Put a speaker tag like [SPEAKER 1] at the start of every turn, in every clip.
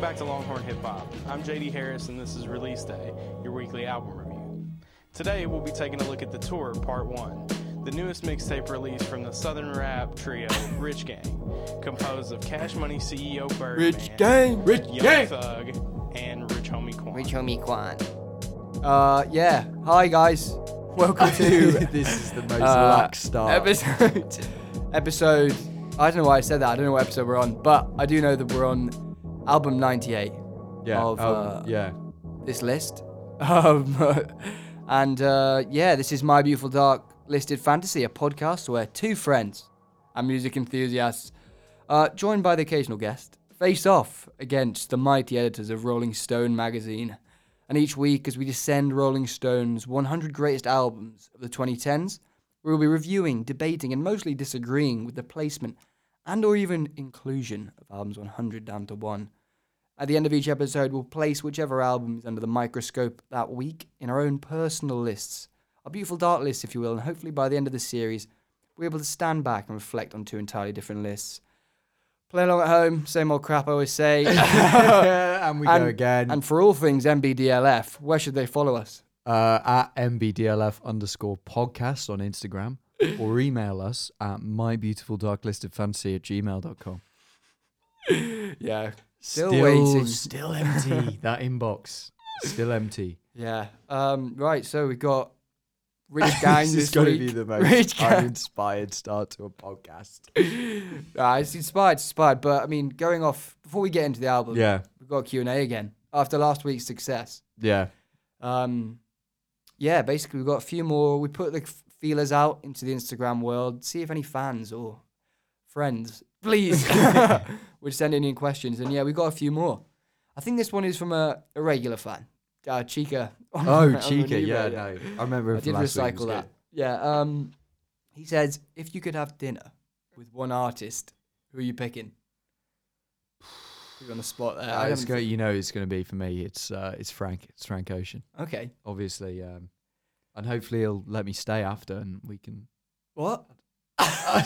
[SPEAKER 1] back to Longhorn Hip Hop. I'm JD Harris, and this is Release Day, your weekly album review. Today, we'll be taking a look at The Tour Part 1, the newest mixtape release from the Southern rap trio Rich Gang, composed of Cash Money CEO Birdman,
[SPEAKER 2] Rich Gang, Rich
[SPEAKER 1] Young
[SPEAKER 2] Gang.
[SPEAKER 1] Thug, and Rich Homie Quan.
[SPEAKER 3] Rich homie Quan.
[SPEAKER 2] Uh, yeah. Hi guys. Welcome to
[SPEAKER 4] this is the most
[SPEAKER 2] uh,
[SPEAKER 4] lax start.
[SPEAKER 2] episode. Episode. I don't know why I said that. I don't know what episode we're on, but I do know that we're on album 98
[SPEAKER 4] yeah,
[SPEAKER 2] of,
[SPEAKER 4] um,
[SPEAKER 2] uh,
[SPEAKER 4] yeah.
[SPEAKER 2] this list. Um, and uh, yeah, this is My Beautiful Dark Listed Fantasy, a podcast where two friends and music enthusiasts, uh, joined by the occasional guest, face off against the mighty editors of Rolling Stone magazine. And each week, as we descend Rolling Stone's 100 greatest albums of the 2010s, we will be reviewing, debating, and mostly disagreeing with the placement and/or even inclusion of albums 100 down to one. At the end of each episode, we'll place whichever album is under the microscope that week in our own personal lists, our beautiful dark lists, if you will, and hopefully by the end of the series, we're able to stand back and reflect on two entirely different lists. Play along at home, same old crap I always say.
[SPEAKER 4] and we
[SPEAKER 2] and,
[SPEAKER 4] go again.
[SPEAKER 2] And for all things MBDLF, where should they follow us?
[SPEAKER 4] uh, at mbdlf underscore podcast on Instagram or email us at mybeautifuldarklistedfantasy at gmail.com.
[SPEAKER 2] Yeah. Still waiting.
[SPEAKER 4] Still empty. that inbox. Still empty.
[SPEAKER 2] Yeah. Um, right, so we've got Rich Gang this,
[SPEAKER 4] this is
[SPEAKER 2] week.
[SPEAKER 4] going to be the
[SPEAKER 2] Rich
[SPEAKER 4] most
[SPEAKER 2] Gang.
[SPEAKER 4] uninspired start to a podcast.
[SPEAKER 2] Ah, it's inspired, it's inspired. But I mean, going off before we get into the album,
[SPEAKER 4] Yeah.
[SPEAKER 2] we've got Q and A Q&A again after last week's success.
[SPEAKER 4] Yeah.
[SPEAKER 2] Um, yeah, basically we've got a few more. We put the f- feelers out into the Instagram world, see if any fans or friends, please, would send in any questions. And yeah, we've got a few more. I think this one is from a, a regular fan, uh, Chica. on-
[SPEAKER 4] Oh,
[SPEAKER 2] on
[SPEAKER 4] Chica.
[SPEAKER 2] Renew
[SPEAKER 4] Yeah,
[SPEAKER 2] Radio.
[SPEAKER 4] no. I remember
[SPEAKER 2] I
[SPEAKER 4] it from
[SPEAKER 2] did
[SPEAKER 4] last week, it
[SPEAKER 2] recycle
[SPEAKER 4] was
[SPEAKER 2] that. Yeah. Um, he says, if you could have dinner with one artist, who are you picking? You're on the spot there.
[SPEAKER 4] good. Uh,
[SPEAKER 2] I
[SPEAKER 4] it's
[SPEAKER 2] haven't-
[SPEAKER 4] go- you know, it's going to be for me. It's uh, it's Frank. It's Frank Ocean,
[SPEAKER 2] okay.
[SPEAKER 4] obviously, um, and hopefully he'll let me stay after, and we can
[SPEAKER 2] What?
[SPEAKER 4] I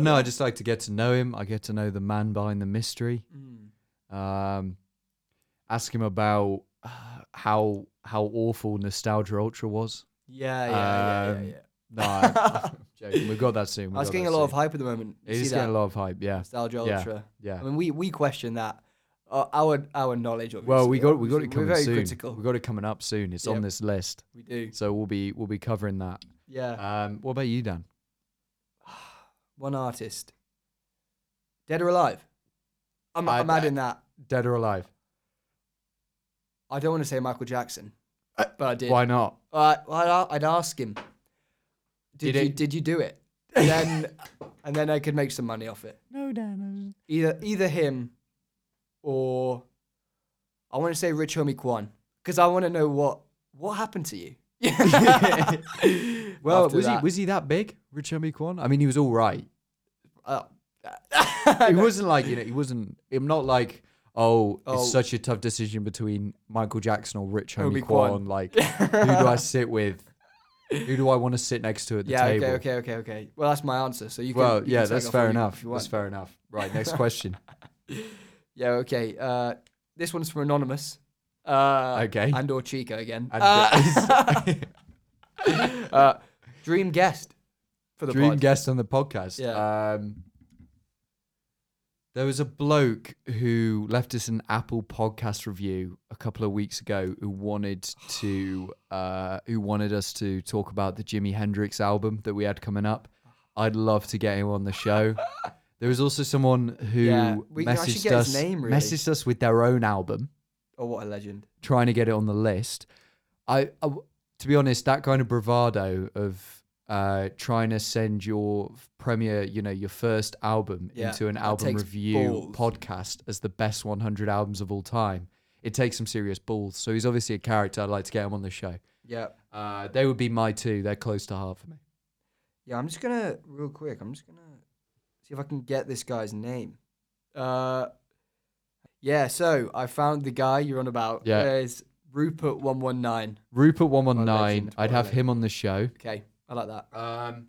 [SPEAKER 4] know. I just like to get to know him. I get to know the man behind the mystery.
[SPEAKER 2] Mm.
[SPEAKER 4] Um, ask him about uh, how how awful Nostalgia Ultra was.
[SPEAKER 2] Yeah, yeah, yeah,
[SPEAKER 4] Um,
[SPEAKER 2] yeah, yeah.
[SPEAKER 4] No, I'm joking. We've got that soon. We've
[SPEAKER 2] I was
[SPEAKER 4] got
[SPEAKER 2] getting a
[SPEAKER 4] that
[SPEAKER 2] lot of
[SPEAKER 4] soon.
[SPEAKER 2] hype at the moment. You
[SPEAKER 4] It
[SPEAKER 2] see
[SPEAKER 4] is
[SPEAKER 2] that?
[SPEAKER 4] getting a lot of hype. Yeah,
[SPEAKER 2] Nostalgia
[SPEAKER 4] Yeah.
[SPEAKER 2] Ultra.
[SPEAKER 4] yeah.
[SPEAKER 2] I mean, we we question that. Uh, our our knowledge. Obviously,
[SPEAKER 4] Well, we got we got it
[SPEAKER 2] obviously,
[SPEAKER 4] coming
[SPEAKER 2] We're very
[SPEAKER 4] soon.
[SPEAKER 2] critical.
[SPEAKER 4] We got it coming up soon. It's
[SPEAKER 2] Yep.
[SPEAKER 4] on this list,
[SPEAKER 2] We do.
[SPEAKER 4] so we'll be we'll be covering that.
[SPEAKER 2] Yeah.
[SPEAKER 4] Um, what about you, Dan?
[SPEAKER 2] one artist. Dead or alive? I'm,
[SPEAKER 4] I-
[SPEAKER 2] I'm adding that.
[SPEAKER 4] Dead or alive?
[SPEAKER 2] I don't want to say Michael Jackson, but I did.
[SPEAKER 4] Why not?
[SPEAKER 2] Uh, well, I'd, I'd ask him. Did,
[SPEAKER 4] Did
[SPEAKER 2] you
[SPEAKER 4] it-
[SPEAKER 2] did you do it? And then and then I could make some money off it.
[SPEAKER 4] No, Dan.
[SPEAKER 2] Either either him, or I want to say Rich Homie Kwan because I want to know what what happened to you.
[SPEAKER 4] Well,
[SPEAKER 2] After
[SPEAKER 4] was
[SPEAKER 2] that.
[SPEAKER 4] he was he that big, Richard Kwan? I mean, he was all right.
[SPEAKER 2] Oh.
[SPEAKER 4] He wasn't like you know, he wasn't. I'm not like oh,
[SPEAKER 2] Oh.
[SPEAKER 4] it's such a tough decision between Michael Jackson or Rich
[SPEAKER 2] Homie
[SPEAKER 4] Homie
[SPEAKER 2] Kwan.
[SPEAKER 4] Kwan. Like, who do I sit with? Who do I want to sit next to at the
[SPEAKER 2] yeah.
[SPEAKER 4] table?
[SPEAKER 2] Okay. Okay. Okay. Okay. Well, that's my answer. So you. Can,
[SPEAKER 4] Well,
[SPEAKER 2] you can
[SPEAKER 4] yeah,
[SPEAKER 2] take
[SPEAKER 4] that's
[SPEAKER 2] off
[SPEAKER 4] fair
[SPEAKER 2] what you-
[SPEAKER 4] enough.
[SPEAKER 2] if you
[SPEAKER 4] That's
[SPEAKER 2] want.
[SPEAKER 4] fair enough. Right, next question.
[SPEAKER 2] Yeah. Okay. Uh, this one's from anonymous. Uh,
[SPEAKER 4] Okay.
[SPEAKER 2] And or Chico again.
[SPEAKER 4] And,
[SPEAKER 2] Uh, uh, dream guest for the
[SPEAKER 4] dream
[SPEAKER 2] pod.
[SPEAKER 4] guest on the podcast.
[SPEAKER 2] Yeah.
[SPEAKER 4] Um, there was a bloke who left us an Apple podcast review a couple of weeks ago who wanted to uh, who wanted us to talk about the Jimi Hendrix album that we had coming up. I'd love to get him on the show. There was also someone who
[SPEAKER 2] Yeah, we- I should
[SPEAKER 4] messaged
[SPEAKER 2] get his
[SPEAKER 4] us
[SPEAKER 2] name, really.
[SPEAKER 4] messaged us with their own album
[SPEAKER 2] Oh, what a legend.
[SPEAKER 4] trying to get it on the list. I, I w- to be honest, that kind of bravado of uh, trying to send your f- premiere, you know, your first album
[SPEAKER 2] Yeah,
[SPEAKER 4] into an
[SPEAKER 2] that
[SPEAKER 4] album
[SPEAKER 2] takes
[SPEAKER 4] review
[SPEAKER 2] balls.
[SPEAKER 4] podcast as the best 100 albums of all time. It takes some serious balls. So he's obviously a character. I'd like to get him on the show.
[SPEAKER 2] Yeah.
[SPEAKER 4] Uh, they would be my two. They're close to heart for me.
[SPEAKER 2] Yeah, I'm just gonna real quick. I'm just gonna see if I can get this guy's name. Uh, yeah. So I found the guy you're on about.
[SPEAKER 4] Yeah.
[SPEAKER 2] There's Rupert One One Nine.
[SPEAKER 4] Rupert
[SPEAKER 2] What a
[SPEAKER 4] 119.
[SPEAKER 2] legend, what
[SPEAKER 4] I'd
[SPEAKER 2] a
[SPEAKER 4] have
[SPEAKER 2] legend.
[SPEAKER 4] him on the show.
[SPEAKER 2] Okay, I like that.
[SPEAKER 4] uh, Um,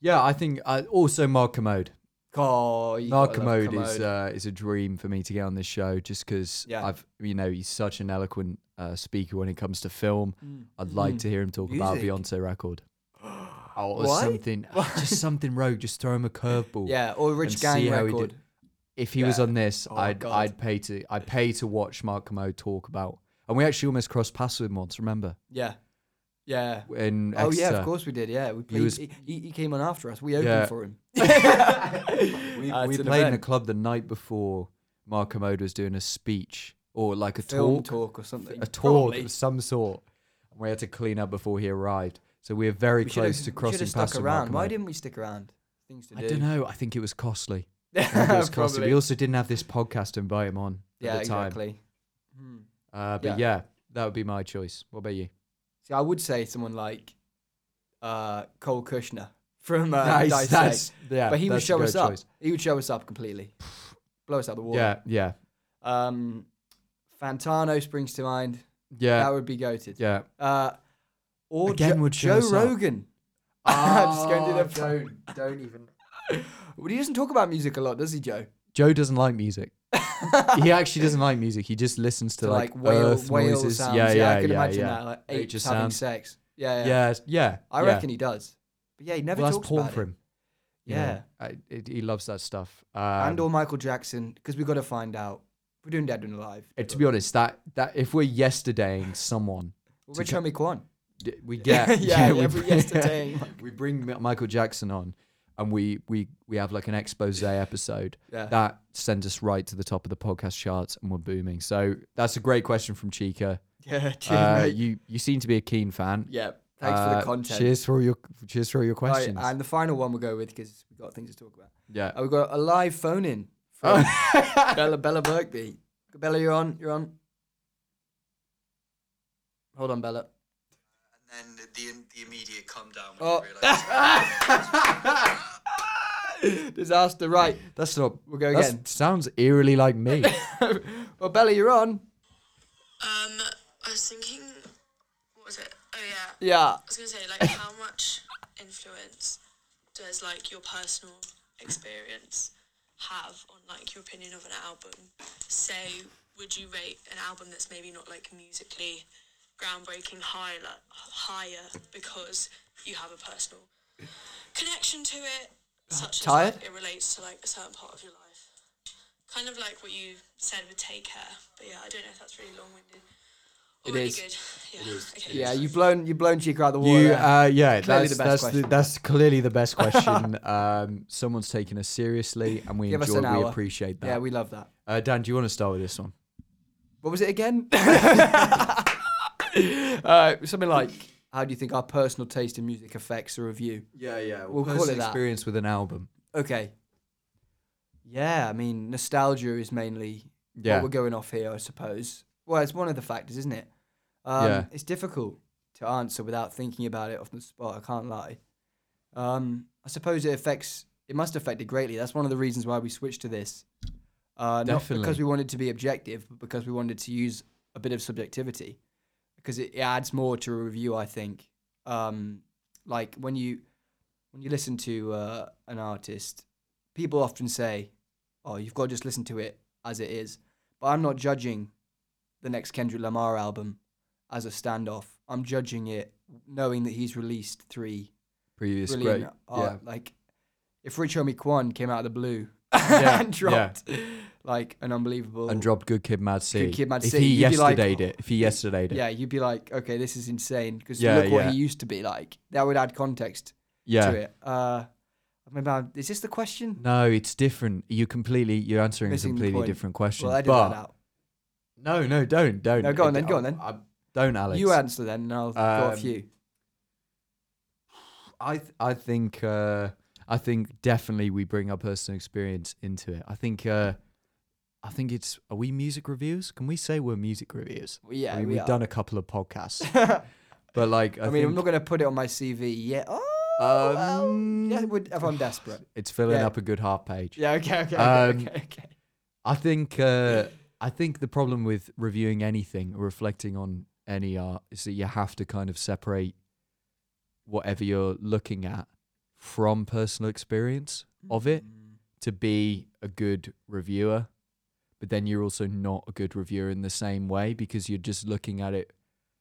[SPEAKER 4] yeah, I think uh, also Mark Commode.
[SPEAKER 2] Oh, you gotta love
[SPEAKER 4] Narcommode is
[SPEAKER 2] Commode.
[SPEAKER 4] uh, is a dream for me to get on this show just because
[SPEAKER 2] Yeah.
[SPEAKER 4] I've you know he's such an eloquent uh, speaker when it comes to film.
[SPEAKER 2] Mm.
[SPEAKER 4] I'd like to hear him talk about
[SPEAKER 2] Music.
[SPEAKER 4] Beyonce record. Oh, or
[SPEAKER 2] What?
[SPEAKER 4] something, just something rogue. Just throw him a curveball.
[SPEAKER 2] yeah, or Rich
[SPEAKER 4] and
[SPEAKER 2] Gang
[SPEAKER 4] see how he did.
[SPEAKER 2] record.
[SPEAKER 4] If he was
[SPEAKER 2] Yeah.
[SPEAKER 4] on this,
[SPEAKER 2] Oh,
[SPEAKER 4] I'd
[SPEAKER 2] God.
[SPEAKER 4] I'd pay to I'd pay to watch Mark Commode talk about. And we actually almost crossed paths with him once. Remember
[SPEAKER 2] Yeah, yeah.
[SPEAKER 4] in
[SPEAKER 2] Oh yeah,
[SPEAKER 4] Exeter.
[SPEAKER 2] of course we did. Yeah, we played. He,
[SPEAKER 4] was-
[SPEAKER 2] he, he came on after us. We opened
[SPEAKER 4] uh, Yeah.
[SPEAKER 2] for him.
[SPEAKER 4] We,
[SPEAKER 2] Uh,
[SPEAKER 4] we
[SPEAKER 2] it's an
[SPEAKER 4] played in a
[SPEAKER 2] event.
[SPEAKER 4] club the night before Mark Commode was doing a speech or like a
[SPEAKER 2] film
[SPEAKER 4] talk.
[SPEAKER 2] talk or something.
[SPEAKER 4] a talk
[SPEAKER 2] Probably.
[SPEAKER 4] of some sort. And we had to clean up before he arrived. So we were very
[SPEAKER 2] We should've-
[SPEAKER 4] close to
[SPEAKER 2] we should've
[SPEAKER 4] crossing
[SPEAKER 2] stuck
[SPEAKER 4] past the
[SPEAKER 2] around. Why
[SPEAKER 4] Markham.
[SPEAKER 2] didn't we stick around? Things to
[SPEAKER 4] I
[SPEAKER 2] do.
[SPEAKER 4] don't know. I think it was costly. I think it was costly.
[SPEAKER 2] Probably.
[SPEAKER 4] We also didn't have this podcast to invite him on
[SPEAKER 2] yeah,
[SPEAKER 4] at the time.
[SPEAKER 2] exactly. Hmm.
[SPEAKER 4] Uh, but yeah.
[SPEAKER 2] Yeah.
[SPEAKER 4] that would be my choice. What about you?
[SPEAKER 2] See, I would say someone like uh, Cole Kushner from uh, Dissect.
[SPEAKER 4] yeah,
[SPEAKER 2] but he would
[SPEAKER 4] that's a
[SPEAKER 2] show
[SPEAKER 4] good
[SPEAKER 2] us up.
[SPEAKER 4] choice.
[SPEAKER 2] He would show us up completely, blow us out the water.
[SPEAKER 4] Yeah, yeah,
[SPEAKER 2] Um, Fantano springs to mind. That
[SPEAKER 4] yeah,
[SPEAKER 2] would be goated.
[SPEAKER 4] yeah.
[SPEAKER 2] Uh, or
[SPEAKER 4] Again
[SPEAKER 2] Jo-
[SPEAKER 4] would show
[SPEAKER 2] Joe
[SPEAKER 4] us up.
[SPEAKER 2] Rogan. I'm just going to the-
[SPEAKER 4] don't, don't even.
[SPEAKER 2] But he doesn't talk about music a lot, does he, Joe?
[SPEAKER 4] Joe doesn't like music. he actually doesn't like music. He just listens to,
[SPEAKER 2] To like,
[SPEAKER 4] like,
[SPEAKER 2] whale,
[SPEAKER 4] earth
[SPEAKER 2] whale
[SPEAKER 4] noises.
[SPEAKER 2] sounds.
[SPEAKER 4] Yeah, yeah,
[SPEAKER 2] I can
[SPEAKER 4] yeah,
[SPEAKER 2] imagine
[SPEAKER 4] yeah.
[SPEAKER 2] that. Like
[SPEAKER 4] Nature
[SPEAKER 2] apes having
[SPEAKER 4] sounds.
[SPEAKER 2] sex. Yeah, yeah.
[SPEAKER 4] Yeah, yeah.
[SPEAKER 2] I
[SPEAKER 4] yeah.
[SPEAKER 2] reckon he does. But yeah, he never
[SPEAKER 4] well, that's
[SPEAKER 2] talks
[SPEAKER 4] porn
[SPEAKER 2] about
[SPEAKER 4] for
[SPEAKER 2] it.
[SPEAKER 4] him. you know.
[SPEAKER 2] Yeah.
[SPEAKER 4] I, it, he loves that stuff. Um,
[SPEAKER 2] and or Michael Jackson, because we've got to find out. We're doing Dead and Alive.
[SPEAKER 4] and to be honest, that that if we're yesterdaying someone,
[SPEAKER 2] Well, Rich Homie Kwan.
[SPEAKER 4] d- we get
[SPEAKER 2] yeah, yeah,
[SPEAKER 4] we,
[SPEAKER 2] we yesterday.
[SPEAKER 4] we bring M- Michael Jackson on, and we we we have like an expose episode
[SPEAKER 2] Yeah.
[SPEAKER 4] that sends us right to the top of the podcast charts, and we're booming. So that's a great question from Chica.
[SPEAKER 2] yeah, cheers,
[SPEAKER 4] Uh,
[SPEAKER 2] mate.
[SPEAKER 4] you you seem to be a keen fan.
[SPEAKER 2] Yeah, thanks for
[SPEAKER 4] Uh,
[SPEAKER 2] the content.
[SPEAKER 4] Cheers for all your cheers for all your
[SPEAKER 2] Right,
[SPEAKER 4] questions.
[SPEAKER 2] and the final one we'll go with because we've got things to talk about.
[SPEAKER 4] yeah.
[SPEAKER 2] Uh, we've got a live phone in from
[SPEAKER 4] Oh.
[SPEAKER 2] Bella Bella Berkby. Bella, you're on. You're on. Hold on, Bella.
[SPEAKER 3] and then the, the, the immediate calm down when
[SPEAKER 2] Oh.
[SPEAKER 3] you realise
[SPEAKER 2] Disaster, right.
[SPEAKER 4] That's not.
[SPEAKER 2] We'll go
[SPEAKER 4] that's-
[SPEAKER 2] again.
[SPEAKER 4] Sounds eerily like me.
[SPEAKER 2] Well, Bella, you're on.
[SPEAKER 5] Um, I was thinking, what was it? Oh yeah, I
[SPEAKER 2] Yeah.
[SPEAKER 5] was gonna say like how much influence does like your personal experience have on like your opinion of an album? Say, would you rate an album that's maybe not like musically groundbreaking higher, higher because you have a personal connection to it, such
[SPEAKER 2] Tired?
[SPEAKER 5] as like, it relates to like a certain part of your life? Kind of like what you said with Take Care, but yeah, I don't know if that's really long-winded. Or
[SPEAKER 2] It
[SPEAKER 5] really
[SPEAKER 2] is.
[SPEAKER 5] Good. Yeah. Okay.
[SPEAKER 2] Yeah, you've blown you've blown Chica out the water.
[SPEAKER 4] You, uh, yeah,
[SPEAKER 2] Clearly
[SPEAKER 4] that's
[SPEAKER 2] the best
[SPEAKER 4] that's,
[SPEAKER 2] question.
[SPEAKER 4] that's clearly the best question. um, someone's taken us seriously, and we
[SPEAKER 2] Give us an
[SPEAKER 4] enjoy, we
[SPEAKER 2] hour.
[SPEAKER 4] appreciate that.
[SPEAKER 2] yeah, we love that.
[SPEAKER 4] uh, Dan, do you want to start with this one?
[SPEAKER 2] What was it again? uh, something like, how do you think our personal taste in music affects a review?
[SPEAKER 4] Yeah, yeah.
[SPEAKER 2] We'll call it that.
[SPEAKER 4] experience with an album.
[SPEAKER 2] Okay. Yeah, I mean, nostalgia is mainly
[SPEAKER 4] Yeah.
[SPEAKER 2] what we're going off here, I suppose. Well, it's one of the factors, isn't it? Um,
[SPEAKER 4] Yeah.
[SPEAKER 2] It's difficult to answer without thinking about it off the spot, I can't lie. Um, I suppose it affects, it must affect it greatly. That's one of the reasons why we switched to this. Uh, not because we
[SPEAKER 4] Definitely.
[SPEAKER 2] wanted to be objective, but because we wanted to use a bit of subjectivity. Because it, it adds more to a review, I think. Um, like when you when you listen to uh, an artist, people often say, "Oh, you've got to just listen to it as it is." But I'm not judging the next Kendrick Lamar album as a standoff. I'm judging it knowing that he's released three
[SPEAKER 4] Previous
[SPEAKER 2] brilliant
[SPEAKER 4] great.
[SPEAKER 2] art. Like if Rich Homie Quan came out of the blue
[SPEAKER 4] Yeah,
[SPEAKER 2] and dropped like an unbelievable
[SPEAKER 4] yeah. And dropped Good Kid, Mad City.
[SPEAKER 2] Kid, Mad
[SPEAKER 4] if
[SPEAKER 2] City,
[SPEAKER 4] he
[SPEAKER 2] you'd be like-
[SPEAKER 4] yesterday did, if he yesterday did,
[SPEAKER 2] yeah, you'd be like, okay, this is insane because
[SPEAKER 4] Yeah,
[SPEAKER 2] look what
[SPEAKER 4] yeah.
[SPEAKER 2] he used to be like. That would add context
[SPEAKER 4] yeah.
[SPEAKER 2] to it. Uh, I remember, is this the question?
[SPEAKER 4] No, it's different. You completely, you're answering a
[SPEAKER 2] Missing the
[SPEAKER 4] completely
[SPEAKER 2] point.
[SPEAKER 4] different question.
[SPEAKER 2] Well, I did
[SPEAKER 4] but
[SPEAKER 2] that out.
[SPEAKER 4] no, no, don't, don't.
[SPEAKER 2] No, go on
[SPEAKER 4] I-
[SPEAKER 2] then, go on then.
[SPEAKER 4] I- don't, Alex.
[SPEAKER 2] You answer then, and I'll go
[SPEAKER 4] Um,
[SPEAKER 2] off you.
[SPEAKER 4] I th- I think uh, I think definitely we bring our personal experience into it. I think uh, I think it's are we music reviews? Can we say we're music reviews?
[SPEAKER 2] Well, yeah,
[SPEAKER 4] I mean,
[SPEAKER 2] we
[SPEAKER 4] have
[SPEAKER 2] are.
[SPEAKER 4] done a couple of podcasts, but like I,
[SPEAKER 2] I, mean,
[SPEAKER 4] think
[SPEAKER 2] I'm not going to put it on my CV yet. Oh, well,
[SPEAKER 4] Um,
[SPEAKER 2] yeah, it would, if I'm desperate.
[SPEAKER 4] it's filling
[SPEAKER 2] yeah.
[SPEAKER 4] up a good half page.
[SPEAKER 2] Yeah, okay, okay, okay,
[SPEAKER 4] Um,
[SPEAKER 2] okay, okay.
[SPEAKER 4] I think uh, I think the problem with reviewing anything or reflecting on any art is that you have to kind of separate whatever you're looking at from personal experience of it. to be a good reviewer, but then you're also not a good reviewer in the same way because you're just looking at it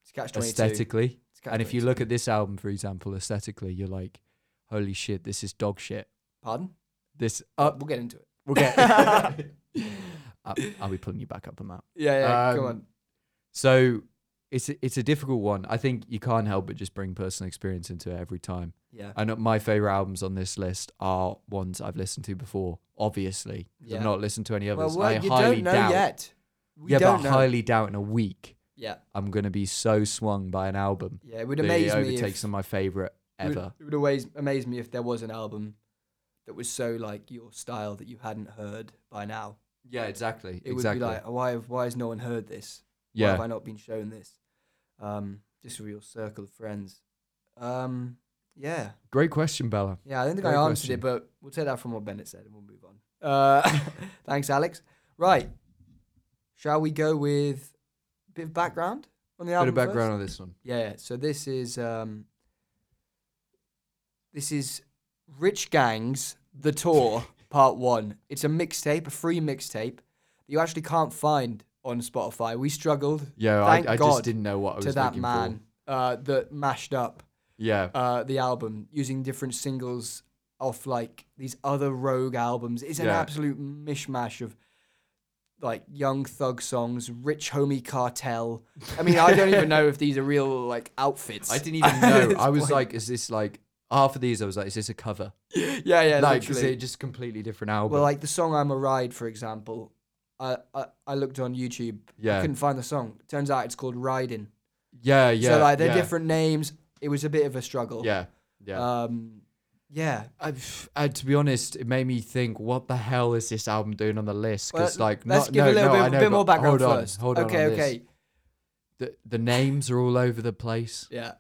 [SPEAKER 2] It's catch 22.
[SPEAKER 4] aesthetically.
[SPEAKER 2] It's catch
[SPEAKER 4] And if you
[SPEAKER 2] 22.
[SPEAKER 4] look at this album, for example, aesthetically, you're like, holy shit, this is dog shit.
[SPEAKER 2] Pardon?
[SPEAKER 4] This up,
[SPEAKER 2] We'll get into it.
[SPEAKER 4] we'll get. I'll, I'll be pulling you back up on that.
[SPEAKER 2] Yeah, yeah, come
[SPEAKER 4] Um,
[SPEAKER 2] on.
[SPEAKER 4] So it's a, it's a difficult one. I think you can't help but just bring personal experience into it every time.
[SPEAKER 2] Yeah.
[SPEAKER 4] I know my favorite albums on this list are ones I've listened to before. Obviously, 'cause
[SPEAKER 2] Yeah.
[SPEAKER 4] I've not listened to any
[SPEAKER 2] Well,
[SPEAKER 4] others.
[SPEAKER 2] well,
[SPEAKER 4] I
[SPEAKER 2] you
[SPEAKER 4] highly
[SPEAKER 2] don't know
[SPEAKER 4] doubt.
[SPEAKER 2] yet. We
[SPEAKER 4] yeah,
[SPEAKER 2] don't
[SPEAKER 4] but
[SPEAKER 2] know.
[SPEAKER 4] I highly doubt in a week
[SPEAKER 2] Yeah,
[SPEAKER 4] I'm gonna be so swung by an album.
[SPEAKER 2] yeah. It would
[SPEAKER 4] that
[SPEAKER 2] amaze
[SPEAKER 4] it
[SPEAKER 2] me.
[SPEAKER 4] overtakes
[SPEAKER 2] If,
[SPEAKER 4] some of my favorite
[SPEAKER 2] it would-
[SPEAKER 4] ever.
[SPEAKER 2] It would always amaze me if there was an album that was so like your style that you hadn't heard by now.
[SPEAKER 4] Yeah, exactly.
[SPEAKER 2] It
[SPEAKER 4] exactly.
[SPEAKER 2] would be like, oh, why have, why has no one heard this? Why have
[SPEAKER 4] yeah,
[SPEAKER 2] I not been shown this? Um, just a real circle of friends. Um, yeah,
[SPEAKER 4] great question, Bella.
[SPEAKER 2] yeah. I don't think
[SPEAKER 4] Great
[SPEAKER 2] I answered it, but we'll take that from what Bennett said and we'll move on. Uh, thanks, Alex. Right, shall we go with a bit of background on the
[SPEAKER 4] Bit
[SPEAKER 2] album?
[SPEAKER 4] of
[SPEAKER 2] first?
[SPEAKER 4] background on this one.
[SPEAKER 2] Yeah, yeah. So this is um, this is Rich Gang's The Tour Part One. It's a mixtape, a free mixtape that you actually can't find on Spotify. We struggled.
[SPEAKER 4] Yeah,
[SPEAKER 2] thank
[SPEAKER 4] I, I
[SPEAKER 2] God
[SPEAKER 4] just didn't know what I was
[SPEAKER 2] to that
[SPEAKER 4] looking
[SPEAKER 2] man
[SPEAKER 4] for.
[SPEAKER 2] uh, that mashed up
[SPEAKER 4] Yeah,
[SPEAKER 2] uh, the album using different singles off like these other rogue albums. It's an
[SPEAKER 4] Yeah.
[SPEAKER 2] absolute mishmash of like young thug songs, rich homie cartel. I mean, I don't even know if these are real like outfits.
[SPEAKER 4] I didn't even know.
[SPEAKER 2] It's
[SPEAKER 4] I was like, is this like half of these? I was like, is this a cover?
[SPEAKER 2] yeah, yeah,
[SPEAKER 4] like, is
[SPEAKER 2] literally.
[SPEAKER 4] it just completely different album?
[SPEAKER 2] Well, like the song "I'm a Ride," for example. I, I I looked on YouTube. I
[SPEAKER 4] Yeah.
[SPEAKER 2] couldn't find the song. Turns out it's called Riding.
[SPEAKER 4] yeah, yeah.
[SPEAKER 2] so like they're
[SPEAKER 4] yeah,
[SPEAKER 2] different names. It was a bit of a struggle.
[SPEAKER 4] Yeah, yeah.
[SPEAKER 2] Um. Yeah.
[SPEAKER 4] I've, uh, to be honest, it made me think, what the hell is this album doing on the list? Because
[SPEAKER 2] Well,
[SPEAKER 4] like,
[SPEAKER 2] let's
[SPEAKER 4] not,
[SPEAKER 2] give a
[SPEAKER 4] no,
[SPEAKER 2] little
[SPEAKER 4] no, I
[SPEAKER 2] bit,
[SPEAKER 4] know,
[SPEAKER 2] bit more
[SPEAKER 4] but
[SPEAKER 2] background
[SPEAKER 4] hold on,
[SPEAKER 2] first.
[SPEAKER 4] Hold on,
[SPEAKER 2] okay,
[SPEAKER 4] on this.
[SPEAKER 2] okay,
[SPEAKER 4] The, the names are all over the place.
[SPEAKER 2] yeah.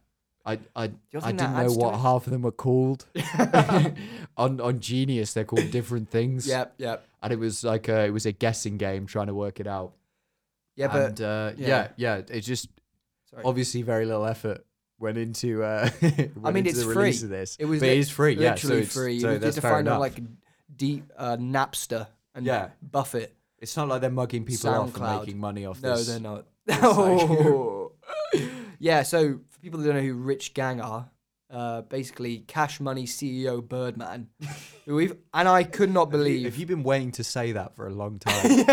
[SPEAKER 4] I
[SPEAKER 2] you
[SPEAKER 4] I, I
[SPEAKER 2] think that
[SPEAKER 4] didn't
[SPEAKER 2] adds
[SPEAKER 4] know
[SPEAKER 2] to
[SPEAKER 4] what
[SPEAKER 2] it?
[SPEAKER 4] half of them are called. on on Genius, they're called different things.
[SPEAKER 2] Yep, yep.
[SPEAKER 4] and it was like a, it was a guessing game trying to work it out.
[SPEAKER 2] Yeah, but
[SPEAKER 4] and, uh,
[SPEAKER 2] yeah.
[SPEAKER 4] yeah, yeah, it's just
[SPEAKER 2] Sorry.
[SPEAKER 4] obviously very little effort went into. Uh,
[SPEAKER 2] I mean, it's
[SPEAKER 4] the
[SPEAKER 2] free.
[SPEAKER 4] release of this.
[SPEAKER 2] It was
[SPEAKER 4] but
[SPEAKER 2] lit-
[SPEAKER 4] it is free. Yeah, so
[SPEAKER 2] literally
[SPEAKER 4] it's,
[SPEAKER 2] free.
[SPEAKER 4] So
[SPEAKER 2] you
[SPEAKER 4] that's
[SPEAKER 2] just
[SPEAKER 4] fair
[SPEAKER 2] find
[SPEAKER 4] enough.
[SPEAKER 2] on like deep uh, Napster and
[SPEAKER 4] Yeah.
[SPEAKER 2] buff it.
[SPEAKER 4] It's not like they're mugging people off
[SPEAKER 2] SoundCloud.
[SPEAKER 4] and making money off
[SPEAKER 2] No,
[SPEAKER 4] this.
[SPEAKER 2] they're not.
[SPEAKER 4] like-
[SPEAKER 2] yeah, so for people who don't know who Rich Gang are, uh, basically Cash Money CEO Birdman, who we've and I could not believe
[SPEAKER 4] Have you been waiting to say that for a long time?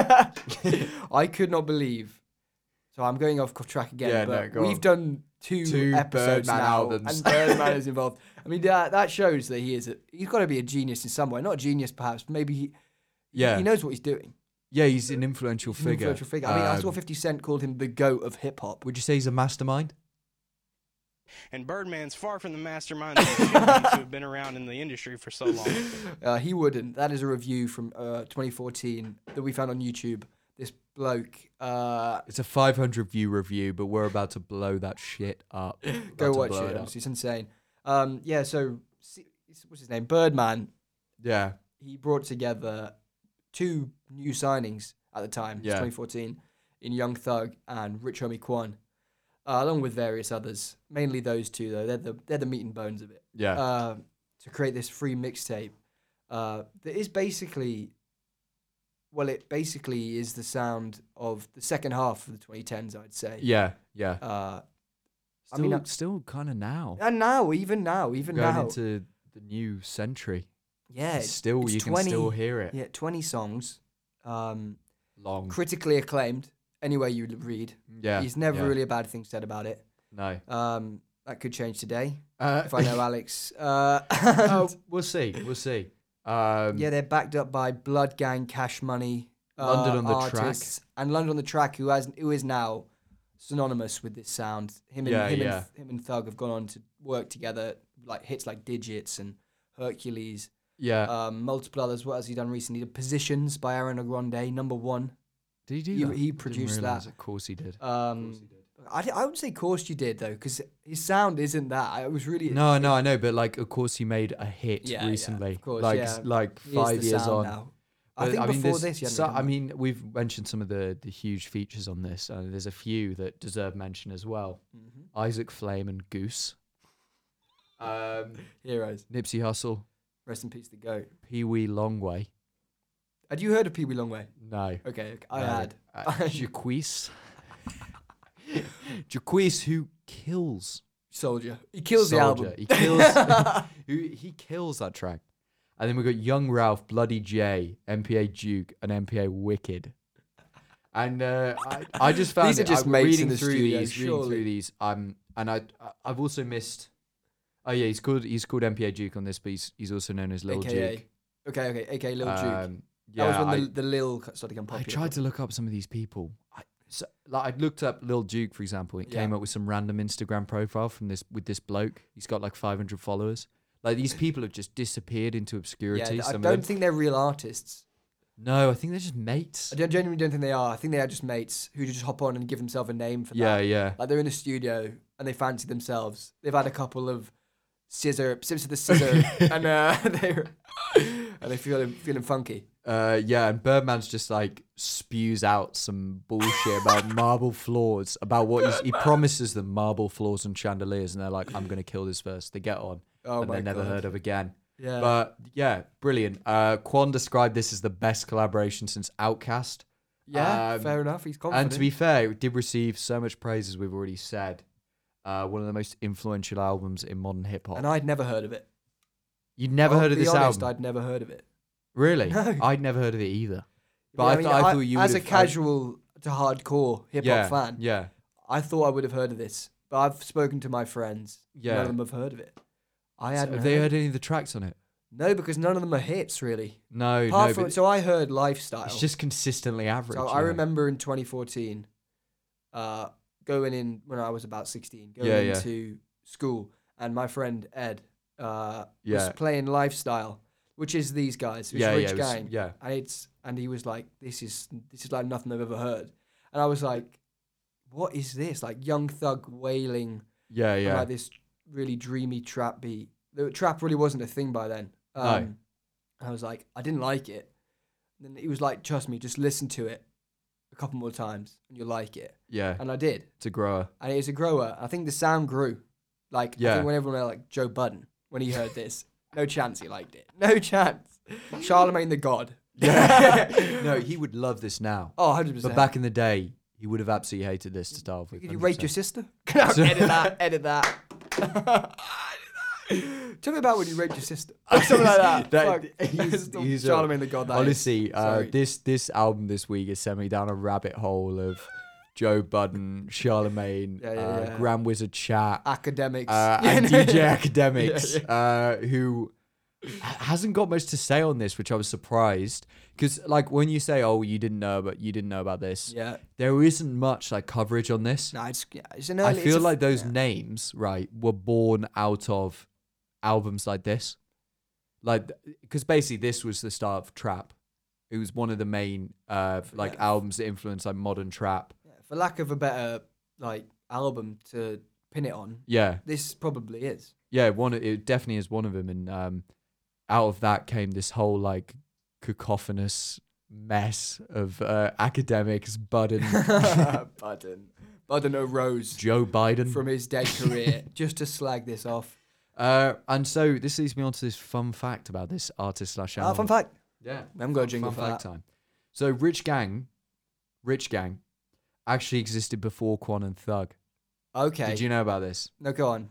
[SPEAKER 2] I could not believe. So I'm going off track again.
[SPEAKER 4] Yeah, no,
[SPEAKER 2] but
[SPEAKER 4] go
[SPEAKER 2] we've
[SPEAKER 4] on.
[SPEAKER 2] done two,
[SPEAKER 4] Two
[SPEAKER 2] episodes
[SPEAKER 4] Birdman
[SPEAKER 2] now,
[SPEAKER 4] albums.
[SPEAKER 2] and Birdman is involved. I mean, that, that shows that he is. A, he's got to be a genius in some way. Not a genius, perhaps. Maybe he,
[SPEAKER 4] yeah,
[SPEAKER 2] he knows what he's doing.
[SPEAKER 4] yeah, he's an influential
[SPEAKER 2] He's an
[SPEAKER 4] figure.
[SPEAKER 2] influential figure. I mean, I saw
[SPEAKER 4] Um,
[SPEAKER 2] 50 Cent called him the goat of hip hop.
[SPEAKER 4] Would you say he's a mastermind?
[SPEAKER 1] And Birdman's far from the mastermind of the shootings who have been around in the industry for so long.
[SPEAKER 2] Uh, he wouldn't. That is a review from uh, 2014 that we found on YouTube. This bloke. Uh,
[SPEAKER 4] It's a 500 view review, but we're about to blow that shit up. About
[SPEAKER 2] go
[SPEAKER 4] to
[SPEAKER 2] watch
[SPEAKER 4] blow
[SPEAKER 2] it.
[SPEAKER 4] up.
[SPEAKER 2] Honestly, it's insane. Um, yeah. So see- what's his name? Birdman.
[SPEAKER 4] Yeah,
[SPEAKER 2] he brought together two new signings at the time, it's
[SPEAKER 4] Yeah.
[SPEAKER 2] 2014, in Young Thug and Rich Homie Quan, uh, along with various others. Mainly those two, though. They're the they're the meat and bones of it.
[SPEAKER 4] yeah.
[SPEAKER 2] Uh, to create this free mixtape uh, that is basically, well, it basically is the sound of the second half of the 2010s, I'd say.
[SPEAKER 4] Yeah, yeah.
[SPEAKER 2] Uh, I
[SPEAKER 4] Still,
[SPEAKER 2] mean, I-
[SPEAKER 4] still kind of now.
[SPEAKER 2] and now, even now, even
[SPEAKER 4] going
[SPEAKER 2] now,
[SPEAKER 4] into the new century.
[SPEAKER 2] yeah,
[SPEAKER 4] it's still,
[SPEAKER 2] it's
[SPEAKER 4] you can still hear it.
[SPEAKER 2] yeah, 20 songs. Um,
[SPEAKER 4] Long.
[SPEAKER 2] critically acclaimed anywhere you l- read.
[SPEAKER 4] Mm. yeah.
[SPEAKER 2] He's never
[SPEAKER 4] yeah.
[SPEAKER 2] really a bad thing said about it.
[SPEAKER 4] No.
[SPEAKER 2] Um, that could change today
[SPEAKER 4] Uh,
[SPEAKER 2] if I know Alex. Uh,
[SPEAKER 4] uh, we'll see. We'll see. Um,
[SPEAKER 2] yeah, they're backed up by Blood Gang, Cash Money, uh,
[SPEAKER 4] London on the Track.
[SPEAKER 2] artists, and London on the track, who has who is now synonymous with this sound. Him and
[SPEAKER 4] Yeah,
[SPEAKER 2] him,
[SPEAKER 4] yeah.
[SPEAKER 2] and him and Thug have gone on to work together, like hits like Digits and Hercules,
[SPEAKER 4] yeah.
[SPEAKER 2] um, multiple others. What has he done recently? The Positions by Ariana Grande, number one.
[SPEAKER 4] did he do
[SPEAKER 2] he-
[SPEAKER 4] that?
[SPEAKER 2] he
[SPEAKER 4] Didn't
[SPEAKER 2] produced
[SPEAKER 4] realise
[SPEAKER 2] that.
[SPEAKER 4] it. Of course he did.
[SPEAKER 2] Um, I, I would say, of course you did though, because his sound isn't that. I was really
[SPEAKER 4] no, no, I know, but like, of course he made a hit
[SPEAKER 2] Yeah, yeah,
[SPEAKER 4] recently.
[SPEAKER 2] of course,
[SPEAKER 4] like,
[SPEAKER 2] yeah.
[SPEAKER 4] s- like
[SPEAKER 2] He is
[SPEAKER 4] five
[SPEAKER 2] the
[SPEAKER 4] years
[SPEAKER 2] sound
[SPEAKER 4] on.
[SPEAKER 2] now. I
[SPEAKER 4] But,
[SPEAKER 2] think
[SPEAKER 4] mean,
[SPEAKER 2] before
[SPEAKER 4] there's
[SPEAKER 2] this, you
[SPEAKER 4] so- I mean, we've mentioned some of the the huge features on this, and there's a few that deserve mention as well.
[SPEAKER 2] Mm-hmm.
[SPEAKER 4] Isaac Flame and Goose, um,
[SPEAKER 2] heroes.
[SPEAKER 4] Nipsey Hussle,
[SPEAKER 2] Rest in peace, the goat.
[SPEAKER 4] Pee Wee Longway,
[SPEAKER 2] Had you heard of Pee Wee Longway?
[SPEAKER 4] No.
[SPEAKER 2] Okay, okay, I
[SPEAKER 4] Mm. no.
[SPEAKER 2] had.
[SPEAKER 4] Uh, Jaquise. Jaquise, who kills
[SPEAKER 2] Soldier. He kills the
[SPEAKER 4] Soldier.
[SPEAKER 2] album.
[SPEAKER 4] He kills. who- he kills that track. And then we got Young Ralph, Bloody Jay, MPA Duke, and MPA Wicked. And uh, I, I just found
[SPEAKER 2] These are
[SPEAKER 4] it-
[SPEAKER 2] just
[SPEAKER 4] I'm
[SPEAKER 2] mates in
[SPEAKER 4] reading
[SPEAKER 2] the
[SPEAKER 4] through
[SPEAKER 2] studio,
[SPEAKER 4] these, reading
[SPEAKER 2] surely.
[SPEAKER 4] through these. Um, and I, I- I've also missed. Oh yeah, he's called he's called MPA Duke on this, but he's, he's also known as Lil
[SPEAKER 2] AKA.
[SPEAKER 4] Duke.
[SPEAKER 2] Okay, okay, okay, Lil Duke.
[SPEAKER 4] Um, yeah,
[SPEAKER 2] that was when
[SPEAKER 4] I-
[SPEAKER 2] the, the Lil cut- started getting
[SPEAKER 4] I
[SPEAKER 2] popular.
[SPEAKER 4] tried to look up some of these people. I, so, like I looked up Lil Duke, for example. It came
[SPEAKER 2] Yeah.
[SPEAKER 4] up with some random Instagram profile from this with this bloke. He's got like 500 followers. Like these people have just disappeared into
[SPEAKER 2] Yeah,
[SPEAKER 4] obscurity.
[SPEAKER 2] th- I
[SPEAKER 4] some of
[SPEAKER 2] don't
[SPEAKER 4] them.
[SPEAKER 2] think they're real artists.
[SPEAKER 4] No, I think they're just mates.
[SPEAKER 2] I don't, genuinely don't think they are. I think they are just mates who just hop on and give themselves a name for
[SPEAKER 4] Yeah,
[SPEAKER 2] that.
[SPEAKER 4] yeah.
[SPEAKER 2] Like they're in a studio and they fancy themselves. They've had a couple of scissor, sips of the scissor, and uh, they're and they feeling feeling funky.
[SPEAKER 4] Uh, yeah, and Birdman's just like spews out some bullshit about marble floors, about what he's, he promises them marble floors and chandeliers, and they're like, "I'm gonna kill this first. They get on,
[SPEAKER 2] Oh
[SPEAKER 4] and
[SPEAKER 2] my
[SPEAKER 4] they're never
[SPEAKER 2] God.
[SPEAKER 4] heard of again.
[SPEAKER 2] Yeah.
[SPEAKER 4] But yeah, brilliant. Uh, Quan described this as the best collaboration since Outcast,
[SPEAKER 2] Yeah,
[SPEAKER 4] Um,
[SPEAKER 2] fair enough. He's confident.
[SPEAKER 4] and to be fair, it did receive so much praise as we've already said. Uh, one of the most influential albums in modern hip hop.
[SPEAKER 2] and I'd never heard of it.
[SPEAKER 4] You'd never
[SPEAKER 2] I'll
[SPEAKER 4] heard of
[SPEAKER 2] be
[SPEAKER 4] this
[SPEAKER 2] honest,
[SPEAKER 4] album,
[SPEAKER 2] I'd never heard of it.
[SPEAKER 4] really?
[SPEAKER 2] No.
[SPEAKER 4] I'd never heard of it either. But
[SPEAKER 2] Yeah,
[SPEAKER 4] I,
[SPEAKER 2] mean,
[SPEAKER 4] th- I, thought you
[SPEAKER 2] as a
[SPEAKER 4] would've- I-
[SPEAKER 2] casual to hardcore hip hop
[SPEAKER 4] yeah,
[SPEAKER 2] fan,
[SPEAKER 4] Yeah,
[SPEAKER 2] I thought I would have heard of this. But I've spoken to my friends. None
[SPEAKER 4] Yeah.
[SPEAKER 2] of them have heard of it. I
[SPEAKER 4] So
[SPEAKER 2] hadn't.
[SPEAKER 4] have they
[SPEAKER 2] heard-
[SPEAKER 4] heard any of the tracks on it?
[SPEAKER 2] No, because none of them are hits really.
[SPEAKER 4] No,
[SPEAKER 2] Apart
[SPEAKER 4] no.
[SPEAKER 2] from
[SPEAKER 4] but
[SPEAKER 2] so I heard lifestyle.
[SPEAKER 4] it's just consistently average.
[SPEAKER 2] So
[SPEAKER 4] yeah.
[SPEAKER 2] I remember in 2014, uh, going in when I was about 16, going
[SPEAKER 4] Yeah, yeah.
[SPEAKER 2] into school, and my friend Ed uh, was
[SPEAKER 4] Yeah.
[SPEAKER 2] playing Lifestyle, which is these guys, who's
[SPEAKER 4] Yeah,
[SPEAKER 2] rich
[SPEAKER 4] yeah, it was-
[SPEAKER 2] gang,
[SPEAKER 4] yeah.
[SPEAKER 2] and it's and he was like, this is this is like nothing I've ever heard, and I was like, what is this? Like young thug wailing,
[SPEAKER 4] Yeah,
[SPEAKER 2] and,
[SPEAKER 4] yeah.
[SPEAKER 2] like this really dreamy trap beat. The trap really wasn't a thing by then. Um,
[SPEAKER 4] No.
[SPEAKER 2] I was like, I didn't like it. And then he was like, trust me, just listen to it a couple more times and you'll like it.
[SPEAKER 4] yeah,
[SPEAKER 2] And I did.
[SPEAKER 4] it's a grower.
[SPEAKER 2] And it was a grower. I think the sound grew. Like, I
[SPEAKER 4] Yeah.
[SPEAKER 2] think when everyone else, like Joe Budden, when he heard this, no chance he liked it. No chance. Charlemagne the God.
[SPEAKER 4] Yeah. no, he would love this now.
[SPEAKER 2] Oh, 100%.
[SPEAKER 4] But back in the day, he would have absolutely hated this to start with.
[SPEAKER 2] Did you
[SPEAKER 4] 100%.
[SPEAKER 2] rape your sister? edit that. Edit that. Tell me about when you raped your sister. Something like that.
[SPEAKER 4] That-
[SPEAKER 2] Fuck.
[SPEAKER 4] he's-
[SPEAKER 2] Still
[SPEAKER 4] he's a-
[SPEAKER 2] Charlemagne the God. That is.
[SPEAKER 4] Honestly, uh,
[SPEAKER 2] Sorry.
[SPEAKER 4] this this album this week has sent me down a rabbit hole of Joe Budden, Charlemagne,
[SPEAKER 2] Yeah, yeah,
[SPEAKER 4] uh,
[SPEAKER 2] yeah.
[SPEAKER 4] Grand Wizard Chat,
[SPEAKER 2] academics
[SPEAKER 4] uh,
[SPEAKER 2] Yeah,
[SPEAKER 4] and
[SPEAKER 2] no,
[SPEAKER 4] DJ
[SPEAKER 2] yeah.
[SPEAKER 4] Academics, Uh, who h- hasn't got much to say on this, which I was surprised because, like, when you say, "Oh, you didn't know," but you didn't know about this,
[SPEAKER 2] Yeah.
[SPEAKER 4] there isn't much like coverage on this.
[SPEAKER 2] No, it's, yeah, it's an
[SPEAKER 4] I
[SPEAKER 2] early. it's
[SPEAKER 4] feel
[SPEAKER 2] a-
[SPEAKER 4] like those
[SPEAKER 2] yeah.
[SPEAKER 4] names, right, were born out of albums like this. Like, because basically, this was the start of trap. It was one of the main, uh, like, albums that influenced like modern trap.
[SPEAKER 2] for lack of a better like album to pin it on,
[SPEAKER 4] Yeah,
[SPEAKER 2] this probably is.
[SPEAKER 4] yeah, one. It definitely is one of them. And um, out of that came this whole like cacophonous mess of uh, academics, Budden,
[SPEAKER 2] Budden, Budden arose
[SPEAKER 4] Joe Biden
[SPEAKER 2] from his dead career just to slag this off.
[SPEAKER 4] Uh, and so this leads me on to this fun fact about this artist slash
[SPEAKER 2] Ah,
[SPEAKER 4] album.
[SPEAKER 2] fun fact.
[SPEAKER 4] Yeah.
[SPEAKER 2] We haven't got a jingle
[SPEAKER 4] fun
[SPEAKER 2] for
[SPEAKER 4] fact
[SPEAKER 2] that.
[SPEAKER 4] time. So Rich Gang, Rich Gang, actually existed before Quan and Thug.
[SPEAKER 2] Okay.
[SPEAKER 4] Did you know about this?
[SPEAKER 2] No, go on.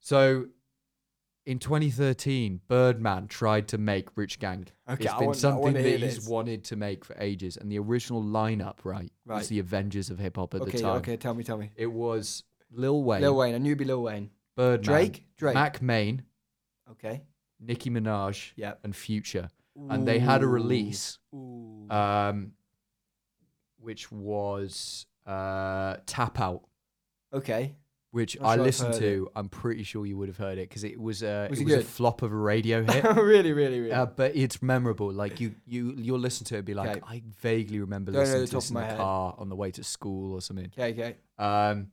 [SPEAKER 4] So in 2013, Birdman tried to make Rich Gang.
[SPEAKER 2] Okay,
[SPEAKER 4] it's
[SPEAKER 2] I
[SPEAKER 4] been
[SPEAKER 2] want- I
[SPEAKER 4] something
[SPEAKER 2] wanna
[SPEAKER 4] that
[SPEAKER 2] hear
[SPEAKER 4] he's
[SPEAKER 2] this.
[SPEAKER 4] wanted to make for ages, and the original lineup, right,
[SPEAKER 2] Right.
[SPEAKER 4] was the Avengers of hip hop at
[SPEAKER 2] Okay,
[SPEAKER 4] the time.
[SPEAKER 2] okay. Tell me, tell me.
[SPEAKER 4] It was Lil Wayne,
[SPEAKER 2] Lil Wayne. I knew it'd be Lil Wayne.
[SPEAKER 4] Birdman,
[SPEAKER 2] Drake? Drake.
[SPEAKER 4] Mac Main,
[SPEAKER 2] Okay.
[SPEAKER 4] Nicki Minaj,
[SPEAKER 2] Yep.
[SPEAKER 4] and Future, and they had a release
[SPEAKER 2] Ooh.
[SPEAKER 4] um, which was uh, Tap Out,
[SPEAKER 2] Okay.
[SPEAKER 4] which
[SPEAKER 2] Not
[SPEAKER 4] I
[SPEAKER 2] sure I've
[SPEAKER 4] listened
[SPEAKER 2] heard
[SPEAKER 4] to. I'm pretty sure you would have heard it because it was a
[SPEAKER 2] Was
[SPEAKER 4] it
[SPEAKER 2] it
[SPEAKER 4] was a
[SPEAKER 2] good?
[SPEAKER 4] flop of a radio hit.
[SPEAKER 2] really, really, really.
[SPEAKER 4] Uh, but it's memorable. Like you, you, you'll listen to it, and be like,
[SPEAKER 2] Okay.
[SPEAKER 4] I vaguely remember
[SPEAKER 2] Don't know
[SPEAKER 4] listening
[SPEAKER 2] the
[SPEAKER 4] to
[SPEAKER 2] top
[SPEAKER 4] this
[SPEAKER 2] of
[SPEAKER 4] in
[SPEAKER 2] my
[SPEAKER 4] the
[SPEAKER 2] head.
[SPEAKER 4] car on the way to school or something.
[SPEAKER 2] okay, okay.
[SPEAKER 4] Um,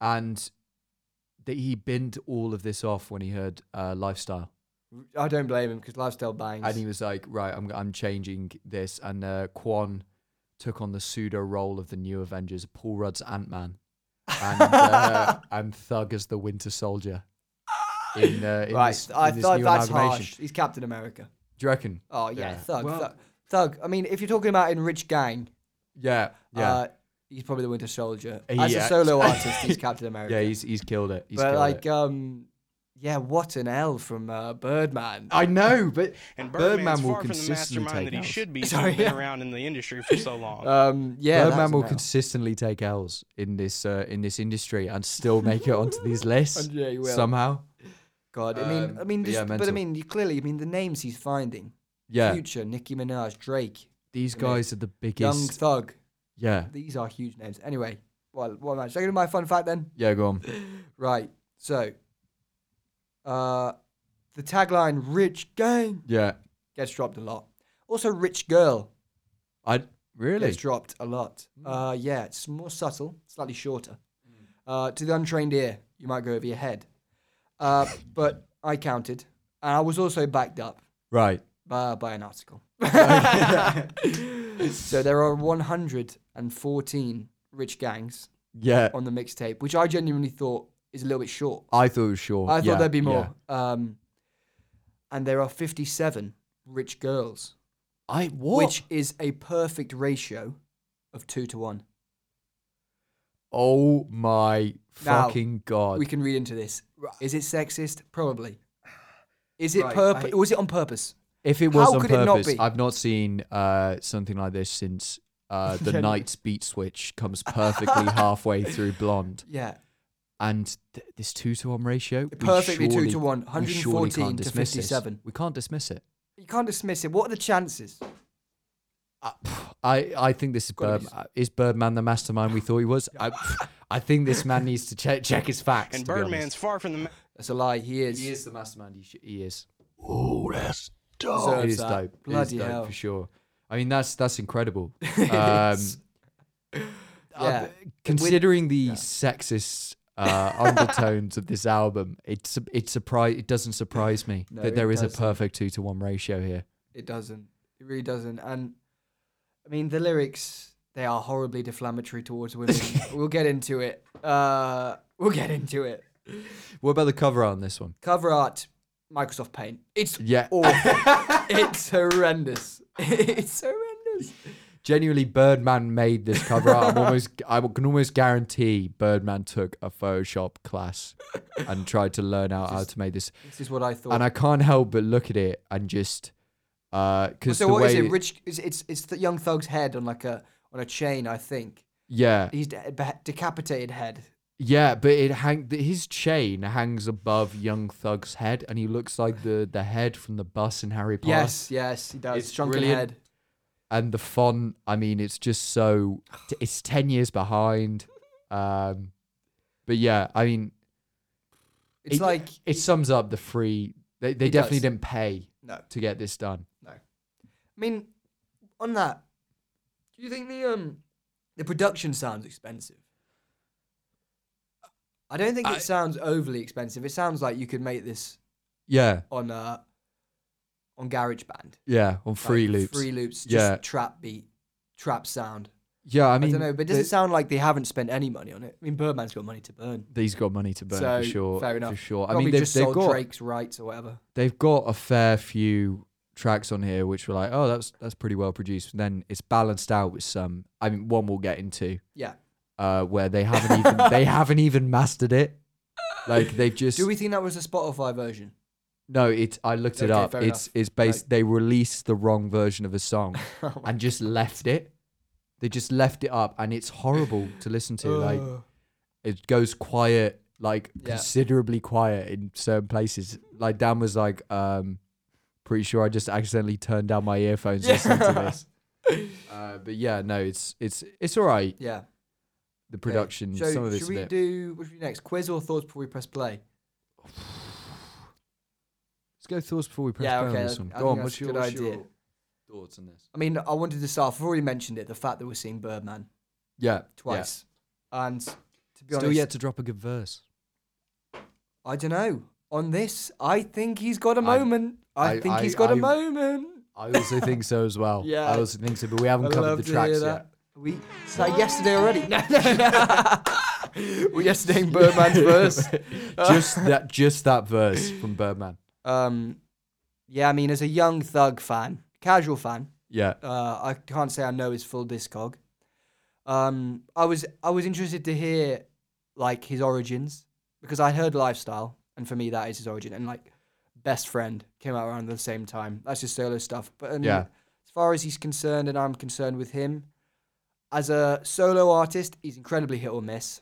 [SPEAKER 4] and that he binned all of this off when he heard uh, lifestyle.
[SPEAKER 2] I don't blame him because lifestyle bangs.
[SPEAKER 4] And he was like, right, I'm I'm changing this. And uh, Quan took on the pseudo role of the new Avengers, Paul Rudd's Ant Man, and uh, and Thug as the Winter Soldier. In, uh, in
[SPEAKER 2] right,
[SPEAKER 4] this,
[SPEAKER 2] I
[SPEAKER 4] in this
[SPEAKER 2] thought
[SPEAKER 4] new
[SPEAKER 2] that's
[SPEAKER 4] amalgamation.
[SPEAKER 2] harsh. He's Captain America.
[SPEAKER 4] Do you reckon?
[SPEAKER 2] Oh yeah,
[SPEAKER 4] Yeah.
[SPEAKER 2] thug.
[SPEAKER 4] Well,
[SPEAKER 2] thug. Thug. I mean, if you're talking about in Rich Gang,
[SPEAKER 4] Yeah, yeah,
[SPEAKER 2] uh, he's probably the Winter Soldier.
[SPEAKER 4] Uh,
[SPEAKER 2] As
[SPEAKER 4] yeah.
[SPEAKER 2] a solo artist, he's Captain America.
[SPEAKER 4] yeah. He's he's killed it. He's
[SPEAKER 2] but
[SPEAKER 4] killed
[SPEAKER 2] like,
[SPEAKER 4] it.
[SPEAKER 2] um, yeah, what an L from uh, Birdman.
[SPEAKER 4] I know, but
[SPEAKER 1] And Birdman's
[SPEAKER 4] Birdman will
[SPEAKER 1] far from the
[SPEAKER 4] consistently
[SPEAKER 1] mastermind
[SPEAKER 4] take Uh,
[SPEAKER 1] that he
[SPEAKER 4] L's.
[SPEAKER 1] should be.
[SPEAKER 2] Sorry,
[SPEAKER 1] Sorry, been
[SPEAKER 2] yeah.
[SPEAKER 1] around in the industry for so long.
[SPEAKER 2] Um, yeah,
[SPEAKER 4] Birdman
[SPEAKER 2] that's
[SPEAKER 4] will
[SPEAKER 2] an L.
[SPEAKER 4] consistently take L's in this uh, in this industry and still make it onto these lists
[SPEAKER 2] Yeah, he will.
[SPEAKER 4] somehow.
[SPEAKER 2] God, I mean, I
[SPEAKER 4] Um,
[SPEAKER 2] mean,
[SPEAKER 4] but yeah,
[SPEAKER 2] just, but I
[SPEAKER 4] mental.
[SPEAKER 2] mean, you clearly, I mean, the names he's finding:
[SPEAKER 4] Yeah,
[SPEAKER 2] Future, Nicki Minaj, Drake,
[SPEAKER 4] these
[SPEAKER 2] I mean,
[SPEAKER 4] guys are the
[SPEAKER 2] Young
[SPEAKER 4] biggest.
[SPEAKER 2] Thug.
[SPEAKER 4] Yeah,
[SPEAKER 2] These are huge names. Anyway, well, what am I? Should I go to my fun fact then?
[SPEAKER 4] yeah. Go on.
[SPEAKER 2] Right. So, uh, the tagline "Rich Gang"
[SPEAKER 4] Yeah,
[SPEAKER 2] gets dropped a lot. Also, "Rich Girl"
[SPEAKER 4] I really. Hmm.
[SPEAKER 2] gets dropped a lot. Uh, yeah, it's more subtle, slightly shorter. Uh, to the untrained ear, you might go over your head. Uh, but I counted, and I was also backed up
[SPEAKER 4] Right.
[SPEAKER 2] by, by an article.
[SPEAKER 4] Oh,
[SPEAKER 2] so there are 114 rich gangs
[SPEAKER 4] Yeah.
[SPEAKER 2] on the mixtape, which I genuinely thought is a little bit short.
[SPEAKER 4] I thought it was short.
[SPEAKER 2] I thought
[SPEAKER 4] Yeah,
[SPEAKER 2] there'd be
[SPEAKER 4] yeah.
[SPEAKER 2] more. Um, and there are 57 rich girls,
[SPEAKER 4] I what?
[SPEAKER 2] which is a perfect ratio of two to one.
[SPEAKER 4] oh my
[SPEAKER 2] Now,
[SPEAKER 4] fucking god!
[SPEAKER 2] We can read into this. Is it sexist? Probably. Is it
[SPEAKER 4] Right,
[SPEAKER 2] purpo-
[SPEAKER 4] I-
[SPEAKER 2] Was it on purpose?
[SPEAKER 4] if it was
[SPEAKER 2] how
[SPEAKER 4] on
[SPEAKER 2] could it not
[SPEAKER 4] purpose,
[SPEAKER 2] be?
[SPEAKER 4] I've not seen uh, something like this since uh, the Knight's beat switch comes perfectly halfway through Blonde,
[SPEAKER 2] Yeah,
[SPEAKER 4] and th- this two to one ratio. we
[SPEAKER 2] Perfectly two
[SPEAKER 4] surely-
[SPEAKER 2] to one,
[SPEAKER 4] we surely
[SPEAKER 2] 114
[SPEAKER 4] can't
[SPEAKER 2] to
[SPEAKER 4] dismiss this.
[SPEAKER 2] 57.
[SPEAKER 4] We can't dismiss it.
[SPEAKER 2] you can't dismiss it. What are the chances?
[SPEAKER 4] I, I, I think this is
[SPEAKER 2] Gotta be
[SPEAKER 4] Bird, is Birdman the mastermind we thought he was. I, I think this man needs to check check his facts.
[SPEAKER 1] and
[SPEAKER 4] to be honest.
[SPEAKER 1] Birdman's far from the. Ma-
[SPEAKER 2] That's a lie. He is.
[SPEAKER 4] He is the mastermind. He, sh- he is.
[SPEAKER 2] Deserves
[SPEAKER 4] it is
[SPEAKER 2] that.
[SPEAKER 4] dope.
[SPEAKER 2] Bloody
[SPEAKER 4] it is dope
[SPEAKER 2] hell.
[SPEAKER 4] for sure. I mean, that's that's incredible. Um,
[SPEAKER 2] Yeah.
[SPEAKER 4] uh, considering the sexist uh, undertones of this album, it's it surprise it doesn't surprise me
[SPEAKER 2] No,
[SPEAKER 4] that
[SPEAKER 2] it
[SPEAKER 4] there is a
[SPEAKER 2] doesn't.
[SPEAKER 4] perfect two to one ratio here.
[SPEAKER 2] It doesn't. It really doesn't. And I mean, the lyrics they are horribly deflammatory towards women. we'll get into it. Uh, we'll get into it.
[SPEAKER 4] What about the cover art on this one? Oh.
[SPEAKER 2] Cover art, Microsoft Paint. It's
[SPEAKER 4] Yeah,
[SPEAKER 2] awful. it's horrendous. it's horrendous.
[SPEAKER 4] genuinely, Birdman made this cover art. I'm almost I can almost guarantee Birdman took a Photoshop class and tried to learn out how to make this.
[SPEAKER 2] This is what I thought.
[SPEAKER 4] And I can't help but look at it and just because
[SPEAKER 2] so
[SPEAKER 4] the
[SPEAKER 2] what
[SPEAKER 4] way
[SPEAKER 2] is it? Rich? Is it's it's the young thug's head on like a on a chain, I think.
[SPEAKER 4] yeah
[SPEAKER 2] He's de- beha- decapitated head.
[SPEAKER 4] Yeah, but it hang th- his chain hangs above Young Thug's head, and he looks like the the head from the bus in Harry Potter.
[SPEAKER 2] Yes, yes, he does.
[SPEAKER 4] It's
[SPEAKER 2] Shrunken
[SPEAKER 4] brilliant.
[SPEAKER 2] head.
[SPEAKER 4] and the font. I mean, it's just so t- it's ten years behind. Um, but yeah, I mean,
[SPEAKER 2] It's
[SPEAKER 4] it,
[SPEAKER 2] like
[SPEAKER 4] it sums up the free. They they
[SPEAKER 2] It
[SPEAKER 4] definitely
[SPEAKER 2] does.
[SPEAKER 4] didn't pay
[SPEAKER 2] no.
[SPEAKER 4] to get this done.
[SPEAKER 2] I mean, on that, do you think the um the production sounds expensive? I don't think
[SPEAKER 4] I-
[SPEAKER 2] it sounds overly expensive. It sounds like you could make this
[SPEAKER 4] Yeah,
[SPEAKER 2] on uh on GarageBand.
[SPEAKER 4] yeah, on free
[SPEAKER 2] like,
[SPEAKER 4] loops.
[SPEAKER 2] Free loops. Just
[SPEAKER 4] Yeah.
[SPEAKER 2] trap beat, trap sound.
[SPEAKER 4] yeah, I
[SPEAKER 2] I,
[SPEAKER 4] mean,
[SPEAKER 2] don't know, but it
[SPEAKER 4] the-
[SPEAKER 2] doesn't sound like they haven't spent any money on it. I mean, Birdman's got money to burn.
[SPEAKER 4] These got money to burn
[SPEAKER 2] so
[SPEAKER 4] for sure.
[SPEAKER 2] fair enough.
[SPEAKER 4] for sure. I
[SPEAKER 2] Probably
[SPEAKER 4] mean, they've,
[SPEAKER 2] just
[SPEAKER 4] they've
[SPEAKER 2] sold
[SPEAKER 4] got
[SPEAKER 2] Drake's rights or whatever.
[SPEAKER 4] they've got a fair few tracks on here which were like, oh, that's that's pretty well produced. And then it's balanced out with some. I mean, one we'll get into
[SPEAKER 2] Yeah.
[SPEAKER 4] uh, where they haven't even they haven't even mastered it. Like they've just
[SPEAKER 2] Do we think that was the Spotify version?
[SPEAKER 4] no. It's I looked it
[SPEAKER 2] Okay,
[SPEAKER 4] up.
[SPEAKER 2] fair
[SPEAKER 4] It's it's based. They released the wrong version of a song
[SPEAKER 2] Oh
[SPEAKER 4] and just left it. They just left it up, and it's horrible to listen to. Like it goes quiet like
[SPEAKER 2] Yeah.
[SPEAKER 4] considerably quiet in certain places like dan was like um pretty sure i just accidentally turned down my earphones listening to this uh, but yeah no it's it's it's all right
[SPEAKER 2] Yeah.
[SPEAKER 4] the
[SPEAKER 2] Okay.
[SPEAKER 4] production
[SPEAKER 2] So
[SPEAKER 4] some of
[SPEAKER 2] should
[SPEAKER 4] it's a
[SPEAKER 2] we
[SPEAKER 4] bit
[SPEAKER 2] do what should we do next? Quiz or thoughts before we press play?
[SPEAKER 4] let's go thoughts before we press
[SPEAKER 2] Yeah,
[SPEAKER 4] play
[SPEAKER 2] okay,
[SPEAKER 4] on this
[SPEAKER 2] that-
[SPEAKER 4] one
[SPEAKER 2] I
[SPEAKER 4] go
[SPEAKER 2] think
[SPEAKER 4] on
[SPEAKER 2] that's
[SPEAKER 4] what's
[SPEAKER 2] a
[SPEAKER 4] your,
[SPEAKER 2] good
[SPEAKER 4] what's your
[SPEAKER 2] idea.
[SPEAKER 4] thoughts on this
[SPEAKER 2] I mean, I wanted to start. I've already mentioned it. The fact that we're seeing Birdman
[SPEAKER 4] yeah
[SPEAKER 2] twice, and to be
[SPEAKER 4] yeah. still
[SPEAKER 2] honest,
[SPEAKER 4] yet to drop a good verse
[SPEAKER 2] I don't know. On this, I think he's got a
[SPEAKER 4] I-
[SPEAKER 2] moment. I,
[SPEAKER 4] I-
[SPEAKER 2] think
[SPEAKER 4] I-
[SPEAKER 2] he's got a
[SPEAKER 4] I-
[SPEAKER 2] moment.
[SPEAKER 4] i also think so as well
[SPEAKER 2] Yeah.
[SPEAKER 4] i also think so but we
[SPEAKER 2] I
[SPEAKER 4] haven't covered
[SPEAKER 2] love
[SPEAKER 4] the
[SPEAKER 2] to hear
[SPEAKER 4] tracks
[SPEAKER 2] that.
[SPEAKER 4] yet
[SPEAKER 2] We it's like yesterday already. No, no, no. we're yesterday in Birdman's verse.
[SPEAKER 4] just that just that verse from birdman
[SPEAKER 2] Um, yeah, I mean, as a young thug fan, casual fan,
[SPEAKER 4] Yeah.
[SPEAKER 2] Uh, I can't say I know his full discog. Um, I was I was interested to hear like his origins because I heard Lifestyle, and for me that is his origin. And like Best Friend came out around the same time. That's his solo stuff. But and
[SPEAKER 4] Yeah.
[SPEAKER 2] as far as he's concerned, and I'm concerned with him as a solo artist, he's incredibly hit or miss.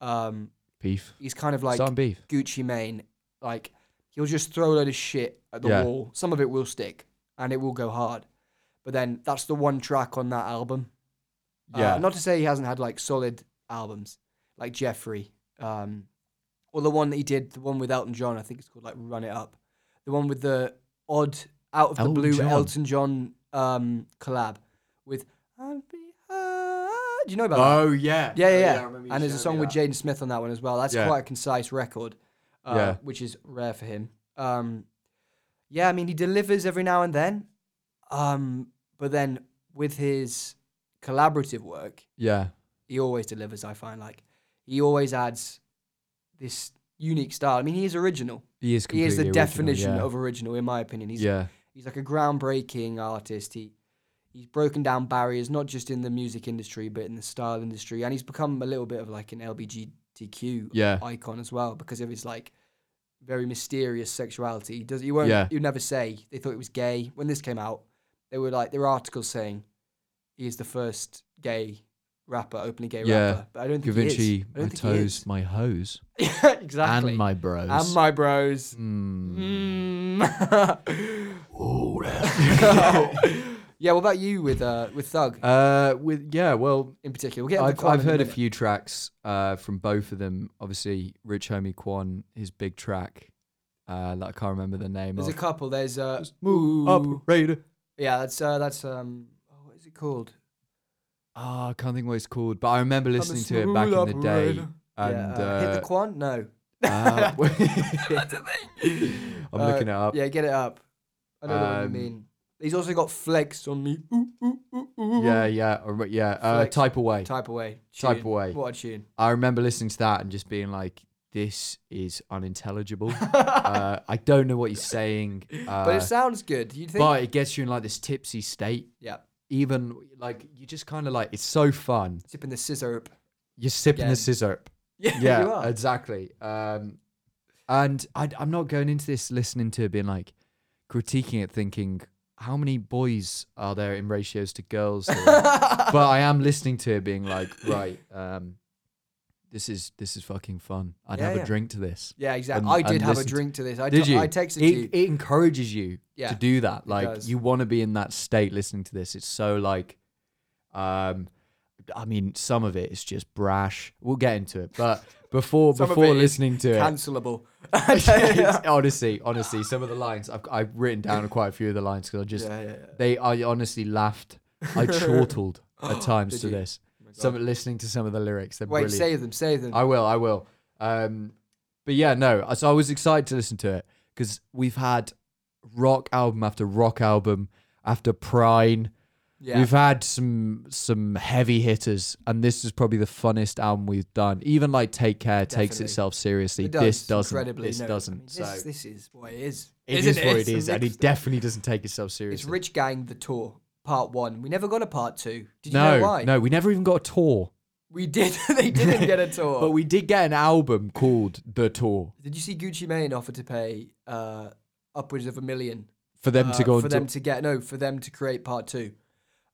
[SPEAKER 2] Um,
[SPEAKER 4] Beef.
[SPEAKER 2] he's kind of like
[SPEAKER 4] Starting beef.
[SPEAKER 2] Gucci Mane. Like he'll just throw a load of shit at the
[SPEAKER 4] Yeah.
[SPEAKER 2] wall. Some of it will stick and it will go hard. But then that's the one track on that album. Uh,
[SPEAKER 4] Yeah.
[SPEAKER 2] not to say he hasn't had like solid albums like Jeffrey, um, or the one that he did, the one with Elton John. I think it's called like Run It Up. The one with the odd out of the
[SPEAKER 4] Elton
[SPEAKER 2] blue
[SPEAKER 4] John.
[SPEAKER 2] Elton John um, collab with. I'll be high. Do you know about that?
[SPEAKER 4] Oh yeah.
[SPEAKER 2] Yeah, yeah,
[SPEAKER 3] Uh, yeah,
[SPEAKER 2] yeah.
[SPEAKER 3] I remember you
[SPEAKER 2] and there's a
[SPEAKER 3] showing
[SPEAKER 2] song
[SPEAKER 3] me
[SPEAKER 2] with Jaden Smith on that one as well. That's
[SPEAKER 4] Yeah.
[SPEAKER 2] quite a concise record, uh,
[SPEAKER 4] Yeah.
[SPEAKER 2] which is rare for him. Um, yeah, I mean, he delivers every now and then, um, but then with his collaborative work,
[SPEAKER 4] Yeah.
[SPEAKER 2] he always delivers. I find like he always adds this unique style. I mean, he is original.
[SPEAKER 4] He is
[SPEAKER 2] He
[SPEAKER 4] completely
[SPEAKER 2] is the
[SPEAKER 4] original,
[SPEAKER 2] definition
[SPEAKER 4] yeah.
[SPEAKER 2] of original, in my opinion. He's
[SPEAKER 4] Yeah.
[SPEAKER 2] He's like a groundbreaking artist. He he's broken down barriers not just in the music industry but in the style industry, and he's become a little bit of like an LBGTQ
[SPEAKER 4] Yeah.
[SPEAKER 2] icon as well because of his like very mysterious sexuality. He does he won't
[SPEAKER 4] Yeah.
[SPEAKER 2] you never say they thought he was gay when this came out. They were like there were articles saying he is the first gay rapper, openly gay
[SPEAKER 4] Yeah.
[SPEAKER 2] rapper. But I don't think he is. I
[SPEAKER 4] Gavinci, my
[SPEAKER 2] don't think he
[SPEAKER 4] toes,
[SPEAKER 2] is.
[SPEAKER 4] my hose,
[SPEAKER 2] exactly.
[SPEAKER 4] and my bros.
[SPEAKER 2] and my bros.
[SPEAKER 4] Mm.
[SPEAKER 2] Mm. yeah, what about you with uh, with Thug
[SPEAKER 4] Uh, with yeah, well,
[SPEAKER 2] in particular? We'll get
[SPEAKER 4] I've,
[SPEAKER 2] into Quan
[SPEAKER 4] I've
[SPEAKER 2] in a
[SPEAKER 4] heard a
[SPEAKER 2] minute.
[SPEAKER 4] few tracks uh, from both of them. Obviously, Rich Homie Quan, his big track uh, that I can't remember the name
[SPEAKER 2] There's a
[SPEAKER 4] of.
[SPEAKER 2] couple. There's uh,
[SPEAKER 4] Move
[SPEAKER 2] Ooh.
[SPEAKER 4] up, Raider.
[SPEAKER 2] yeah, that's uh, that's um, oh, what is it called?
[SPEAKER 4] Ah, I can't think what it's called, but I remember
[SPEAKER 2] a
[SPEAKER 4] listening to it back in
[SPEAKER 2] smooth
[SPEAKER 4] the day.
[SPEAKER 2] operator.
[SPEAKER 4] And
[SPEAKER 2] yeah, uh, hit the Quan? No, Uh,
[SPEAKER 4] uh, I'm looking it up.
[SPEAKER 2] yeah, get it up. I know the one
[SPEAKER 4] Um,
[SPEAKER 2] you mean. He's also got flex on me. Ooh, ooh, ooh, ooh,
[SPEAKER 4] Yeah, yeah, or- yeah. Uh,
[SPEAKER 2] Mm-hmm. Flex.
[SPEAKER 4] type away.
[SPEAKER 2] Type away.
[SPEAKER 4] Type
[SPEAKER 2] Tune.
[SPEAKER 4] Away.
[SPEAKER 2] What a tune.
[SPEAKER 4] I remember listening to that and just being like, "This is unintelligible. uh, I don't know what he's saying." Uh,
[SPEAKER 2] But it sounds good. You think?
[SPEAKER 4] but it gets you in like this tipsy state.
[SPEAKER 2] yeah,
[SPEAKER 4] Even like you just kind of like it's so fun.
[SPEAKER 2] sipping the scissor up.
[SPEAKER 4] You're sipping
[SPEAKER 2] Yeah.
[SPEAKER 4] the scissor.
[SPEAKER 2] Yeah,
[SPEAKER 4] Yeah,
[SPEAKER 2] you are.
[SPEAKER 4] exactly. Um, and I, I'm not going into this listening to it being like critiquing it, thinking how many boys are there in ratios to girls. here?" but I am listening to it being like, right, um, this is this is fucking fun. I'd
[SPEAKER 2] Yeah,
[SPEAKER 4] have
[SPEAKER 2] yeah.
[SPEAKER 4] a drink to this.
[SPEAKER 2] Yeah, exactly.
[SPEAKER 4] and-
[SPEAKER 2] I did
[SPEAKER 4] and
[SPEAKER 2] have a
[SPEAKER 4] listen to-
[SPEAKER 2] drink to this. I
[SPEAKER 4] Did
[SPEAKER 2] t-
[SPEAKER 4] you?
[SPEAKER 2] I texted
[SPEAKER 4] it,
[SPEAKER 2] you.
[SPEAKER 4] It encourages you
[SPEAKER 2] Yeah,
[SPEAKER 4] to do that. Like
[SPEAKER 2] does.
[SPEAKER 4] you want to be in that state listening to this. It's so like, um, I mean, some of it is just brash. We'll get into it, but before
[SPEAKER 2] Some of
[SPEAKER 4] before
[SPEAKER 2] it is
[SPEAKER 4] listening to it,
[SPEAKER 2] Cancelable.
[SPEAKER 4] it's- honestly, honestly, some of the lines I've I've written down quite a few of the lines because I just
[SPEAKER 2] Yeah, yeah, yeah.
[SPEAKER 4] they I honestly laughed. I chortled at times
[SPEAKER 2] Did
[SPEAKER 4] to
[SPEAKER 2] you? Oh
[SPEAKER 4] this. some listening to some of the lyrics, they're
[SPEAKER 2] Wait,
[SPEAKER 4] brilliant.
[SPEAKER 2] save them, save them.
[SPEAKER 4] I will, I will. Um, but yeah, no. I- So I was excited to listen to it because we've had rock album after rock album after Prime.
[SPEAKER 2] yeah.
[SPEAKER 4] We've had some some heavy hitters, and this is probably the funnest album we've done. Even like Take Care takes
[SPEAKER 2] Definitely.
[SPEAKER 4] itself seriously.
[SPEAKER 2] It
[SPEAKER 4] this
[SPEAKER 2] does,
[SPEAKER 4] doesn't.
[SPEAKER 2] incredibly,
[SPEAKER 4] This
[SPEAKER 2] no, I
[SPEAKER 4] doesn't.
[SPEAKER 2] mean,
[SPEAKER 4] so
[SPEAKER 2] this, this is what it is.
[SPEAKER 4] it
[SPEAKER 2] Isn't
[SPEAKER 4] is what it
[SPEAKER 2] It's
[SPEAKER 4] is, and
[SPEAKER 2] mixed-
[SPEAKER 4] it definitely doesn't take itself
[SPEAKER 2] It's
[SPEAKER 4] seriously.
[SPEAKER 2] Rich Gang the tour part one. We never got a part two. Did you
[SPEAKER 4] no,
[SPEAKER 2] know why?
[SPEAKER 4] no, we never even got a tour,
[SPEAKER 2] we did. they didn't get a tour.
[SPEAKER 4] but we did get an album called The Tour
[SPEAKER 2] did you see Gucci Mane offer to pay uh, upwards of a million
[SPEAKER 4] for them
[SPEAKER 2] uh,
[SPEAKER 4] to go
[SPEAKER 2] for
[SPEAKER 4] and
[SPEAKER 2] them to get no for them to create part two?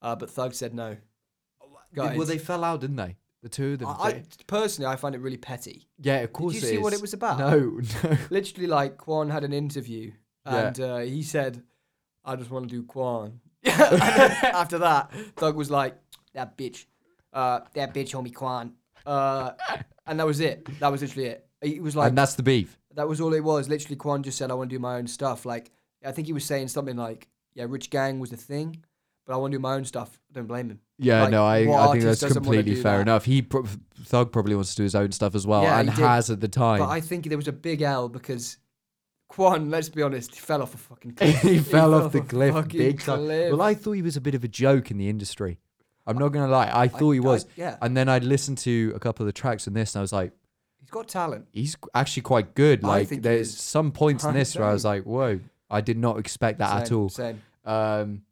[SPEAKER 2] Uh, but Thug said no. Guys,
[SPEAKER 4] Well, they fell out, didn't they? The two of them.
[SPEAKER 2] I,
[SPEAKER 4] they-
[SPEAKER 2] I personally I find it really petty.
[SPEAKER 4] yeah, of course.
[SPEAKER 2] see what
[SPEAKER 4] is.
[SPEAKER 2] it was about?
[SPEAKER 4] No, no.
[SPEAKER 2] literally like Quan had an interview
[SPEAKER 4] Yeah.
[SPEAKER 2] and uh, he said, I just want to do Quan. After that, Doug was like, that bitch, uh, that bitch, homie Quan. Uh, and that was it. That was literally it. He was like,
[SPEAKER 4] and that's the beef.
[SPEAKER 2] that was all it was. Literally, Quan just said, I want to do my own stuff. Like, I think he was saying something like, yeah, Rich Gang was a thing, but I want to do my own stuff. Don't blame him.
[SPEAKER 4] Yeah,
[SPEAKER 2] Like,
[SPEAKER 4] no, I,
[SPEAKER 2] what
[SPEAKER 4] I think
[SPEAKER 2] artist
[SPEAKER 4] that's
[SPEAKER 2] doesn't wanna
[SPEAKER 4] completely
[SPEAKER 2] do
[SPEAKER 4] fair
[SPEAKER 2] that?
[SPEAKER 4] enough. He pro- Thug probably wants to do his own stuff as well,
[SPEAKER 2] Yeah,
[SPEAKER 4] and
[SPEAKER 2] he did.
[SPEAKER 4] has at the time.
[SPEAKER 2] But I think there was a big L because Quan, let's be honest, he fell off a fucking cliff.
[SPEAKER 4] he fell off the
[SPEAKER 2] a
[SPEAKER 4] cliff
[SPEAKER 2] fucking
[SPEAKER 4] big time.
[SPEAKER 2] cliff.
[SPEAKER 4] Well, I thought he was a bit of a joke in the industry. I'm not gonna lie, I thought he
[SPEAKER 2] I-
[SPEAKER 4] was.
[SPEAKER 2] yeah.
[SPEAKER 4] And then I'd listened to a couple of the tracks in this, and I was like,
[SPEAKER 2] He's got talent.
[SPEAKER 4] he's actually quite good.
[SPEAKER 2] I
[SPEAKER 4] Like,
[SPEAKER 2] think he
[SPEAKER 4] there's
[SPEAKER 2] is.
[SPEAKER 4] some points in this where I was like, whoa, I did not expect that
[SPEAKER 2] Same,
[SPEAKER 4] at all.
[SPEAKER 2] Same.
[SPEAKER 4] Um,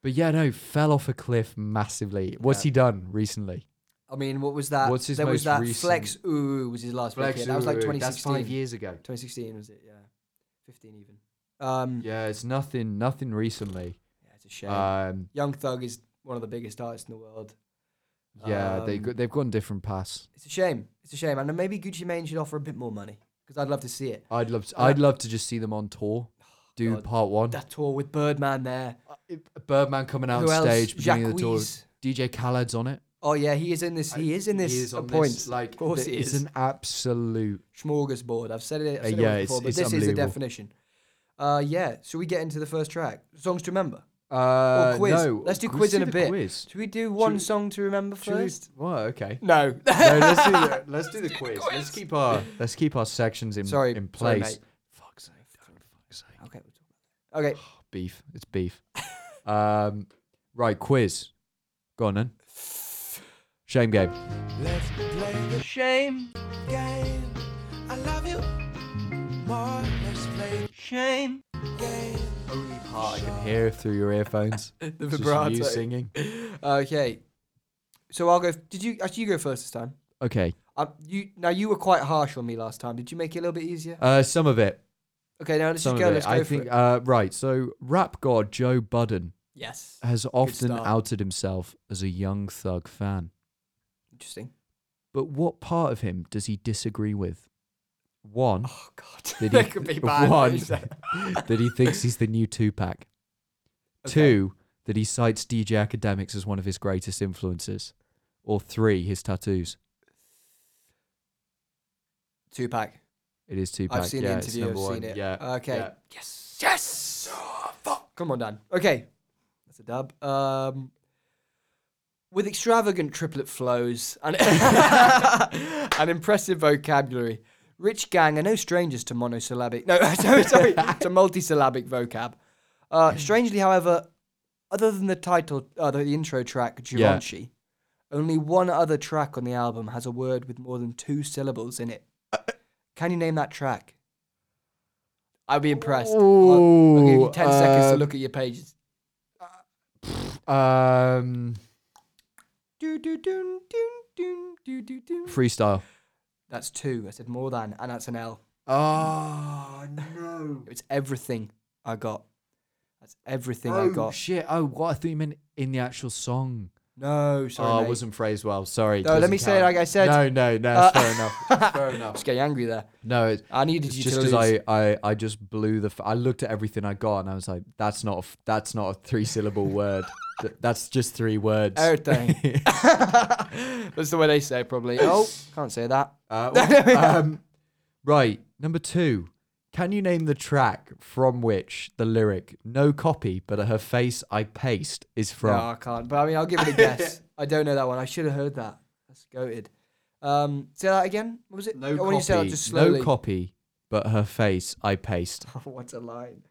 [SPEAKER 4] But yeah, no, fell off a cliff massively. What's he done recently?
[SPEAKER 2] I mean, what was that?
[SPEAKER 4] What's his
[SPEAKER 2] there was
[SPEAKER 4] most
[SPEAKER 2] that
[SPEAKER 4] recent-
[SPEAKER 2] Flex Ooh was his last Flex That was like 2016.
[SPEAKER 4] That's five years ago.
[SPEAKER 2] 2016 was it? Yeah, 15 even. Um, yeah.
[SPEAKER 4] Yeah, it's nothing, nothing recently.
[SPEAKER 2] it's a shame.
[SPEAKER 4] Um,
[SPEAKER 2] Young Thug is one of the biggest artists in the world.
[SPEAKER 4] yeah, they
[SPEAKER 2] Um,
[SPEAKER 4] go, they've gone different paths.
[SPEAKER 2] It's a shame. It's a shame. And then maybe Gucci Mane should offer a bit more money because I'd love to see it.
[SPEAKER 4] I'd love, to,
[SPEAKER 2] uh,
[SPEAKER 4] I'd love to just see them on tour, do
[SPEAKER 2] God.
[SPEAKER 4] part one.
[SPEAKER 2] That tour with Birdman there.
[SPEAKER 4] Birdman coming out
[SPEAKER 2] Who
[SPEAKER 4] on
[SPEAKER 2] else?
[SPEAKER 4] stage, beginning of the tour.
[SPEAKER 2] Jacquees.
[SPEAKER 4] DJ Khaled's on it.
[SPEAKER 2] Oh yeah, he is in this. He is in this
[SPEAKER 4] He is on
[SPEAKER 2] at points.
[SPEAKER 4] Like,
[SPEAKER 2] of course,
[SPEAKER 4] th-
[SPEAKER 2] he
[SPEAKER 4] it's
[SPEAKER 2] is.
[SPEAKER 4] an absolute.
[SPEAKER 2] smorgasbord. I've said it, I've
[SPEAKER 4] Uh,
[SPEAKER 2] said
[SPEAKER 4] yeah,
[SPEAKER 2] it
[SPEAKER 4] it's-
[SPEAKER 2] before, but
[SPEAKER 4] it's
[SPEAKER 2] this is the
[SPEAKER 4] unbelievable.
[SPEAKER 2] definition. Uh, yeah, should we get into the first track? Songs to remember?
[SPEAKER 4] Uh,
[SPEAKER 2] or quiz?
[SPEAKER 4] no,
[SPEAKER 2] Let's do
[SPEAKER 4] can we
[SPEAKER 2] quiz
[SPEAKER 4] see
[SPEAKER 2] in a
[SPEAKER 4] the
[SPEAKER 2] bit.
[SPEAKER 4] Quiz.
[SPEAKER 2] Should we do one
[SPEAKER 4] we-
[SPEAKER 2] song to remember
[SPEAKER 4] Should we-
[SPEAKER 2] first?
[SPEAKER 4] Well, okay.
[SPEAKER 2] No.
[SPEAKER 4] No, let's do the, let's do the quiz. Let's keep our let's keep our sections in
[SPEAKER 2] Sorry,
[SPEAKER 4] in
[SPEAKER 2] sorry,
[SPEAKER 4] place.
[SPEAKER 2] mate.
[SPEAKER 4] Fuck's sake! don't, Fuck's sake!
[SPEAKER 2] okay. we'll talk about that. Okay.
[SPEAKER 4] Beef. It's beef. um, right, quiz. Go on then. Shame game.
[SPEAKER 6] Shame. Game. I love you. More, let's play. Shame. Game.
[SPEAKER 4] Only part Oh, I can hear through your earphones. the vibrato. you singing.
[SPEAKER 2] Okay. So I'll go. f- Did you actually you go first this time?
[SPEAKER 4] Okay.
[SPEAKER 2] Um, you now you were quite harsh on me last time. Did you make it a little bit easier?
[SPEAKER 4] Uh, some of it.
[SPEAKER 2] Okay, now let's
[SPEAKER 4] Some
[SPEAKER 2] just
[SPEAKER 4] of
[SPEAKER 2] go.
[SPEAKER 4] it.
[SPEAKER 2] Let's go
[SPEAKER 4] I
[SPEAKER 2] for
[SPEAKER 4] think.
[SPEAKER 2] it.
[SPEAKER 4] Uh, right. So rap god Joe Budden
[SPEAKER 2] yes.
[SPEAKER 4] has often
[SPEAKER 2] start.
[SPEAKER 4] outed himself as a Young Thug fan.
[SPEAKER 2] Interesting.
[SPEAKER 4] But what part of him does he disagree with? One,
[SPEAKER 2] Oh God.
[SPEAKER 4] Did
[SPEAKER 2] that
[SPEAKER 4] he-
[SPEAKER 2] could be bad.
[SPEAKER 4] One.
[SPEAKER 2] Okay.
[SPEAKER 4] that he thinks he's the new Tupac. Two, that he cites DJ Academics as one of his greatest influences. Or three, his tattoos.
[SPEAKER 2] Two pack.
[SPEAKER 4] It is Tupac.
[SPEAKER 2] I've seen
[SPEAKER 4] yeah,
[SPEAKER 2] the
[SPEAKER 4] it's
[SPEAKER 2] interview. I've
[SPEAKER 4] number
[SPEAKER 2] seen
[SPEAKER 4] one.
[SPEAKER 2] it.
[SPEAKER 4] Yeah.
[SPEAKER 2] Okay.
[SPEAKER 4] yeah.
[SPEAKER 2] Yes. Yes. Oh, fuck. Come on, Dan. Okay. That's a dub. Um, with extravagant triplet flows and an impressive vocabulary, Rich Gang are no strangers to monosyllabic. No, sorry, sorry, to multisyllabic vocab. Uh, strangely, however, other than the title, uh, the intro track Givenchy, only one other track on the album has a word with more than two syllables in it. Can you name that track? I'd be impressed. I'll, I'll give you
[SPEAKER 4] Ooh,
[SPEAKER 2] 10 seconds to
[SPEAKER 4] um,
[SPEAKER 2] look at your pages.
[SPEAKER 4] Um,
[SPEAKER 2] Do, do, do, do, do, do, do, do.
[SPEAKER 4] freestyle.
[SPEAKER 2] That's two. I said more than, and that's an L.
[SPEAKER 4] Oh, no.
[SPEAKER 2] It's everything I got. That's everything I
[SPEAKER 4] Oh,
[SPEAKER 2] got.
[SPEAKER 4] shit. Oh, what? I thought you meant in the actual song.
[SPEAKER 2] no, sorry.
[SPEAKER 4] oh,
[SPEAKER 2] mate.
[SPEAKER 4] I wasn't phrased well. Sorry.
[SPEAKER 2] No, let
[SPEAKER 4] doesn't
[SPEAKER 2] me say it
[SPEAKER 4] count.
[SPEAKER 2] like I said.
[SPEAKER 4] No, no, no.
[SPEAKER 2] Uh,
[SPEAKER 4] It's fair enough. Fair enough.
[SPEAKER 2] Just getting angry there.
[SPEAKER 4] No, it's,
[SPEAKER 2] I needed
[SPEAKER 4] it's
[SPEAKER 2] you
[SPEAKER 4] just
[SPEAKER 2] to
[SPEAKER 4] because
[SPEAKER 2] lose.
[SPEAKER 4] I, I, I just blew the. F- I looked at everything I got and I was like, that's not a, f- that's not a three syllable word. Th- that's just three words.
[SPEAKER 2] Everything. That's the way they say it, probably. Oh, can't say that.
[SPEAKER 4] Uh, well, um, right. Number two. Can you name the track from which the lyric "No copy, but her face I paste" is
[SPEAKER 2] No,
[SPEAKER 4] from?
[SPEAKER 2] I can't. But I mean, I'll give it a guess. I don't know that one. I should have heard that. That's goated. Um, say that again. What was it?
[SPEAKER 4] No
[SPEAKER 2] I want you to say that
[SPEAKER 4] copy,
[SPEAKER 2] just slowly. Oh,
[SPEAKER 4] no copy, but her face I paste.
[SPEAKER 2] what a line.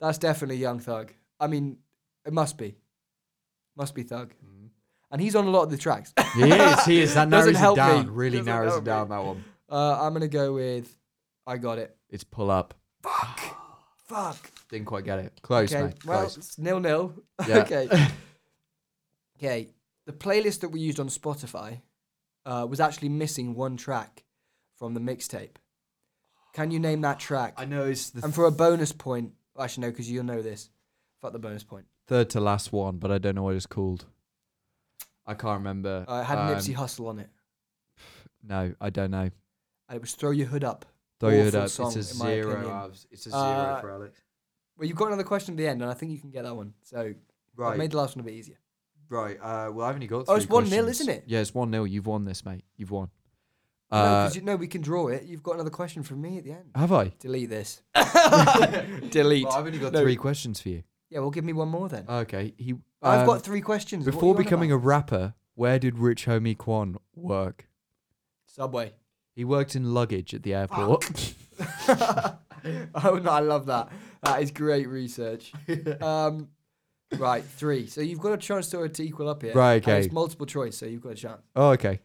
[SPEAKER 2] That's definitely Young Thug. I mean, it must be. Must be Thug.
[SPEAKER 4] Mm.
[SPEAKER 2] And he's on a lot of the tracks. uh,
[SPEAKER 4] He is. He is.
[SPEAKER 2] Doesn't
[SPEAKER 4] That narrows it
[SPEAKER 2] help
[SPEAKER 4] down.
[SPEAKER 2] me.
[SPEAKER 4] Really
[SPEAKER 2] Doesn't
[SPEAKER 4] narrows
[SPEAKER 2] help
[SPEAKER 4] it down.
[SPEAKER 2] me.
[SPEAKER 4] That one.
[SPEAKER 2] Uh, I'm going to go with I Got It.
[SPEAKER 4] It's pull up.
[SPEAKER 2] Fuck.
[SPEAKER 4] Didn't quite get it. Close,
[SPEAKER 2] Okay.
[SPEAKER 4] mate.
[SPEAKER 2] Well,
[SPEAKER 4] Close.
[SPEAKER 2] it's nil nil.
[SPEAKER 4] Yeah.
[SPEAKER 2] okay. Okay. The playlist that we used on Spotify uh, was actually missing one track from the mixtape. Can you name that track?
[SPEAKER 4] I know it's the
[SPEAKER 2] And for a bonus point, actually no, because you'll know this. Fuck the bonus point.
[SPEAKER 4] third to last one, but I don't know what it's called. I can't remember.
[SPEAKER 2] Uh, it had
[SPEAKER 4] Um,
[SPEAKER 2] Nipsey Hustle on it,
[SPEAKER 4] No, I don't know.
[SPEAKER 2] and it was "Throw Your Hood Up."
[SPEAKER 4] Throw it
[SPEAKER 2] Awful
[SPEAKER 4] up.
[SPEAKER 2] song,
[SPEAKER 4] it's a
[SPEAKER 2] in my opinion.
[SPEAKER 4] zero. Abs. It's a zero
[SPEAKER 2] Uh,
[SPEAKER 4] for Alex.
[SPEAKER 2] Well, you've got another question at the end, and I think you can get that one. So I
[SPEAKER 4] Right.
[SPEAKER 2] made the last one a bit easier.
[SPEAKER 4] right. Uh, well, I've only got.
[SPEAKER 2] Oh, it's
[SPEAKER 4] three
[SPEAKER 2] 1-0,
[SPEAKER 4] questions.
[SPEAKER 2] isn't it?
[SPEAKER 4] Yeah, it's one 0 You've won this, mate. You've won.
[SPEAKER 2] No, 'cause
[SPEAKER 4] Uh,
[SPEAKER 2] you, no, we can draw it. You've got another question from me at the end.
[SPEAKER 4] have I?
[SPEAKER 2] Delete this. Delete.
[SPEAKER 4] Well, I've only got
[SPEAKER 2] No.
[SPEAKER 4] three questions for you.
[SPEAKER 2] Yeah, well, give me one more then.
[SPEAKER 4] Okay. He.
[SPEAKER 2] I've
[SPEAKER 4] um,
[SPEAKER 2] got three questions. What are you
[SPEAKER 4] Before
[SPEAKER 2] on
[SPEAKER 4] becoming a
[SPEAKER 2] about?
[SPEAKER 4] rapper, where did Rich Homie Quan work?
[SPEAKER 2] subway.
[SPEAKER 4] He worked in luggage at the airport.
[SPEAKER 2] oh no, I love that. That is great research. um, right, three. So you've got a chance to, to equal up here.
[SPEAKER 4] Right,
[SPEAKER 2] And it's
[SPEAKER 4] okay.
[SPEAKER 2] multiple choice, so you've got a chance.
[SPEAKER 4] oh, okay.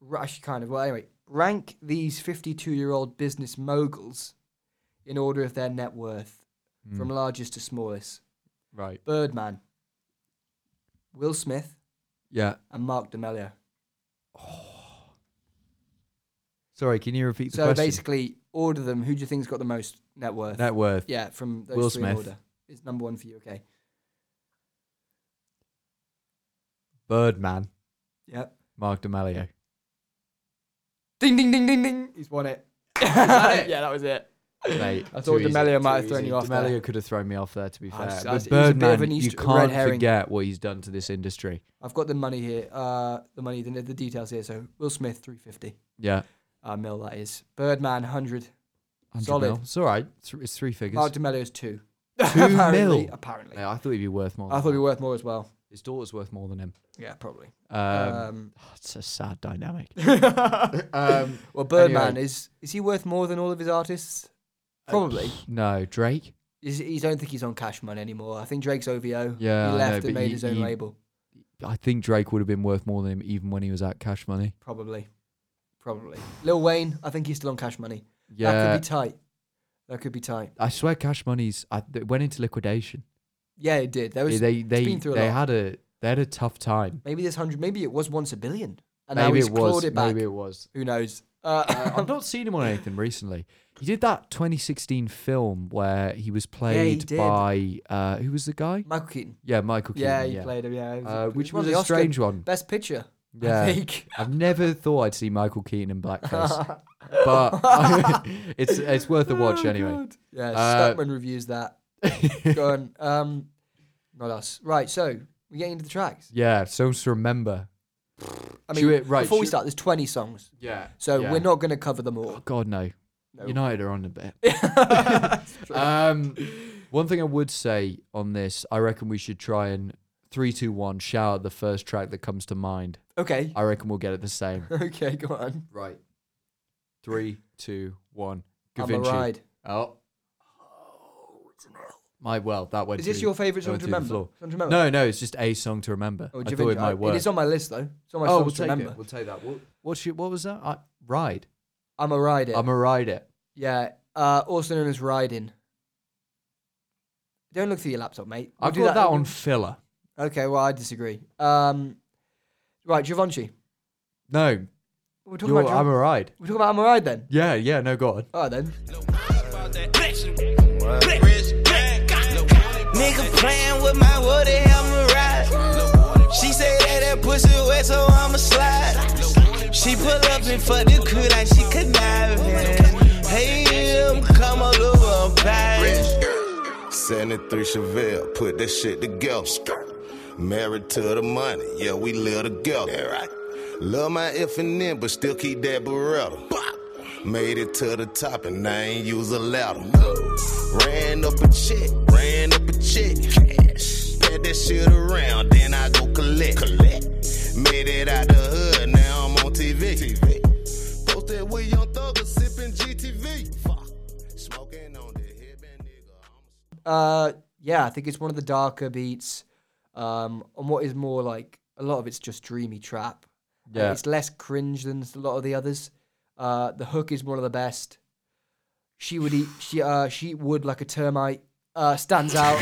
[SPEAKER 2] Rush kind of. Well, anyway, rank these 52-year-old business moguls
[SPEAKER 4] Hmm.
[SPEAKER 2] in order of their net worth, from largest to smallest.
[SPEAKER 4] Right.
[SPEAKER 2] Birdman, Will Smith,
[SPEAKER 4] Yeah.
[SPEAKER 2] and Mark D'Amelio.
[SPEAKER 4] Sorry, can you repeat the
[SPEAKER 2] So
[SPEAKER 4] question?
[SPEAKER 2] basically, order them. Who do you think's got the most net worth?
[SPEAKER 4] net worth.
[SPEAKER 2] Yeah, from those
[SPEAKER 4] Will
[SPEAKER 2] three in
[SPEAKER 4] Smith.
[SPEAKER 2] order. It's number one for you, okay?
[SPEAKER 4] Birdman.
[SPEAKER 2] Yep.
[SPEAKER 4] Mark D'Amelio.
[SPEAKER 2] Ding, ding, ding, ding, ding. He's won it.
[SPEAKER 4] that it?
[SPEAKER 2] yeah, that was it.
[SPEAKER 4] Mate,
[SPEAKER 2] I thought
[SPEAKER 4] too easy.
[SPEAKER 2] D'Amelio might have
[SPEAKER 4] Too
[SPEAKER 2] thrown
[SPEAKER 4] easy.
[SPEAKER 2] you off there.
[SPEAKER 4] D'Amelio could have thrown me off there, to be
[SPEAKER 2] I
[SPEAKER 4] fair.
[SPEAKER 2] was- I was-
[SPEAKER 4] but
[SPEAKER 2] it was a bit of
[SPEAKER 4] Birdman,
[SPEAKER 2] an
[SPEAKER 4] you
[SPEAKER 2] Easter- red
[SPEAKER 4] can't
[SPEAKER 2] herring.
[SPEAKER 4] forget what he's done to this industry.
[SPEAKER 2] I've got the money here. Uh, the money, the, the details here. So Will Smith, 350
[SPEAKER 4] Yeah.
[SPEAKER 2] uh, mil, that is. Birdman, 100.
[SPEAKER 4] 100
[SPEAKER 2] Solid.
[SPEAKER 4] mil. It's all right. It's, it's three figures.
[SPEAKER 2] Mark D'Amelio's, 2.
[SPEAKER 4] Two
[SPEAKER 2] apparently,
[SPEAKER 4] mil?
[SPEAKER 2] Apparently.
[SPEAKER 4] Mate, I thought he'd be worth more.
[SPEAKER 2] I
[SPEAKER 4] than
[SPEAKER 2] thought
[SPEAKER 4] that.
[SPEAKER 2] he worth more as well.
[SPEAKER 4] His daughter's worth more than him.
[SPEAKER 2] Yeah, probably.
[SPEAKER 4] Um,
[SPEAKER 2] Um,
[SPEAKER 4] it's a sad dynamic.
[SPEAKER 2] um, well, Birdman,
[SPEAKER 4] anyway.
[SPEAKER 2] is is he worth more than all of his artists? Probably.
[SPEAKER 4] No, Drake.
[SPEAKER 2] Is, he don't think he's on cash money anymore. I think Drake's OVO.
[SPEAKER 4] Yeah, I
[SPEAKER 2] he
[SPEAKER 4] know,
[SPEAKER 2] left
[SPEAKER 4] but
[SPEAKER 2] and made
[SPEAKER 4] you-
[SPEAKER 2] his own
[SPEAKER 4] you-
[SPEAKER 2] label.
[SPEAKER 4] I think Drake would have been worth more than him even when he was at Cash Money.
[SPEAKER 2] Probably, probably. Lil Wayne, I think he's still on cash money. that
[SPEAKER 4] Yeah,
[SPEAKER 2] could be tight. That could be tight.
[SPEAKER 4] I swear Cash Money's I, they went into liquidation.
[SPEAKER 2] Yeah, it did. There was
[SPEAKER 4] they they
[SPEAKER 2] been through a
[SPEAKER 4] they
[SPEAKER 2] lot.
[SPEAKER 4] had a they had a tough time.
[SPEAKER 2] maybe this hundred. Maybe it was once a billion, and now
[SPEAKER 4] maybe
[SPEAKER 2] he's
[SPEAKER 4] it was.
[SPEAKER 2] clawed it back.
[SPEAKER 4] Maybe it was.
[SPEAKER 2] Who knows? Uh,
[SPEAKER 4] Uh, I've not seen him on anything recently. He did that 2016 film where he was
[SPEAKER 2] he
[SPEAKER 4] played
[SPEAKER 2] did.
[SPEAKER 4] by uh, who was the guy?
[SPEAKER 2] Michael Keaton.
[SPEAKER 4] Yeah, Michael Keaton.
[SPEAKER 2] Yeah,
[SPEAKER 4] Yeah,
[SPEAKER 2] he played him. Yeah, it
[SPEAKER 4] Uh,
[SPEAKER 2] it
[SPEAKER 4] which
[SPEAKER 2] one
[SPEAKER 4] was
[SPEAKER 2] of
[SPEAKER 4] a
[SPEAKER 2] the Oscar
[SPEAKER 4] strange one.
[SPEAKER 2] Best picture.
[SPEAKER 4] Yeah.
[SPEAKER 2] I think.
[SPEAKER 4] I've never thought I'd see Michael Keaton in blackface, but it's it's worth a watch anyway.
[SPEAKER 2] Oh, Yeah,
[SPEAKER 4] Uh,
[SPEAKER 2] Stuckman reviews that. Go on. Um, not us. Right. So we're getting into the tracks.
[SPEAKER 4] Yeah, songs to remember.
[SPEAKER 2] I
[SPEAKER 4] Should
[SPEAKER 2] mean,
[SPEAKER 4] we- right,
[SPEAKER 2] before we
[SPEAKER 4] should-
[SPEAKER 2] start, there's 20 songs,
[SPEAKER 4] Yeah.
[SPEAKER 2] so we're not going to cover them all.
[SPEAKER 4] Oh God, no.
[SPEAKER 2] No.
[SPEAKER 4] United are on a bit. um, one thing I would say on this, I reckon we should try and three, two, one, shout out the first track that comes to mind.
[SPEAKER 2] Okay.
[SPEAKER 4] I reckon we'll get it the same.
[SPEAKER 2] Okay. Go on.
[SPEAKER 4] Right. Three, two, one.
[SPEAKER 2] I'm a
[SPEAKER 4] Gavinci.
[SPEAKER 2] ride. Oh,
[SPEAKER 4] Oh. My well, that went.
[SPEAKER 2] Is this
[SPEAKER 4] to-
[SPEAKER 2] your favourite
[SPEAKER 4] that
[SPEAKER 2] song
[SPEAKER 4] went
[SPEAKER 2] to
[SPEAKER 4] to the
[SPEAKER 2] remember?
[SPEAKER 4] floor.
[SPEAKER 2] Song to remember?
[SPEAKER 4] No, no, it's just a song to remember.
[SPEAKER 2] Oh,
[SPEAKER 4] I
[SPEAKER 2] Da
[SPEAKER 4] thought
[SPEAKER 2] Vinci-
[SPEAKER 4] it might work.
[SPEAKER 2] It is on my list though. It's on my
[SPEAKER 4] oh,
[SPEAKER 2] songs
[SPEAKER 4] we'll
[SPEAKER 2] to
[SPEAKER 4] take
[SPEAKER 2] remember.
[SPEAKER 4] it. We'll take that. What, what's your, what was that? I, ride.
[SPEAKER 2] I'm a rider.
[SPEAKER 4] I'm a ride it.
[SPEAKER 2] yeah. Uh, also known as riding. Don't look through your laptop, mate. We'll
[SPEAKER 4] I've
[SPEAKER 2] do
[SPEAKER 4] got that on filler.
[SPEAKER 2] Okay. Well, I disagree. Um, right, Givenchy.
[SPEAKER 4] No,
[SPEAKER 2] We're talking
[SPEAKER 4] you're,
[SPEAKER 2] about.
[SPEAKER 4] I'm
[SPEAKER 2] Giv-
[SPEAKER 4] a ride.
[SPEAKER 2] we're talking about I'm a ride then.
[SPEAKER 4] Yeah, yeah, no, go on.
[SPEAKER 2] All right then.
[SPEAKER 7] Nigga playing with my wood and I'ma ride. She say that that pussy wet, so I'ma slide. She pull up and fuck the crew like she conniving. Hey, um, come all over and buy.
[SPEAKER 8] 73 Chevelle, put that shit together. Married to the money, yeah, we live together. Love my F and N, but still keep that Beretta. Bop. Made it to the top and I ain't use a ladder. Ran up a check, ran up a check. Pat that shit around, then I go collect. collect. Made it out the hood, now I'm on TV. TV. Posted with Young Thugger, sipping GTV. Fuck. Smoking on the headband, nigga. I'm a-
[SPEAKER 2] Uh, yeah, I think it's one of the darker beats. Um, on what is more like a lot of it's just dreamy trap. Uh,
[SPEAKER 4] Yeah.
[SPEAKER 2] it's less cringe than a lot of the others. Uh, the hook is one of the best. She would eat. She uh, she eat wood like a termite. Uh, stands out.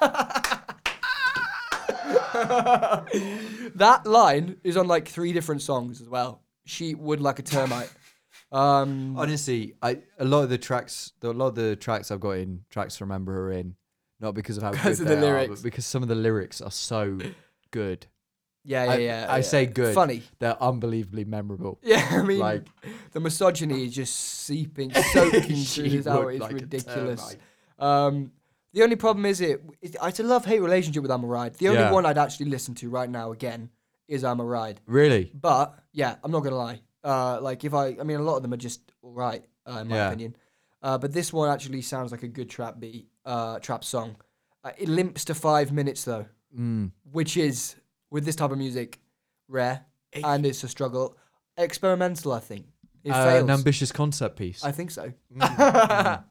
[SPEAKER 2] that line is on like three different songs as well. She eat wood like a termite. Um,
[SPEAKER 4] Mm. Honestly, I a lot of the tracks, the, a lot of the tracks I've got in tracks to remember are in, not because of how
[SPEAKER 2] Because
[SPEAKER 4] good
[SPEAKER 2] of the
[SPEAKER 4] they are,
[SPEAKER 2] lyrics.
[SPEAKER 4] but because some of the lyrics are so good.
[SPEAKER 2] yeah, yeah,
[SPEAKER 4] I,
[SPEAKER 2] yeah.
[SPEAKER 4] I
[SPEAKER 2] yeah.
[SPEAKER 4] say good.
[SPEAKER 2] Funny.
[SPEAKER 4] They're unbelievably memorable.
[SPEAKER 2] Yeah, I mean,
[SPEAKER 4] Like-
[SPEAKER 2] the misogyny is just seeping, soaking through
[SPEAKER 4] She
[SPEAKER 2] this hour.
[SPEAKER 4] would
[SPEAKER 2] It's
[SPEAKER 4] like a
[SPEAKER 2] ridiculous.
[SPEAKER 4] termite.
[SPEAKER 2] Um, the only problem is it. it it's a love-hate relationship with I'm a Ride. The only
[SPEAKER 4] Yeah.
[SPEAKER 2] one I'd actually listen to right now again is I'm a Ride.
[SPEAKER 4] Really?
[SPEAKER 2] But yeah, I'm not gonna lie. Uh, like if I, I mean, a lot of them are just all right uh, in my
[SPEAKER 4] Yeah.
[SPEAKER 2] opinion. Uh, but this one actually sounds like a good trap beat, uh, trap song. Uh, it limps to five minutes though,
[SPEAKER 4] Mm.
[SPEAKER 2] which is with this type of music rare, and it's a struggle. Experimental, I think. It
[SPEAKER 4] Uh,
[SPEAKER 2] fails.
[SPEAKER 4] an ambitious concept piece.
[SPEAKER 2] I think so.
[SPEAKER 4] uh,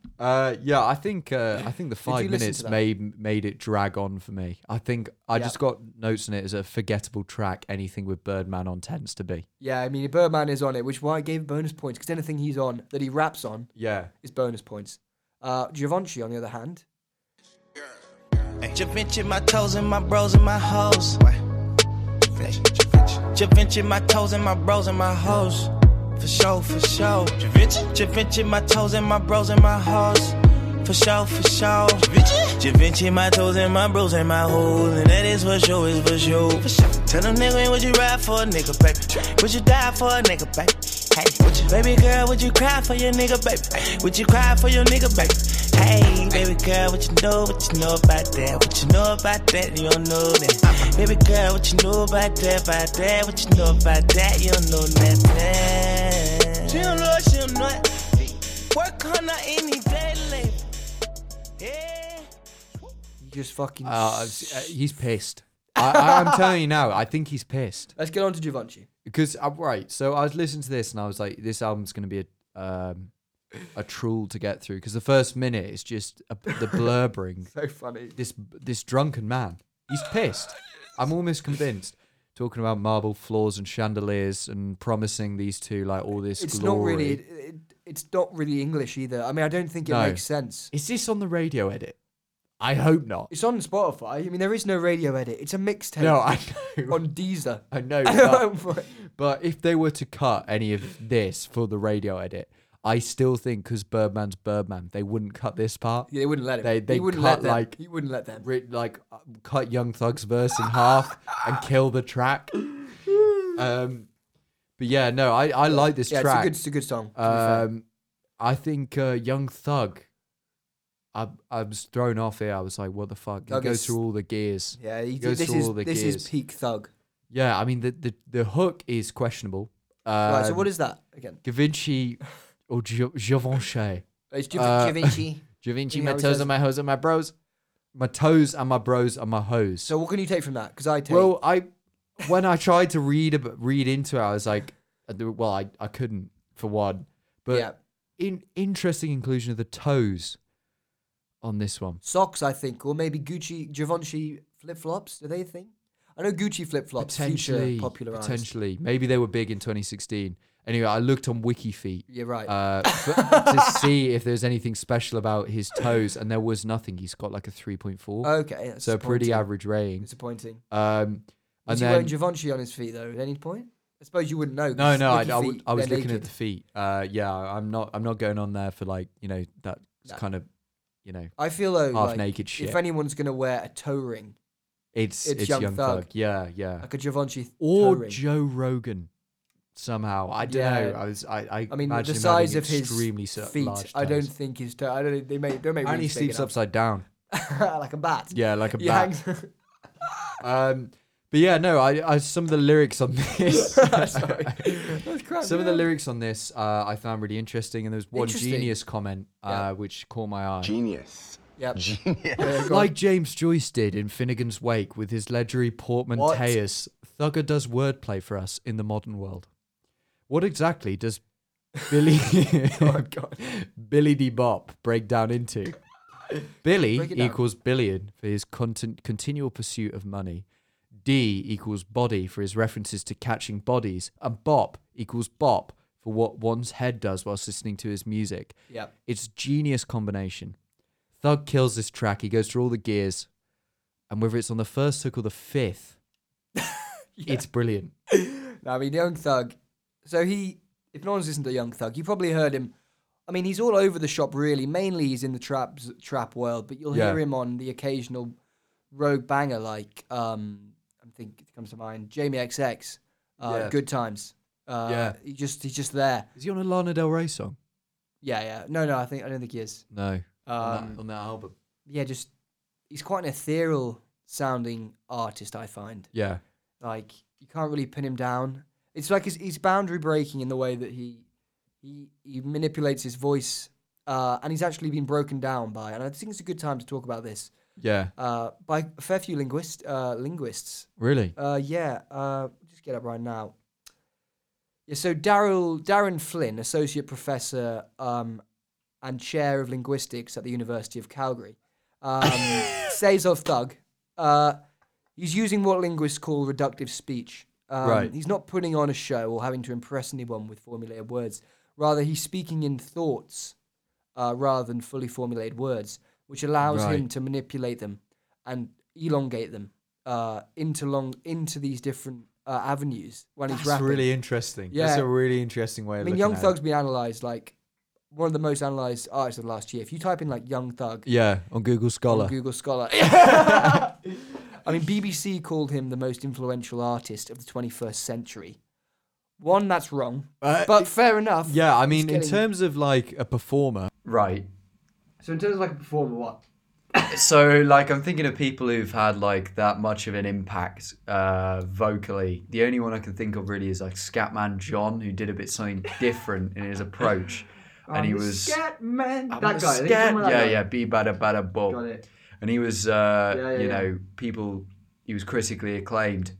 [SPEAKER 4] yeah, I think uh, I think the five
[SPEAKER 2] you listen to
[SPEAKER 4] minutes
[SPEAKER 2] that?
[SPEAKER 4] made made it drag on for me. I think I
[SPEAKER 2] Yeah.
[SPEAKER 4] just got notes in it as a forgettable track. Anything with Birdman on tends to be.
[SPEAKER 2] Yeah, I mean, Birdman is on it, which why I gave bonus points because anything he's on that he raps on
[SPEAKER 4] Yeah.
[SPEAKER 2] is bonus points. Uh, Givenchy, on the other hand,
[SPEAKER 7] Javinci, my toes and my bros and my hoes. Javinci, my toes and my bros and my hoes. For sure, for sure. Javinci, Javinci, my toes and my bros and my hoes. For sure, for sure. Javinci, my toes and my bros and my hoes. And that is for sure, is for sure. Tell them nigga, ain't what you ride for a nigga, baby? Would you die for a nigga, baby? Hey, would you, baby girl, would you cry for your nigga, baby? Would you cry for your nigga, baby? Hey, baby girl, what you know, what you know about that? What you know about that, you don't know that. Baby girl, what you know about that, about that? What you know about that, you don't know nothing. She don't know, what she don't know. it. Work on her any day labor. Yeah.
[SPEAKER 2] You just fucking.
[SPEAKER 4] Uh, I've- uh, he's pissed. I, I, I'm telling you now. I think he's pissed
[SPEAKER 2] Let's get on to Givenchy.
[SPEAKER 4] because uh, right. So I was listening to this and I was like, this album's going to be a um, a trull to get through because the first minute is just a, the blurbering.
[SPEAKER 2] So funny.
[SPEAKER 4] this this drunken man. He's pissed. I'm almost convinced. Talking about marble floors and chandeliers and promising these two like all this
[SPEAKER 2] It's
[SPEAKER 4] glory.
[SPEAKER 2] not really. It, it, it's not really English either. I mean, I don't think it
[SPEAKER 4] No.
[SPEAKER 2] makes sense.
[SPEAKER 4] Is this on the radio edit? I hope not.
[SPEAKER 2] It's on Spotify. I mean, there is no radio edit. It's a mixtape.
[SPEAKER 4] No, I know.
[SPEAKER 2] on Deezer.
[SPEAKER 4] I know.
[SPEAKER 2] don't
[SPEAKER 4] But,
[SPEAKER 2] know.
[SPEAKER 4] but if they were to cut any of this for the radio edit, I still think because Birdman's Birdman, they wouldn't cut this part.
[SPEAKER 2] Yeah, they wouldn't let him.
[SPEAKER 4] They- they
[SPEAKER 2] he wouldn't
[SPEAKER 4] cut,
[SPEAKER 2] let them.
[SPEAKER 4] like,
[SPEAKER 2] he wouldn't let them.
[SPEAKER 4] ri- like uh, cut Young Thug's verse in half and kill the track. Um, but yeah, no, I, I like this
[SPEAKER 2] Yeah, it's
[SPEAKER 4] track.
[SPEAKER 2] a good, it's a good song. to be fair.
[SPEAKER 4] Um, I think uh, Young Thug. I I was thrown off here. I was like, "What the fuck?" He
[SPEAKER 2] Thug
[SPEAKER 4] goes
[SPEAKER 2] is-
[SPEAKER 4] through all the gears.
[SPEAKER 2] Oh, yeah, he,
[SPEAKER 4] goes
[SPEAKER 2] this
[SPEAKER 4] through
[SPEAKER 2] is
[SPEAKER 4] all the
[SPEAKER 2] this is
[SPEAKER 4] gears.
[SPEAKER 2] peak thug.
[SPEAKER 4] Yeah, I mean the the, the hook is questionable. Um,
[SPEAKER 2] right, so what is that again?
[SPEAKER 4] Gavinci or oh, Gio- Givenchy?
[SPEAKER 2] It's Giv-
[SPEAKER 4] uh,
[SPEAKER 2] Givenchy.
[SPEAKER 4] Givenchy,
[SPEAKER 2] You
[SPEAKER 4] my
[SPEAKER 2] know, he
[SPEAKER 4] toes
[SPEAKER 2] says-
[SPEAKER 4] and my hose and my bros, my toes and my bros and my hose.
[SPEAKER 2] so what can you take from that? Because I take.
[SPEAKER 4] Well, uh, I when I tried to read ab- read into it, I was like, I do- well, I, I couldn't for one. But
[SPEAKER 2] Yeah.
[SPEAKER 4] in interesting inclusion of the toes on this one.
[SPEAKER 2] socks, I think, or maybe Gucci Givenchy flip flops. Do they think? I know Gucci flip flops.
[SPEAKER 4] Potentially,
[SPEAKER 2] Potentially, popularized.
[SPEAKER 4] potentially, maybe they were big in 2016. Anyway, I looked on WikiFeet
[SPEAKER 2] Yeah, right.
[SPEAKER 4] uh, for- to see if there's anything special about his toes, and there was nothing. He's got like a 3.4,
[SPEAKER 2] okay, that's
[SPEAKER 4] so a pretty
[SPEAKER 2] disappointing.
[SPEAKER 4] average rating.
[SPEAKER 2] Disappointing.
[SPEAKER 4] Um, and
[SPEAKER 2] Was he wearing
[SPEAKER 4] then
[SPEAKER 2] Givenchy on his feet though? At any point? I suppose you wouldn't know. 'cause
[SPEAKER 4] No, no, I,
[SPEAKER 2] lucky
[SPEAKER 4] I would-
[SPEAKER 2] feet,
[SPEAKER 4] I was
[SPEAKER 2] they're
[SPEAKER 4] looking at
[SPEAKER 2] naked.
[SPEAKER 4] the feet. Uh, yeah, I'm not. I'm not going on there for like you know that kind of, you know,
[SPEAKER 2] I feel though,
[SPEAKER 4] half
[SPEAKER 2] like,
[SPEAKER 4] naked shit.
[SPEAKER 2] if anyone's gonna wear a toe ring,
[SPEAKER 4] it's, it's Young, Thug. Yeah, yeah.
[SPEAKER 2] like a Givenchy th-
[SPEAKER 4] Or
[SPEAKER 2] toe ring,
[SPEAKER 4] Joe Rogan, somehow. I don't
[SPEAKER 2] Yeah.
[SPEAKER 4] know. I was. I. I,
[SPEAKER 2] I mean,
[SPEAKER 4] imagine
[SPEAKER 2] the
[SPEAKER 4] him
[SPEAKER 2] size
[SPEAKER 4] having
[SPEAKER 2] of his
[SPEAKER 4] extremely so-
[SPEAKER 2] feet,
[SPEAKER 4] large
[SPEAKER 2] I don't
[SPEAKER 4] toes.
[SPEAKER 2] think his toe. I don't. They make. Don't make.
[SPEAKER 4] And he
[SPEAKER 2] rings big
[SPEAKER 4] sleeps
[SPEAKER 2] enough.
[SPEAKER 4] upside down.
[SPEAKER 2] like a bat.
[SPEAKER 4] Yeah, like a
[SPEAKER 2] He
[SPEAKER 4] bat.
[SPEAKER 2] hangs-
[SPEAKER 4] Um, but yeah, no. I, I. Some of the lyrics on this.
[SPEAKER 2] Sorry. That's crap,
[SPEAKER 4] Some of the
[SPEAKER 2] yeah.
[SPEAKER 4] lyrics on this uh, I found really interesting, and there was one
[SPEAKER 2] Interesting.
[SPEAKER 4] genius comment uh,
[SPEAKER 2] Yeah.
[SPEAKER 4] which caught my eye.
[SPEAKER 8] Genius.
[SPEAKER 2] Yep.
[SPEAKER 4] Like James Joyce did in Finnegan's Wake with his legendary portmanteaus, Thugger does wordplay for us in the modern world. What exactly does Billy Billy D Bop break down into? Billy
[SPEAKER 2] Break it down.
[SPEAKER 4] equals billion for his content, continual pursuit of money. D equals body for his references to catching bodies, and bop equals bop for what one's head does whilst listening to his music.
[SPEAKER 2] Yep.
[SPEAKER 4] It's genius combination. Thug kills this track. He goes through all the gears, and whether it's on the first hook or the fifth, it's brilliant.
[SPEAKER 2] No, I mean Young Thug. So he, if no one's listened to Young Thug, you probably heard him. I mean, he's all over the shop really. Mainly, he's in the trap trap world, but you'll
[SPEAKER 4] Yeah.
[SPEAKER 2] hear him on the occasional rogue banger, like um, I think it comes to mind Jamie XX, uh,
[SPEAKER 4] Yeah.
[SPEAKER 2] Good Times. Uh,
[SPEAKER 4] Yeah.
[SPEAKER 2] he just he's just there.
[SPEAKER 4] Is he on a Lana Del Rey song?
[SPEAKER 2] Yeah, yeah. No, no, I think I don't think he is.
[SPEAKER 4] No, on,
[SPEAKER 2] Um,
[SPEAKER 4] that, on that album.
[SPEAKER 2] yeah, just he's quite an ethereal sounding artist. I find
[SPEAKER 4] Yeah,
[SPEAKER 2] like you can't really pin him down. It's like he's, he's boundary breaking in the way that he he he manipulates his voice, uh, and he's actually been broken down by. And I think it's a good time to talk about this
[SPEAKER 4] yeah,
[SPEAKER 2] uh, by a fair few linguist uh, linguists.
[SPEAKER 4] really.
[SPEAKER 2] Uh, yeah, uh, just get up right now. Yeah, so Daryl Darren Flynn, associate professor um, and chair of linguistics at the University of Calgary, um, says of Thug, uh, he's using what linguists call reductive speech. Um,
[SPEAKER 4] Right.
[SPEAKER 2] He's not putting on a show or having to impress anyone with formulated words. Rather, he's speaking in thoughts uh, rather than fully formulated words, which allows him
[SPEAKER 4] Right.
[SPEAKER 2] to manipulate them and elongate them uh, into long into these different uh, avenues when he's
[SPEAKER 9] That's
[SPEAKER 2] rapping.
[SPEAKER 9] really interesting. That's
[SPEAKER 2] Yeah.
[SPEAKER 9] a really interesting way
[SPEAKER 2] I
[SPEAKER 9] of
[SPEAKER 2] mean,
[SPEAKER 9] looking
[SPEAKER 2] Young
[SPEAKER 9] at
[SPEAKER 2] Thug's
[SPEAKER 9] it.
[SPEAKER 2] been analysed like one of the most analysed artists of the last year. If you type in like Young Thug
[SPEAKER 9] Yeah, on Google
[SPEAKER 2] on
[SPEAKER 9] Scholar.
[SPEAKER 2] Google Scholar, I mean, BBC called him the most influential artist of the 21st century. One, that's wrong,
[SPEAKER 9] Uh,
[SPEAKER 2] but fair enough.
[SPEAKER 9] Yeah, I
[SPEAKER 2] It's
[SPEAKER 9] mean, in
[SPEAKER 2] getting-
[SPEAKER 9] terms of like a performer,
[SPEAKER 4] Right.
[SPEAKER 2] So in terms of like a performer, what?
[SPEAKER 4] So, like, I'm thinking of people who've had like that much of an impact uh, vocally. The only one I can think of really is like Scatman John, who did a bit something different in his approach, and he was
[SPEAKER 2] man. that
[SPEAKER 4] I'm a
[SPEAKER 2] guy. I think
[SPEAKER 4] scat-
[SPEAKER 2] someone like
[SPEAKER 4] yeah,
[SPEAKER 2] that.
[SPEAKER 4] yeah, be bada bada bo.
[SPEAKER 2] Got it.
[SPEAKER 4] And he was, uh,
[SPEAKER 2] Yeah, yeah,
[SPEAKER 4] you
[SPEAKER 2] yeah.
[SPEAKER 4] know, people. He was critically acclaimed.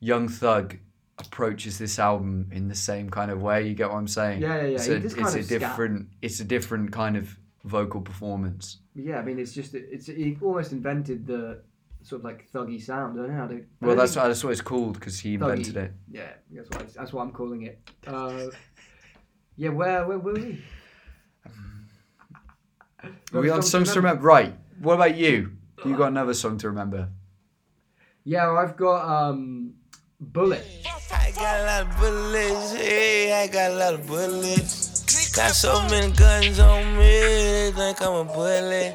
[SPEAKER 4] Young Thug approaches this album in the same kind of way. You get what I'm saying?
[SPEAKER 2] Yeah, yeah, yeah.
[SPEAKER 4] It's
[SPEAKER 2] He
[SPEAKER 4] a,
[SPEAKER 2] just
[SPEAKER 4] it's
[SPEAKER 2] kind
[SPEAKER 4] a
[SPEAKER 2] of scat.
[SPEAKER 4] different, it's a different kind of vocal performance.
[SPEAKER 2] Yeah, I mean, it's just it's he almost invented the sort of like thuggy sound. I don't know how to.
[SPEAKER 4] Well, that's what, that's what it's called because he invented it.
[SPEAKER 2] Yeah, that's what I, that's what I'm calling it. Uh, yeah, where where were we?
[SPEAKER 4] Are we on songs to remember? Right. What about you? You got another song to remember?
[SPEAKER 2] Yeah, well, I've got um, bullet.
[SPEAKER 7] I got a lot of bullets, yeah, I got a lot of bullets. Got so many guns on me, they think I'm a bullet.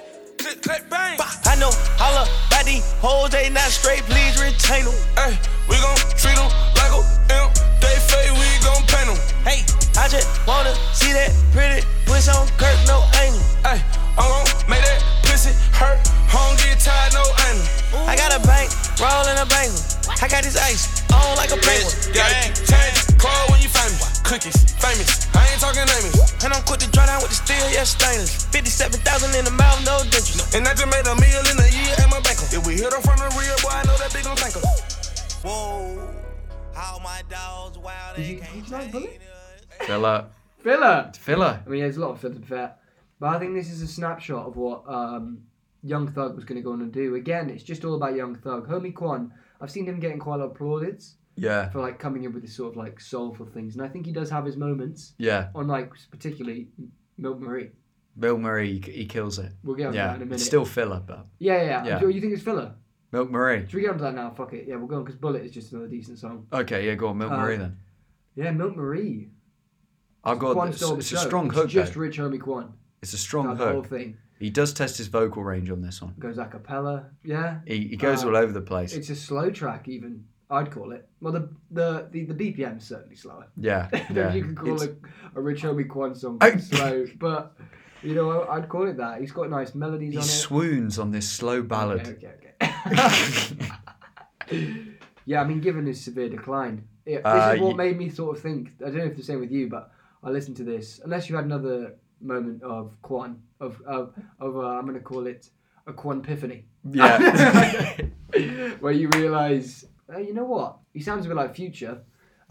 [SPEAKER 7] I know all about these hoes, they not straight, please retain them. Hey, we gon' treat them like a imp, they fake, we gon' paint them. Hey, I just wanna see that pretty pussy on Kirk, no angle. Hey, I'm gon' make that pussy hurt, home get tired, no angle. I got a bank, roll in a bangle. I got this ice, on like a penguin. Gang, change, call when you find me. Cookies, famous, I ain't talking names. And I'm quick to draw down with the steel, yeah, stainless. 57,000 in the mouth, no dentures. And I just made a meal in a year at my bank. If we hit her from the real, boy, I know that they gon' thank her. Whoa, how my dogs wild
[SPEAKER 2] Did you, did you like bullet?
[SPEAKER 4] Filler.
[SPEAKER 2] Filler.
[SPEAKER 4] Filler.
[SPEAKER 2] I mean, there's a lot of filler to be fair, but I think this is a snapshot of what um, Young Thug was going to go on and do. Again, it's just all about Young Thug. Homie Quan, I've seen him getting quite a lot of plaudits
[SPEAKER 4] Yeah.
[SPEAKER 2] for like coming in with this sort of like soulful things, and I think he does have his moments.
[SPEAKER 4] Yeah.
[SPEAKER 2] on like particularly Milk Marie.
[SPEAKER 4] Bill Murray, he, he kills it.
[SPEAKER 2] We'll get on to
[SPEAKER 4] Yeah.
[SPEAKER 2] that in a minute.
[SPEAKER 4] It's still filler, but
[SPEAKER 2] yeah, yeah.
[SPEAKER 4] Yeah.
[SPEAKER 2] yeah. You think it's filler?
[SPEAKER 4] Milk Murray.
[SPEAKER 2] Should we get on to that now? Fuck it. Yeah, we'll go on because Bullet is just another decent song.
[SPEAKER 4] Okay, yeah, go on, Milk
[SPEAKER 2] Uh,
[SPEAKER 4] Murray then.
[SPEAKER 2] Yeah, Milk Marie.
[SPEAKER 4] I've got
[SPEAKER 2] Quan
[SPEAKER 4] it's,
[SPEAKER 2] stole the
[SPEAKER 4] it's a
[SPEAKER 2] show.
[SPEAKER 4] strong
[SPEAKER 2] It's
[SPEAKER 4] hook.
[SPEAKER 2] Just
[SPEAKER 4] though.
[SPEAKER 2] Rich Homie Quan.
[SPEAKER 4] It's a strong
[SPEAKER 2] Like, the whole
[SPEAKER 4] hook.
[SPEAKER 2] thing
[SPEAKER 4] He does test his vocal range on this one.
[SPEAKER 2] goes a cappella. Yeah,
[SPEAKER 4] He, he goes
[SPEAKER 2] Uh,
[SPEAKER 4] all over the place.
[SPEAKER 2] it's a slow track. Even I'd call it. Well, the the the, the BPM is certainly slower.
[SPEAKER 4] Yeah, yeah.
[SPEAKER 2] you could call
[SPEAKER 4] It's-
[SPEAKER 2] it a Rich Homie Quan song
[SPEAKER 4] I-
[SPEAKER 2] slow, but you know I'd call it that. He's got nice melodies
[SPEAKER 4] he
[SPEAKER 2] on it.
[SPEAKER 4] swoons on this slow ballad.
[SPEAKER 2] Okay, okay, okay. yeah, I mean, given his severe decline, it,
[SPEAKER 4] Uh,
[SPEAKER 2] this is what
[SPEAKER 4] y-
[SPEAKER 2] made me sort of think. I don't know if it's the same with you, but I listened to this. Unless you had another moment of Quan of of, of uh, I'm going to call it a Quan epiphany,
[SPEAKER 4] Yeah.
[SPEAKER 2] where you realise, hey, you know what, he sounds a bit like Future.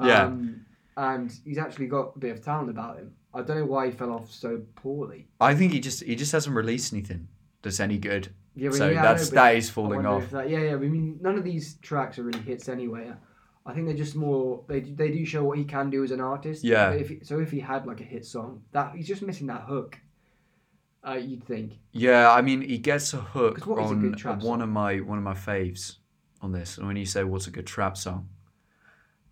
[SPEAKER 4] Yeah.
[SPEAKER 2] Um, and he's actually got a bit of talent about him. I don't know why he fell off so poorly.
[SPEAKER 4] I think he just he just hasn't released anything that's any good.
[SPEAKER 2] Yeah,
[SPEAKER 4] so
[SPEAKER 2] yeah, I know,
[SPEAKER 4] that's
[SPEAKER 2] but
[SPEAKER 4] that is
[SPEAKER 2] I
[SPEAKER 4] falling
[SPEAKER 2] wonder
[SPEAKER 4] off.
[SPEAKER 2] if that- yeah, yeah. I mean, none of these tracks are really hits anyway. I think they're just more. They do- they do show what he can do as an artist.
[SPEAKER 4] Yeah.
[SPEAKER 2] If he- so if he had like a hit song, that he's just missing that hook. Uh, you'd think.
[SPEAKER 4] Yeah, I mean, he gets a hook
[SPEAKER 2] 'Cause what is a
[SPEAKER 4] on
[SPEAKER 2] good trap
[SPEAKER 4] one of my one of my faves on this. And when you say what's a good trap song,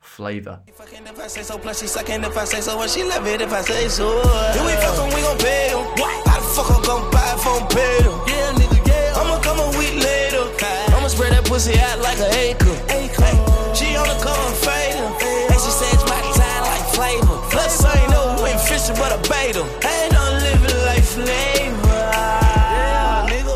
[SPEAKER 4] Flavor.
[SPEAKER 7] Fucking if I say so, plus she sucking if I say so, and she love it if I say so. Do we fuck 'em, we gon' pay 'em. How the fuck I'm gon' buy if I'm paid 'em? Yeah, nigga, yeah. I'ma come a week later. I'ma spread that pussy out like an acre. Ay, she on the cover fader. And she says my time like flavor. Plus, I ain't no win fishing but a bait 'em. Ain't no living like flavor.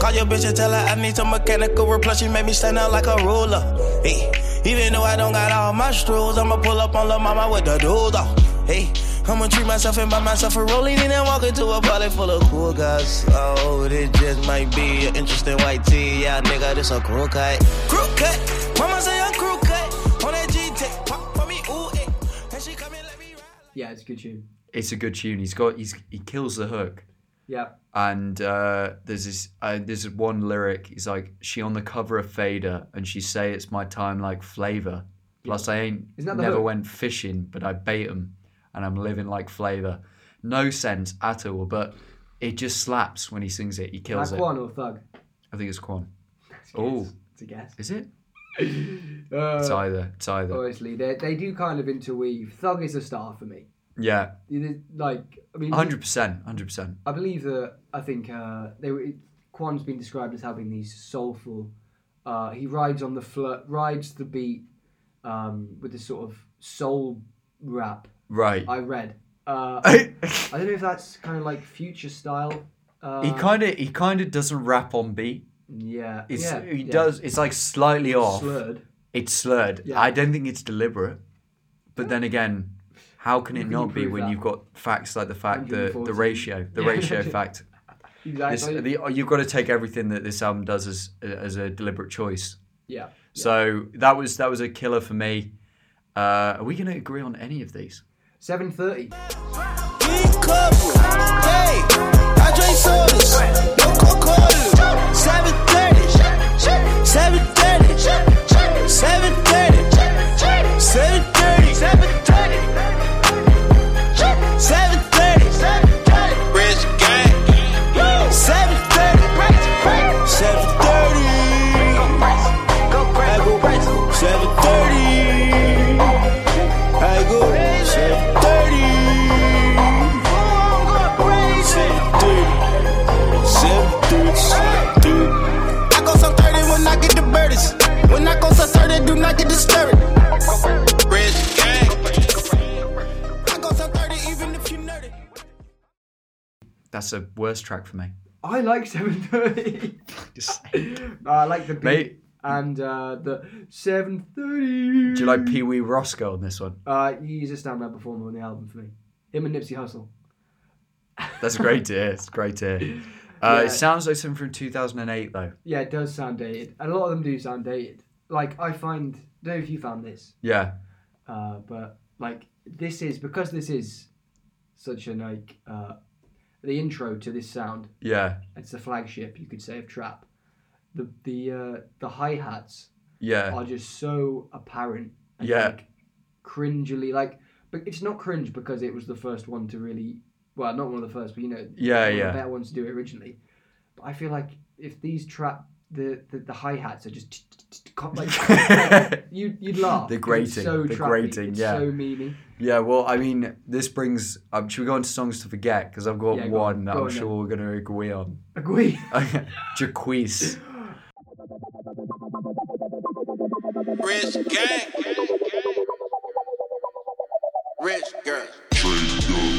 [SPEAKER 7] Call your bitch and tell her I need some mechanical work. Plus, she made me stand out like a ruler. Hey, even though I don't got all my strolls, I'ma pull up on La Mama with the dude though. Hey, I'ma treat myself and buy myself a rolling and then walk into a party full of cool guys. Oh, this just might be an interesting white tea. Yeah, nigga, this a crew cut. Crew cut. Mama say I'm crew cut. On that G-Tech. Pop for me, ooh, eh. And she come and let me ride.
[SPEAKER 2] Yeah, it's a good tune.
[SPEAKER 4] It's a good tune. He's got he's he kills the hook.
[SPEAKER 2] Yeah.
[SPEAKER 4] And uh, there's this uh, there's one lyric. He's like, she on the cover of Fader, and she say it's my time like Flavor. Plus, I ain't
[SPEAKER 2] Isn't that the
[SPEAKER 4] never
[SPEAKER 2] hook?
[SPEAKER 4] went fishing, but I bait 'em, and I'm living like Flavor. No sense at all, but it just slaps when he sings it. He kills
[SPEAKER 2] Like
[SPEAKER 4] it.
[SPEAKER 2] Quan or Thug.
[SPEAKER 4] I think it's Quan.
[SPEAKER 2] It's a
[SPEAKER 4] Oh.
[SPEAKER 2] guess. It's a guess.
[SPEAKER 4] Is it?
[SPEAKER 2] Uh,
[SPEAKER 4] it's either. It's either.
[SPEAKER 2] Honestly, they they do kind of interweave. Thug is a star for me.
[SPEAKER 4] yeah.
[SPEAKER 2] It is, Like I mean,
[SPEAKER 4] 100%. 100%.
[SPEAKER 2] I believe that I think uh, they were, Quan's been described as having these soulful. Uh, he rides on the fl- rides the beat um, with this sort of soul rap.
[SPEAKER 4] Right.
[SPEAKER 2] I read. Uh, I don't know if that's kind of like future style. Uh,
[SPEAKER 4] he kind of he kind of doesn't rap on beat.
[SPEAKER 2] yeah,
[SPEAKER 4] It's
[SPEAKER 2] yeah,
[SPEAKER 4] he
[SPEAKER 2] yeah.
[SPEAKER 4] does. It's like slightly off.
[SPEAKER 2] slurred.
[SPEAKER 4] It's slurred.
[SPEAKER 2] Yeah.
[SPEAKER 4] I don't think it's deliberate. But then again, how can it
[SPEAKER 2] can
[SPEAKER 4] not be
[SPEAKER 2] improve
[SPEAKER 4] when
[SPEAKER 2] that.
[SPEAKER 4] you've got facts like the fact that the
[SPEAKER 2] 140.
[SPEAKER 4] ratio, the
[SPEAKER 2] Yeah.
[SPEAKER 4] ratio fact. This,
[SPEAKER 2] Exactly.
[SPEAKER 4] the, you've got to take everything that this album does as as a deliberate choice.
[SPEAKER 2] yeah.
[SPEAKER 4] So that was that was a killer for me. Uh, are we going to agree on any of these?
[SPEAKER 2] Seven thirty.
[SPEAKER 7] Big couple. Hey, I drink sodas, no Coca-Cola. 7:30, 7:30, 7:30, 7:30, 7:30. Rich gang. 7:30, 7:30. 7:30. I go 730. 730. I go some 30 when I get the birdies. When I go some 30, do not get disturbed. Rich gang. I go some 30 even if you nerdy.
[SPEAKER 4] That's a worst track for me.
[SPEAKER 2] I like seven thirty.
[SPEAKER 4] Just-
[SPEAKER 2] I like the beat
[SPEAKER 4] Mate.
[SPEAKER 2] and uh, the seven
[SPEAKER 4] Do
[SPEAKER 2] thirty.
[SPEAKER 4] you like Pee Wee Roscoe on this one?
[SPEAKER 2] Uh, he's a standout performer on the album for me. Him and Nipsey Hussle.
[SPEAKER 4] That's great to hear. It's great to hear. Uh,
[SPEAKER 2] Yeah.
[SPEAKER 4] It sounds like something from 2008 though.
[SPEAKER 2] Yeah, it does sound dated, and a lot of them do sound dated. Like I find, don't know if you found this,
[SPEAKER 4] Yeah.
[SPEAKER 2] uh, but like this is because this is such an like uh, the intro to this sound.
[SPEAKER 4] Yeah.
[SPEAKER 2] It's the flagship, you could say, of trap. The the uh, the hi hats
[SPEAKER 4] Yeah.
[SPEAKER 2] are just so apparent. And
[SPEAKER 4] Yeah.
[SPEAKER 2] Like, cringily, like, but it's not cringe because it was the first one to really, well, not one of the first, but you know,
[SPEAKER 4] Yeah,
[SPEAKER 2] one of
[SPEAKER 4] yeah.
[SPEAKER 2] the better ones to do it originally. But I feel like if these trap the the, the hi hats are just like you you'd laugh.
[SPEAKER 4] The
[SPEAKER 2] 'cause it's
[SPEAKER 4] grating,
[SPEAKER 2] so
[SPEAKER 4] the
[SPEAKER 2] trappy,
[SPEAKER 4] grating,
[SPEAKER 2] it's
[SPEAKER 4] yeah.
[SPEAKER 2] so memey.
[SPEAKER 4] Yeah. Well, I mean, this brings. Um, should we go on to songs to forget? Because I've got
[SPEAKER 2] Yeah, go
[SPEAKER 4] one
[SPEAKER 2] on,
[SPEAKER 4] that
[SPEAKER 2] go
[SPEAKER 4] I'm
[SPEAKER 2] on then.
[SPEAKER 4] sure we're going to agree on.
[SPEAKER 2] Agree.
[SPEAKER 4] Jaquise.
[SPEAKER 10] Rich gang. Rich girl.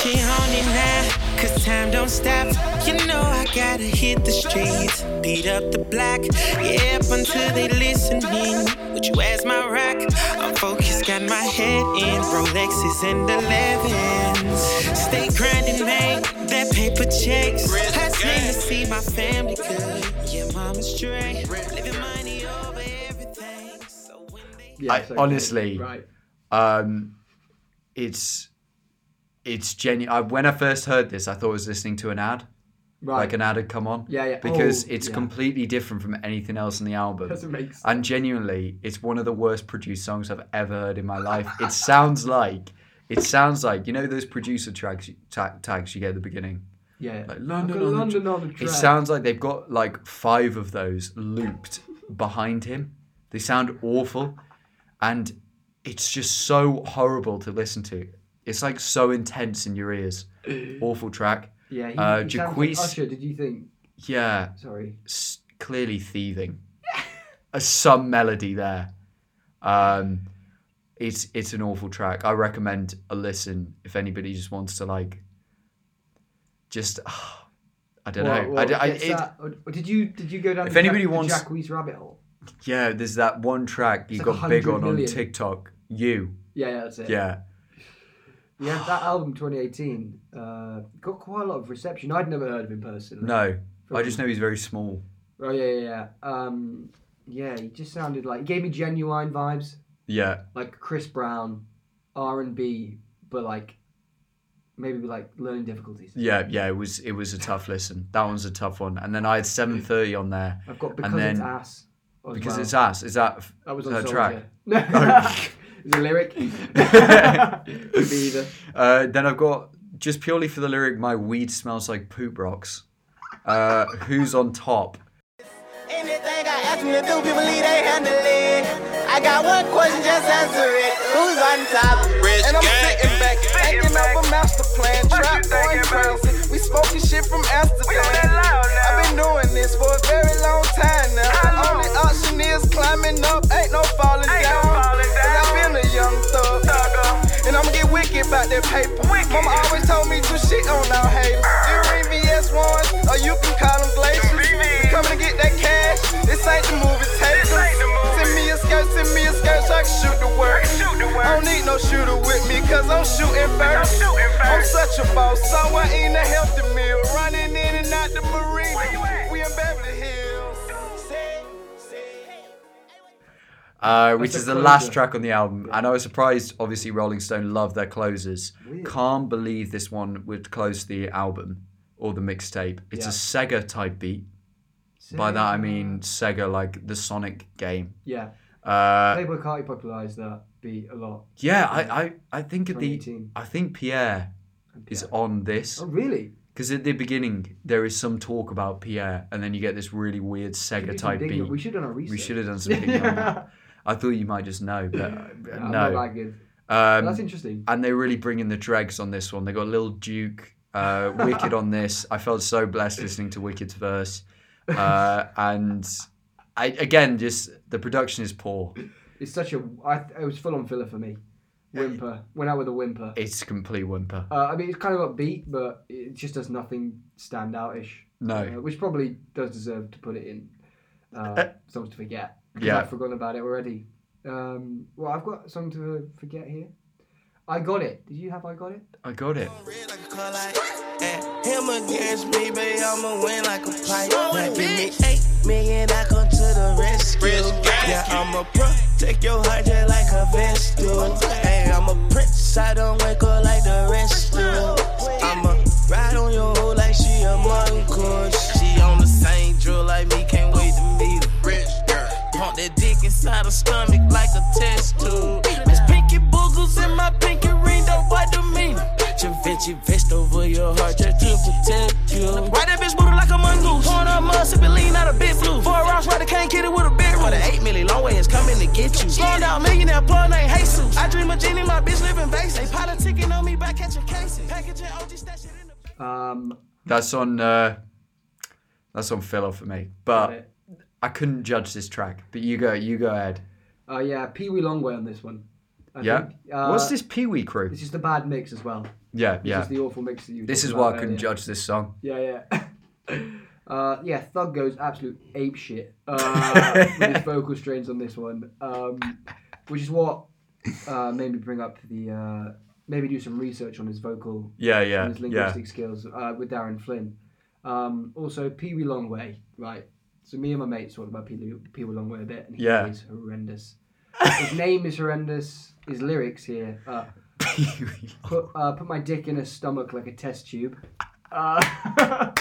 [SPEAKER 6] She only now, cause time don't stop. You know I gotta hit the streets, beat up the block. Yeah, up until they listening. Would you as my rock? I'm focused, got my head in Rolexes and 11s. Stay grinding, man, that paper checks. I seem to see my family good. Yeah, mama's straight. Living money over everything. So when they
[SPEAKER 2] Yeah,
[SPEAKER 4] I-
[SPEAKER 2] so
[SPEAKER 4] honestly,
[SPEAKER 2] right.
[SPEAKER 4] um, it's it's genuine. I, when I first heard this, I thought I was listening to an ad,
[SPEAKER 2] Right.
[SPEAKER 4] like an ad had come on.
[SPEAKER 2] Yeah, yeah.
[SPEAKER 4] Because
[SPEAKER 2] Oh,
[SPEAKER 4] it's
[SPEAKER 2] yeah.
[SPEAKER 4] completely different from anything else on the album.
[SPEAKER 2] Doesn't make sense.
[SPEAKER 4] And genuinely, it's one of the worst produced songs I've ever heard in my life. it sounds like it sounds like you know those producer tracks ta- tags you get at the beginning.
[SPEAKER 2] yeah.
[SPEAKER 4] Like London,
[SPEAKER 2] Like a
[SPEAKER 4] on,
[SPEAKER 2] London
[SPEAKER 4] the
[SPEAKER 2] on the
[SPEAKER 4] track. It
[SPEAKER 2] track.
[SPEAKER 4] sounds like they've got like five of those looped behind him. They sound awful, and it's just so horrible to listen to. It's like so intense in your ears.
[SPEAKER 2] Eh.
[SPEAKER 4] Awful track.
[SPEAKER 2] yeah. He,
[SPEAKER 4] uh,
[SPEAKER 2] he sounds like
[SPEAKER 4] Jaquise-
[SPEAKER 2] Usher, did you think?
[SPEAKER 4] Yeah,
[SPEAKER 2] Sorry.
[SPEAKER 4] s- clearly thieving. Uh, some melody there. Um, it's it's an awful track. I recommend a listen if anybody just wants to like. Just, I don't know. I d I
[SPEAKER 2] gets
[SPEAKER 4] it-
[SPEAKER 2] that- or- or did you did you go down
[SPEAKER 4] If
[SPEAKER 2] the Jack-
[SPEAKER 4] anybody
[SPEAKER 2] the
[SPEAKER 4] wants-
[SPEAKER 2] Jacquees rabbit hole?
[SPEAKER 4] Yeah, there's that one track you
[SPEAKER 2] It's like
[SPEAKER 4] got big
[SPEAKER 2] 100
[SPEAKER 4] on on
[SPEAKER 2] million.
[SPEAKER 4] TikTok. You.
[SPEAKER 2] Yeah, yeah, that's it.
[SPEAKER 4] Yeah.
[SPEAKER 2] Yeah, that album 2018 uh, got quite a lot of reception. I'd never heard of him personally.
[SPEAKER 4] No. I just know he's very small.
[SPEAKER 2] Oh yeah, yeah, yeah. Um, yeah, he just sounded like he gave me genuine vibes,
[SPEAKER 4] Yeah.
[SPEAKER 2] like Chris Brown, R and B, but like maybe with, like learning difficulties.
[SPEAKER 4] Yeah, yeah, it was it was a tough listen. That one's a tough one. And then I had seven thirty on there.
[SPEAKER 2] I've got
[SPEAKER 4] and
[SPEAKER 2] because
[SPEAKER 4] then
[SPEAKER 2] it's ass. as
[SPEAKER 4] because
[SPEAKER 2] well.
[SPEAKER 4] it's us. Is that f-
[SPEAKER 2] that was on
[SPEAKER 4] her
[SPEAKER 2] Soldier.
[SPEAKER 4] track?
[SPEAKER 2] No, it's a lyric. Could be either.
[SPEAKER 4] Uh, then I've got just purely for the lyric, my weed smells like poop rocks. Uh, who's on top?
[SPEAKER 7] Anything I ask them to do, people believe they handle it. I got one question, just answer it. Who's on top? and I'm sitting back, thinking of a master plan. Trap going crazy. We smoking shit from Amsterdam. I've been doing this for a very long time now. Only option is climbing up, ain't no falling down. Cause I've been a young thug. And I'm get wicked about that paper. Mama always told me to shit on our haters. You ring VS ones, or you can call them glaciers. We coming to get that cash. This ain't the movie tape. Send me a skirt, send me a skirt, so I can shoot the work. I don't need no shooter with me, cause I'm shooting first. I'm such a boss, so I ain't a healthy meal. Running in and out the marina. We in Beverly Hills. Say, say.
[SPEAKER 4] Uh, which is the
[SPEAKER 2] closer.
[SPEAKER 4] last track on the album. And I was surprised, obviously, Rolling Stone love their closers. Can't believe this one would close the album or the mixtape. It's a Sega type beat. By that I mean Sega, like the Sonic game.
[SPEAKER 2] Yeah.
[SPEAKER 4] Uh,
[SPEAKER 2] Playboy Carti popularised that beat a lot.
[SPEAKER 4] yeah, I, I, I think at the
[SPEAKER 2] 2018.
[SPEAKER 4] I think Pierre is on this
[SPEAKER 2] Oh, really?
[SPEAKER 4] because at the beginning there is some talk about Pierre, and then you get this really weird Sega
[SPEAKER 2] Did some
[SPEAKER 4] type
[SPEAKER 2] digging-
[SPEAKER 4] beat.
[SPEAKER 2] We should have done a research.
[SPEAKER 4] We should have done something. on that. I thought you might just know, but uh,
[SPEAKER 2] I'm
[SPEAKER 4] no.
[SPEAKER 2] not that good.
[SPEAKER 4] Um,
[SPEAKER 2] That's interesting.
[SPEAKER 4] and they really bring in the dregs on this one. They got Lil Duke, uh, Wicked on this. I felt so blessed listening to Wicked's verse, uh, and I again just the production is poor.
[SPEAKER 2] It's such a. I, it was full on filler for me. Whimper. Went out with a whimper.
[SPEAKER 4] It's a complete whimper.
[SPEAKER 2] Uh, I mean, it's kind of upbeat, but it just does nothing standout-ish.
[SPEAKER 4] No.
[SPEAKER 2] Uh, which probably does deserve to put it in uh, songs to forget. 'cause
[SPEAKER 4] Yeah.
[SPEAKER 2] I've forgotten about it already. Um, well, I've got something to forget here. I got it. Did you have I got it?
[SPEAKER 4] I got it.
[SPEAKER 7] Red like a car light. Eh, Him against me, baby, I'ma win like a fight. Give me eight million, I come to the rescue. Yeah, I'm a pro. Take your heart just like a vest do. Hey, I'm a prince. I don't wake up like the rest do. I'ma ride on your hoe like she a mongoose. She on the same drill like me, can't wait to meet her. Rich girl. Pump that dick inside her stomach like a test tube. There's pinky boogles in my pinky ring, don't what the meaning. Javinci vest over your heart just to protect you. Ride that bitch booty like a mongoose. Pouring up mud, sipping lean out a big flu. Four rounds, ride the can't get it with a big room. The eight million long way is coming to get you. Slowing down millionaire, plug named Jesus. I dream of genie, my bitch living basic. They politicking on me by catching cases. Packaging OG station in the
[SPEAKER 2] Um,
[SPEAKER 4] That's on. Uh, that's on filler for me, but
[SPEAKER 2] it.
[SPEAKER 4] I couldn't judge this track. But you go, you go ahead.
[SPEAKER 2] uh, yeah, Pee Wee Longway on this one. I
[SPEAKER 4] Yeah.
[SPEAKER 2] think. Uh,
[SPEAKER 4] What's this Pee Wee crew?
[SPEAKER 2] It's just a bad mix as well.
[SPEAKER 4] Yeah,
[SPEAKER 2] It's
[SPEAKER 4] yeah.
[SPEAKER 2] just the awful mix that you.
[SPEAKER 4] This
[SPEAKER 2] talked
[SPEAKER 4] is
[SPEAKER 2] about
[SPEAKER 4] why I couldn't
[SPEAKER 2] earlier.
[SPEAKER 4] judge this song.
[SPEAKER 2] Yeah, yeah. Uh, yeah, Thug goes absolute ape shit uh, with his vocal strains on this one, um, which is what uh, made me bring up the uh, maybe do some research on his vocal
[SPEAKER 4] Yeah,
[SPEAKER 2] and
[SPEAKER 4] yeah,
[SPEAKER 2] his
[SPEAKER 4] yeah.
[SPEAKER 2] linguistic skills uh, with Darren Flynn. Um, also, Pee Wee Longway, right? So me and my mate talked about Pee Wee Pee Wee Longway a bit, and he
[SPEAKER 4] Yeah.
[SPEAKER 2] is horrendous. His name is horrendous. His lyrics here. Uh,
[SPEAKER 4] Pee Wee.
[SPEAKER 2] put uh, put my dick in her stomach like a test tube. Uh,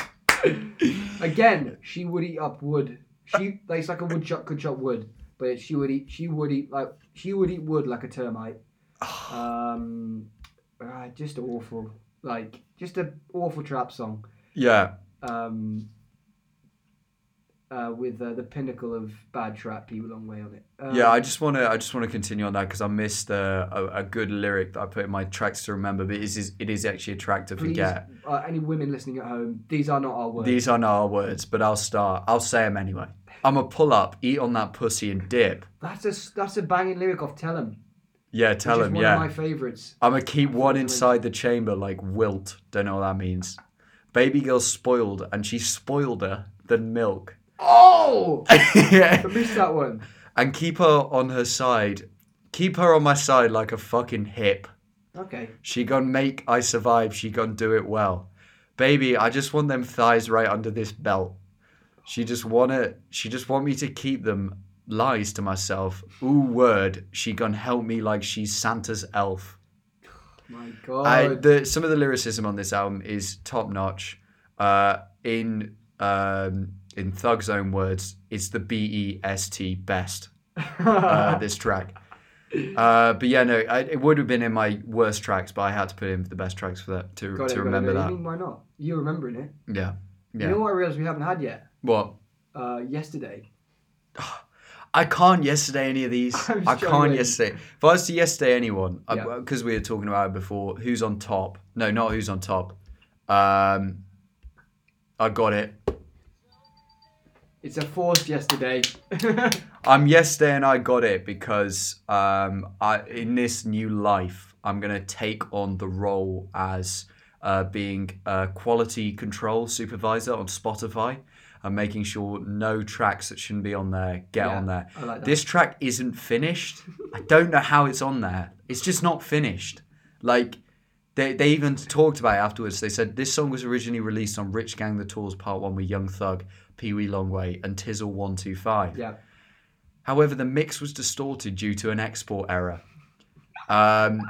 [SPEAKER 2] again, she would eat up wood. She like it's like a woodchuck could chop wood, but she would eat she would eat like she would eat wood like a termite. Um, ah, just awful, like just a awful trap song.
[SPEAKER 4] Yeah,
[SPEAKER 2] Um, uh, with uh, the pinnacle of bad trap, people long way on it. Um,
[SPEAKER 4] yeah. I just want to. I just want to continue on that because I missed uh, a, a good lyric that I put in my tracks to remember. But it is it is actually a track to
[SPEAKER 2] please,
[SPEAKER 4] forget.
[SPEAKER 2] uh, any women listening at home, these are not our words.
[SPEAKER 4] These aren't our words, but I'll start. I'll say them anyway. I'm a pull up, eat on that pussy and dip.
[SPEAKER 2] That's a that's a banging lyric off Tell 'em.
[SPEAKER 4] Yeah, tell
[SPEAKER 2] which
[SPEAKER 4] him.
[SPEAKER 2] is one
[SPEAKER 4] Yeah,
[SPEAKER 2] of my favorites.
[SPEAKER 4] I'm gonna keep one inside the chamber like wilt. Don't know what that means. Baby girl spoiled, and she spoiled her than milk.
[SPEAKER 2] Oh, I
[SPEAKER 4] yeah.
[SPEAKER 2] missed that one.
[SPEAKER 4] And keep her on her side. Keep her on my side like a fucking hip.
[SPEAKER 2] Okay,
[SPEAKER 4] She gon' make I survive. She gon' do it well. Baby, I just want them thighs right under this belt. She just wanna. She just want me to keep them. Lies to myself. Ooh, word. She gon' help me like she's Santa's elf.
[SPEAKER 2] my god.
[SPEAKER 4] I, the, some of the lyricism on this album is top notch. Uh, in Uh, um, in Thug's own words, it's the B E S T best. uh, this track. Uh, but yeah, no, I, it would have been in my worst tracks, but I had to put in the best tracks for that to,
[SPEAKER 2] Got it,
[SPEAKER 4] to
[SPEAKER 2] got it,
[SPEAKER 4] remember
[SPEAKER 2] got it. You
[SPEAKER 4] that.
[SPEAKER 2] mean, why not? You're remembering it.
[SPEAKER 4] Yeah,
[SPEAKER 2] You
[SPEAKER 4] yeah.
[SPEAKER 2] know what I realized we haven't had yet?
[SPEAKER 4] what?
[SPEAKER 2] Uh, yesterday.
[SPEAKER 4] I can't yesterday any of these.
[SPEAKER 2] I'm
[SPEAKER 4] I can't
[SPEAKER 2] struggling.
[SPEAKER 4] yesterday. If I was to yesterday anyone,
[SPEAKER 2] Yeah.
[SPEAKER 4] because we were talking about it before, who's on top? No, not who's on top. Um, I got it.
[SPEAKER 2] It's a forced yesterday.
[SPEAKER 4] I'm yesterday and I got it because um, I in this new life I'm gonna take on the role as uh, being a quality control supervisor on Spotify and making sure no tracks that shouldn't be on there get
[SPEAKER 2] Yeah,
[SPEAKER 4] on there.
[SPEAKER 2] I like that.
[SPEAKER 4] This track isn't finished. I don't know how it's on there. It's just not finished. Like they, they even talked about it afterwards. They said this song was originally released on Rich Gang the Tours Part One with Young Thug, Pee Wee Longway, and Tizzle One Two Five.
[SPEAKER 2] yeah.
[SPEAKER 4] However, the mix was distorted due to an export error. Um,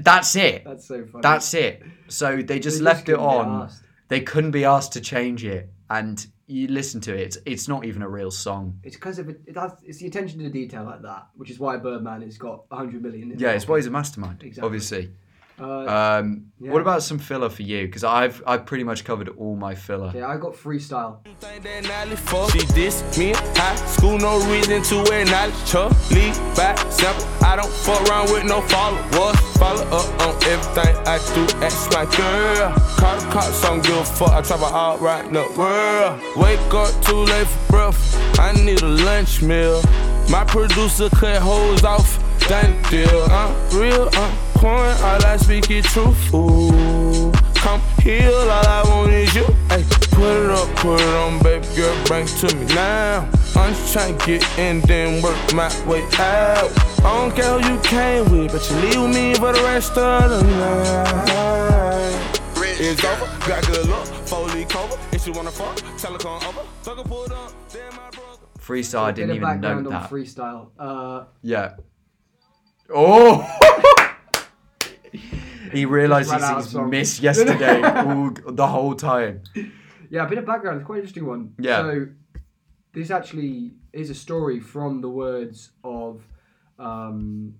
[SPEAKER 4] that's it.
[SPEAKER 2] That's so funny.
[SPEAKER 4] That's it. So they just
[SPEAKER 2] just
[SPEAKER 4] left it
[SPEAKER 2] couldn't be
[SPEAKER 4] on.
[SPEAKER 2] arsed.
[SPEAKER 4] They couldn't be asked to change it. And you listen to it, it's, it's not even a real song.
[SPEAKER 2] It's because of it, it has, it's the attention to detail like that, which is why Birdman has got 100 million. in
[SPEAKER 4] Yeah,
[SPEAKER 2] the
[SPEAKER 4] it's why
[SPEAKER 2] market.
[SPEAKER 4] he's a mastermind,
[SPEAKER 2] Exactly.
[SPEAKER 4] obviously.
[SPEAKER 2] Uh,
[SPEAKER 4] Um,
[SPEAKER 2] yeah.
[SPEAKER 4] What about some filler for you? Because I've I've pretty much covered all my filler.
[SPEAKER 2] yeah, I got freestyle.
[SPEAKER 7] She diss me in high school, no reason to acknowledge her. Lead by example, I don't fuck around with no followers. Follow up on everything I do, ask my girl. Call the cops, I don't give a fuck, I travel all right in the world. Wake up too late for breath, I need a lunch meal. My producer cut hoes off, done deal. I'm real, I'm corn, all I speak is truthful. Come heal, all I want is you. Ay, put it up, put it on, baby girl, bring it to me now. I'm just trying to get in, then work my way out. I don't care who you came with, but you leave with me for the rest of the night. It's over, got good luck, Foley cover. If you wanna fuck, tell her come over. Tucker pulled up, then my brother.
[SPEAKER 4] Freestyle, I didn't
[SPEAKER 2] Bit of
[SPEAKER 4] even
[SPEAKER 2] background
[SPEAKER 4] note
[SPEAKER 2] on
[SPEAKER 4] that.
[SPEAKER 2] freestyle. Uh,
[SPEAKER 4] yeah. Oh! he realised
[SPEAKER 2] Just ran
[SPEAKER 4] he's,
[SPEAKER 2] out of
[SPEAKER 4] he's
[SPEAKER 2] songs.
[SPEAKER 4] missed yesterday all, the whole time.
[SPEAKER 2] yeah, a bit of background. It's quite an interesting one.
[SPEAKER 4] Yeah.
[SPEAKER 2] So this actually is a story from the words of, um,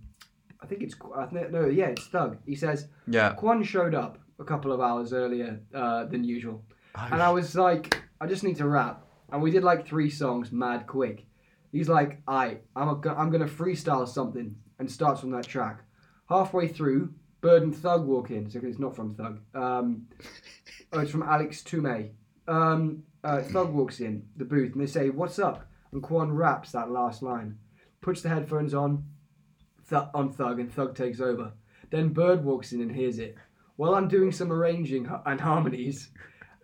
[SPEAKER 2] I think it's Qu- I think, no, yeah, it's Thug. He says,
[SPEAKER 4] Yeah.
[SPEAKER 2] Quan showed up a couple of hours earlier uh, than usual, and I was like, I just need to rap, and we did like three songs mad quick. He's like, I, I'm a, I'm gonna freestyle something, and starts from that track. Halfway through, Bird and Thug walk in. So it's not from Thug. Um, oh, it's from Alex Toomey. Um, uh, Thug walks in the booth and they say, "What's up?" And Quan raps that last line, puts the headphones on, Th- on Thug, and Thug takes over. Then Bird walks in and hears it. While I'm doing some arranging h- and harmonies,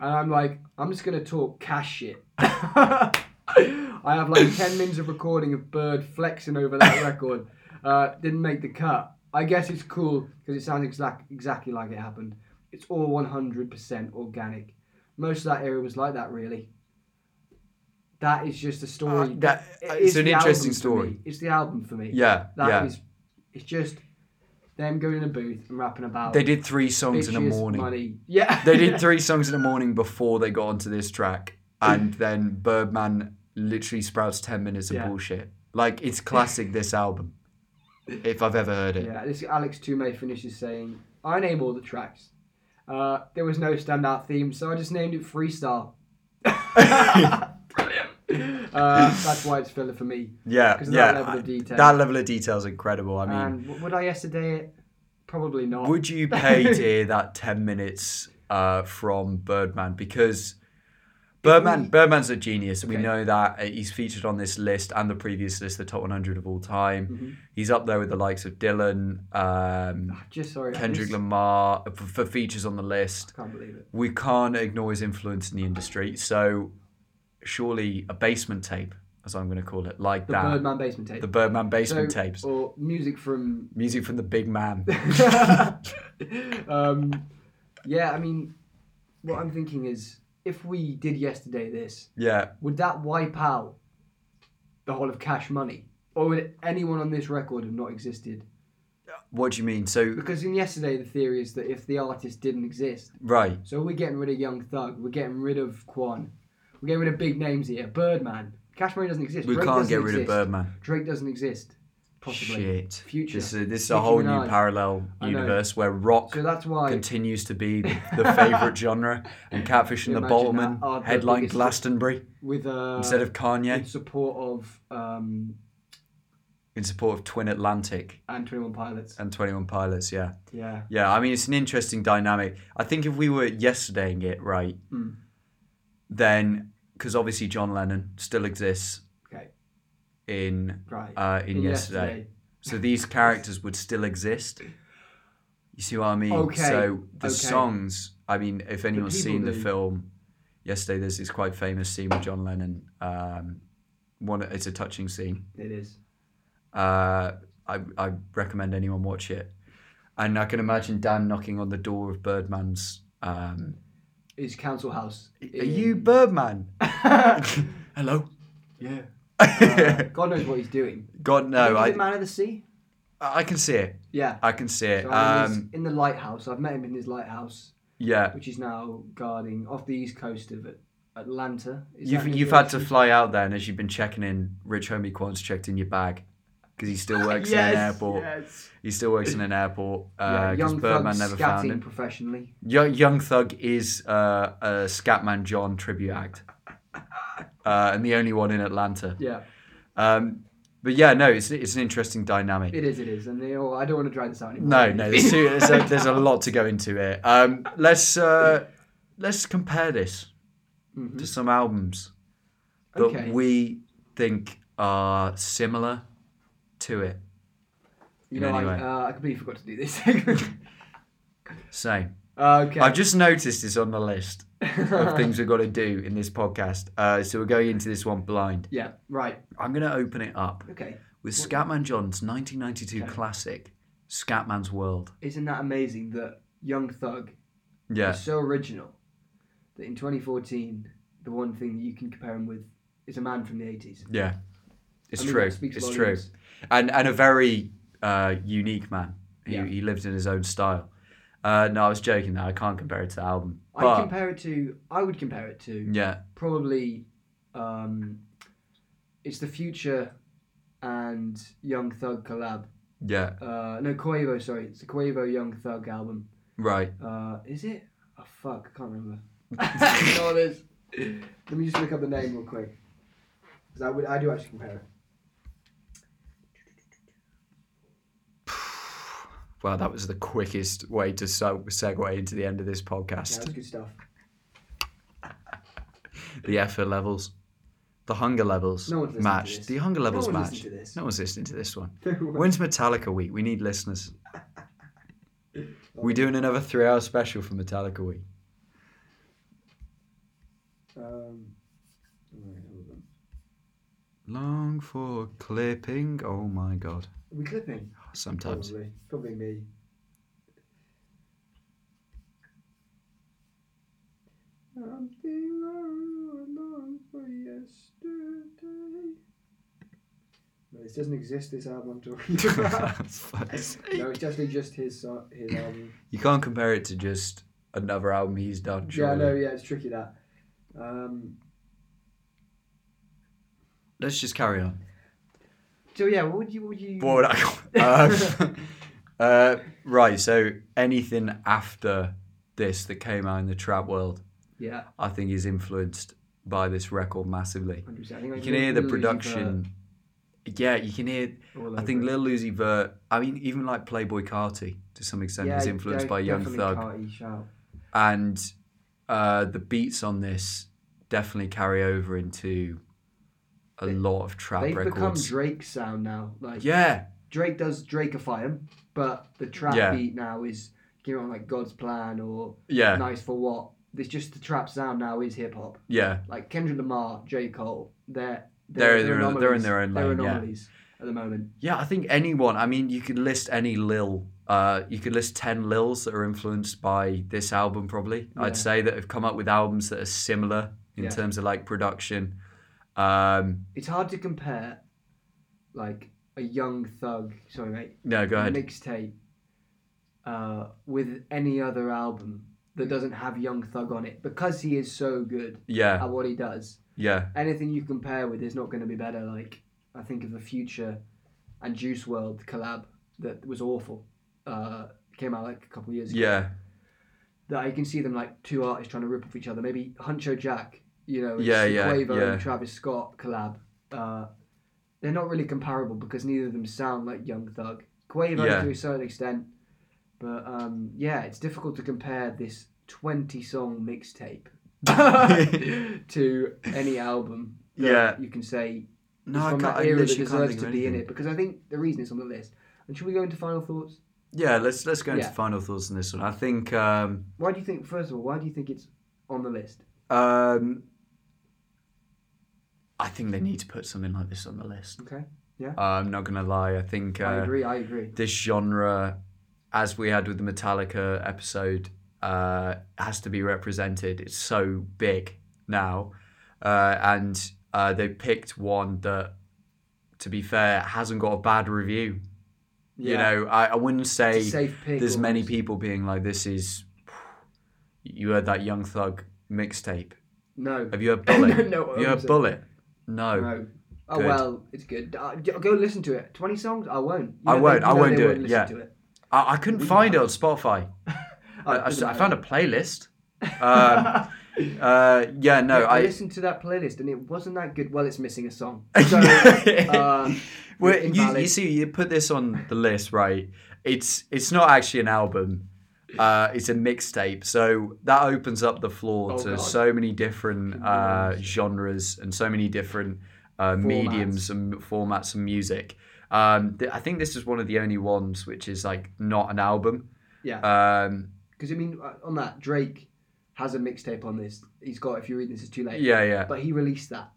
[SPEAKER 2] and I'm like, I'm just gonna talk cash shit. I have like ten minutes of recording of Bird flexing over that record. Uh, didn't make the cut. I guess it's cool because it sounds exact exactly like it happened. It's all 100% organic. Most of that era was like that, really. That is just a story.
[SPEAKER 4] Uh, that-
[SPEAKER 2] it
[SPEAKER 4] it's
[SPEAKER 2] is
[SPEAKER 4] an
[SPEAKER 2] the album
[SPEAKER 4] interesting
[SPEAKER 2] for
[SPEAKER 4] story.
[SPEAKER 2] me. It's the album for me.
[SPEAKER 4] Yeah,
[SPEAKER 2] That
[SPEAKER 4] yeah.
[SPEAKER 2] is- it's just them going in a booth and rapping about.
[SPEAKER 4] They did three songs in the
[SPEAKER 2] bitches,
[SPEAKER 4] morning.
[SPEAKER 2] Money. Yeah.
[SPEAKER 4] They did three songs in the morning before they got onto this track, and then Birdman literally sprouts ten minutes of
[SPEAKER 2] Yeah.
[SPEAKER 4] bullshit. Like it's classic this album, if I've ever heard it.
[SPEAKER 2] Yeah, this Alex Toomey finishes saying, I name all the tracks. Uh, there was no standout theme, so I just named it Freestyle. Brilliant. Uh, that's why it's filler for me.
[SPEAKER 4] yeah,
[SPEAKER 2] Because of
[SPEAKER 4] yeah.
[SPEAKER 2] that level
[SPEAKER 4] I-
[SPEAKER 2] of detail.
[SPEAKER 4] that level of detail is incredible. I mean,
[SPEAKER 2] and w- would I yesterday it? Probably not.
[SPEAKER 4] Would you pay to hear that 10 minutes uh, from Birdman? Because Birdman, Birdman's a genius. We know that. Uh, He's featured on this list and the previous list, the top 100 of all time.
[SPEAKER 2] Mm-hmm.
[SPEAKER 4] He's up there with the likes of Dylan, um,
[SPEAKER 2] Just sorry. I
[SPEAKER 4] Kendrick
[SPEAKER 2] just-
[SPEAKER 4] Lamar uh, for, for features on the list.
[SPEAKER 2] Can't believe it.
[SPEAKER 4] We can't ignore his influence in the industry. So, surely a basement tape, as I'm going to call it, like
[SPEAKER 2] The
[SPEAKER 4] that.
[SPEAKER 2] Birdman basement tape.
[SPEAKER 4] The Birdman basement
[SPEAKER 2] So- oh.
[SPEAKER 4] tapes.
[SPEAKER 2] Or music from
[SPEAKER 4] Music from the big man.
[SPEAKER 2] um, yeah, I mean, what I'm thinking is if we did yesterday this,
[SPEAKER 4] yeah.
[SPEAKER 2] would that wipe out the whole of Cash Money? Or would anyone on this record have not existed?
[SPEAKER 4] What do you mean? So,
[SPEAKER 2] Because in yesterday, the theory is that if the artist didn't exist,
[SPEAKER 4] right.
[SPEAKER 2] so we're getting rid of Young Thug, we're getting rid of Quan, We're getting rid of big names here. Birdman. Cash Money doesn't exist.
[SPEAKER 4] We
[SPEAKER 2] Drake
[SPEAKER 4] can't
[SPEAKER 2] doesn't
[SPEAKER 4] get rid of
[SPEAKER 2] exist.
[SPEAKER 4] Birdman.
[SPEAKER 2] Drake doesn't exist. Possibly.
[SPEAKER 4] Shit.
[SPEAKER 2] Future.
[SPEAKER 4] This is, this is a
[SPEAKER 2] Nicki
[SPEAKER 4] whole
[SPEAKER 2] Minaj.
[SPEAKER 4] new parallel
[SPEAKER 2] I know.
[SPEAKER 4] universe where rock
[SPEAKER 2] So that's why.
[SPEAKER 4] continues to be the favourite genre and Catfish and the
[SPEAKER 2] Imagine that
[SPEAKER 4] Boltman
[SPEAKER 2] are the
[SPEAKER 4] headline
[SPEAKER 2] biggest-
[SPEAKER 4] Glastonbury
[SPEAKER 2] with uh,
[SPEAKER 4] instead of
[SPEAKER 2] in
[SPEAKER 4] Kanye
[SPEAKER 2] support of um,
[SPEAKER 4] in support of Twin Atlantic
[SPEAKER 2] and Twenty One Pilots.
[SPEAKER 4] and 21 Pilots, yeah.
[SPEAKER 2] yeah.
[SPEAKER 4] Yeah, I mean, it's an interesting dynamic. I think if we were yesterdaying it right,
[SPEAKER 2] Mm.
[SPEAKER 4] then, because obviously John Lennon still exists
[SPEAKER 2] Okay.
[SPEAKER 4] in,
[SPEAKER 2] Right.
[SPEAKER 4] uh, in,
[SPEAKER 2] In
[SPEAKER 4] yesterday.
[SPEAKER 2] Yesterday.
[SPEAKER 4] So these characters would still exist. You see what I mean?
[SPEAKER 2] Okay,
[SPEAKER 4] So the
[SPEAKER 2] okay.
[SPEAKER 4] songs, I mean, if anyone's
[SPEAKER 2] people
[SPEAKER 4] seen the
[SPEAKER 2] do.
[SPEAKER 4] film yesterday, there's this quite famous scene with John Lennon. Um, one, it's a touching scene.
[SPEAKER 2] It is.
[SPEAKER 4] Uh, I, I recommend anyone watch it. And I can imagine Dan knocking on the door of Birdman's. Um,
[SPEAKER 2] It's Council House.
[SPEAKER 4] Are you Birdman? Hello.
[SPEAKER 2] Yeah. God knows what he's doing.
[SPEAKER 4] God no,
[SPEAKER 2] is it
[SPEAKER 4] I
[SPEAKER 2] Man of the Sea?
[SPEAKER 4] I can see it.
[SPEAKER 2] Yeah.
[SPEAKER 4] I can see it.
[SPEAKER 2] So I'm in, his-
[SPEAKER 4] Um,
[SPEAKER 2] in the lighthouse. I've met him in his lighthouse,
[SPEAKER 4] yeah,
[SPEAKER 2] which is now guarding off the east coast of Atlanta. Is
[SPEAKER 4] you've
[SPEAKER 2] that in
[SPEAKER 4] you've
[SPEAKER 2] the
[SPEAKER 4] had to
[SPEAKER 2] ocean?
[SPEAKER 4] fly out then as you've been checking in. Rich homie Quan's checked in your bag because he still works in an airport.
[SPEAKER 2] Yes.
[SPEAKER 4] He still works in an airport
[SPEAKER 2] yeah,
[SPEAKER 4] because
[SPEAKER 2] young
[SPEAKER 4] Uh, Birdman
[SPEAKER 2] Birdman
[SPEAKER 4] never
[SPEAKER 2] scatting
[SPEAKER 4] found him.
[SPEAKER 2] professionally.
[SPEAKER 4] Young, Young Thug is uh, a Scatman John tribute act, uh, and the only one in Atlanta.
[SPEAKER 2] Yeah,
[SPEAKER 4] Um, but yeah, no, it's it's an interesting dynamic.
[SPEAKER 2] it is. It is, and they all, I don't want to drag this out anymore.
[SPEAKER 4] No, no, there's, too, there's, a, there's a lot to go into here. Um, let's uh, let's compare this to some albums that
[SPEAKER 2] Okay.
[SPEAKER 4] we think are similar to it.
[SPEAKER 2] you
[SPEAKER 4] in
[SPEAKER 2] know,
[SPEAKER 4] any
[SPEAKER 2] I,
[SPEAKER 4] way.
[SPEAKER 2] uh, I completely forgot to do this.
[SPEAKER 4] Same.
[SPEAKER 2] okay,
[SPEAKER 4] I've just noticed this on the list of things we've got to do in this podcast. Uh, so we're going into this one blind.
[SPEAKER 2] yeah, right,
[SPEAKER 4] I'm going to open it up
[SPEAKER 2] okay.
[SPEAKER 4] with Scatman John's 1992 classic, Scatman's World.
[SPEAKER 2] Isn't that amazing that Young Thug
[SPEAKER 4] Yeah.
[SPEAKER 2] is so original that in 2014, the one thing that you can compare him with is a man from the 80s.
[SPEAKER 4] Yeah, it's
[SPEAKER 2] I mean,
[SPEAKER 4] true.
[SPEAKER 2] that speaks
[SPEAKER 4] It's
[SPEAKER 2] volumes.
[SPEAKER 4] true, and and a very uh, unique man. He,
[SPEAKER 2] Yeah.
[SPEAKER 4] he lived in his own style. Uh, no, I was joking. That I can't compare it to the album, but
[SPEAKER 2] I'd compare it to. I would compare it to.
[SPEAKER 4] yeah,
[SPEAKER 2] probably um, it's the future and Young Thug collab.
[SPEAKER 4] yeah,
[SPEAKER 2] Uh, no, Quavo. Sorry, it's the Quavo Young Thug album.
[SPEAKER 4] right.
[SPEAKER 2] Uh, is it? Oh fuck, I can't remember. You know what it is. Let me just look up the name real quick, because I would I do actually compare it.
[SPEAKER 4] Well, that was the quickest way to so- segue into the end of this
[SPEAKER 2] Yeah,
[SPEAKER 4] podcast.
[SPEAKER 2] that's good stuff.
[SPEAKER 4] The effort levels, the hunger levels
[SPEAKER 2] No one's listening to
[SPEAKER 4] match.
[SPEAKER 2] this.
[SPEAKER 4] The hunger levels
[SPEAKER 2] one's
[SPEAKER 4] match.
[SPEAKER 2] listening to this.
[SPEAKER 4] No one's listening to this one.
[SPEAKER 2] one's-
[SPEAKER 4] When's Metallica week? We need listeners. We're doing another three-hour special for Metallica week.
[SPEAKER 2] Um, alright, hold on.
[SPEAKER 4] Long for clipping. Oh my god.
[SPEAKER 2] Are we clipping?
[SPEAKER 4] Sometimes.
[SPEAKER 2] Probably, probably me. Something I long for yesterday. No, this doesn't exist. This album I'm talking about.
[SPEAKER 4] Fuck's sake.
[SPEAKER 2] no, it's definitely just his so- his album.
[SPEAKER 4] You can't compare it to just another album he's done.
[SPEAKER 2] Yeah, I know.
[SPEAKER 4] surely.
[SPEAKER 2] Yeah, it's tricky that. Um,
[SPEAKER 4] Let's just carry on.
[SPEAKER 2] so yeah, what would you? What would you?
[SPEAKER 4] What would I- Um, uh, right, so anything after this that came out in the trap world,
[SPEAKER 2] Yeah,
[SPEAKER 4] I think is influenced by this record massively.
[SPEAKER 2] hundred percent. You
[SPEAKER 4] You can hear the production. Yeah, you can hear.
[SPEAKER 2] All
[SPEAKER 4] I think
[SPEAKER 2] over it.
[SPEAKER 4] Lil Uzi Vert. I mean, even like Playboy Carti to some extent is influenced by Young Thug. and uh, the beats on this definitely carry over into a lot of trap
[SPEAKER 2] They've become
[SPEAKER 4] records.
[SPEAKER 2] Drake sound now. Like
[SPEAKER 4] yeah,
[SPEAKER 2] Drake does Drakeify him, but the trap
[SPEAKER 4] Yeah.
[SPEAKER 2] beat now is you know like God's Plan or
[SPEAKER 4] yeah,
[SPEAKER 2] Nice for What. It's just the trap sound now is hip hop.
[SPEAKER 4] yeah,
[SPEAKER 2] Like Kendrick Lamar, J Cole, they're
[SPEAKER 4] They're- they're- they're in their own
[SPEAKER 2] They're
[SPEAKER 4] lane, yeah.
[SPEAKER 2] anomalies at the moment.
[SPEAKER 4] yeah. I think anyone. I mean, you could list any Lil. Uh, you could list ten Lils that are influenced by this album. Probably,
[SPEAKER 2] Yeah.
[SPEAKER 4] I'd say that have come up with albums that are similar in
[SPEAKER 2] Yeah.
[SPEAKER 4] terms of like production. Um,
[SPEAKER 2] It's hard to compare, like a young thug. Sorry, mate.
[SPEAKER 4] no, go ahead.
[SPEAKER 2] Mixtape uh, with any other album that doesn't have Young Thug on it because he is so good
[SPEAKER 4] Yeah.
[SPEAKER 2] at what he does.
[SPEAKER 4] Yeah.
[SPEAKER 2] Anything you compare with is not going to be better. Like I think of the Future and Juice World collab that was awful. Uh, came out like a couple of years ago.
[SPEAKER 4] Yeah.
[SPEAKER 2] That you can see them like two artists trying to rip off each other. Maybe Huncho Jack, you know,
[SPEAKER 4] Yeah,
[SPEAKER 2] Quavo
[SPEAKER 4] yeah, yeah.
[SPEAKER 2] and Travis Scott collab. Uh, they're not really comparable because neither of them sound like Young Thug. Quavo
[SPEAKER 4] Yeah.
[SPEAKER 2] to a certain extent, but um, yeah, it's difficult to compare this twenty-song mixtape to any album. that
[SPEAKER 4] Yeah.
[SPEAKER 2] you can say
[SPEAKER 4] No, I
[SPEAKER 2] from
[SPEAKER 4] can't,
[SPEAKER 2] that
[SPEAKER 4] I
[SPEAKER 2] era that
[SPEAKER 4] literally can't
[SPEAKER 2] deserves
[SPEAKER 4] think
[SPEAKER 2] to
[SPEAKER 4] of
[SPEAKER 2] be in
[SPEAKER 4] anything.
[SPEAKER 2] it. Because I think the reason it's on the list. And should we go into final thoughts?
[SPEAKER 4] Yeah, let's let's go into
[SPEAKER 2] Yeah.
[SPEAKER 4] final thoughts on this one. I think um,
[SPEAKER 2] Why do you think? First of all, why do you think it's on the list?
[SPEAKER 4] um, I think they need to put something like this on the list.
[SPEAKER 2] Okay. Yeah.
[SPEAKER 4] I'm not gonna lie. I think uh,
[SPEAKER 2] I agree. I agree.
[SPEAKER 4] this genre, as we had with the Metallica episode, uh, has to be represented. It's so big now, uh, and uh, they picked one that, to be fair, hasn't got a bad review. You
[SPEAKER 2] Yeah.
[SPEAKER 4] know, I, I wouldn't say
[SPEAKER 2] It's a safe pick
[SPEAKER 4] there's many
[SPEAKER 2] almost.
[SPEAKER 4] people being like, "This is." You heard that Young Thug mixtape.
[SPEAKER 2] No.
[SPEAKER 4] Have you heard Bullet?
[SPEAKER 2] No,
[SPEAKER 4] Have you heard
[SPEAKER 2] 100%.
[SPEAKER 4] Bullet? No.
[SPEAKER 2] No. Oh
[SPEAKER 4] Good.
[SPEAKER 2] well, it's good. Uh, go go listen to it. Twenty songs? I won't. You
[SPEAKER 4] I
[SPEAKER 2] know
[SPEAKER 4] won't,
[SPEAKER 2] they-
[SPEAKER 4] I
[SPEAKER 2] you know
[SPEAKER 4] won't
[SPEAKER 2] they
[SPEAKER 4] do
[SPEAKER 2] won't
[SPEAKER 4] it,
[SPEAKER 2] listen
[SPEAKER 4] yeah.
[SPEAKER 2] to it.
[SPEAKER 4] I, I couldn't find it on Spotify. Uh, I, I s-
[SPEAKER 2] doesn't
[SPEAKER 4] I
[SPEAKER 2] matter.
[SPEAKER 4] found a playlist. Um, uh, yeah, no,
[SPEAKER 2] I
[SPEAKER 4] I.
[SPEAKER 2] listened to that playlist and it wasn't that good. Well, it's missing a song. So, uh,
[SPEAKER 4] Well, you,
[SPEAKER 2] invalid.
[SPEAKER 4] you see, you put this on the list, right? It's it's not actually an album. Uh, it's a mixtape, so that opens up the floor
[SPEAKER 2] Oh,
[SPEAKER 4] to
[SPEAKER 2] God.
[SPEAKER 4] so many different uh, genres and so many different uh, mediums and formats and music. Um, th- I think this is one of the only ones which is like not an album.
[SPEAKER 2] yeah,
[SPEAKER 4] Um,
[SPEAKER 2] because I mean, uh, on that Drake has a mixtape on this. He's got. If you read this, it's too late.
[SPEAKER 4] yeah, yeah,
[SPEAKER 2] But he released that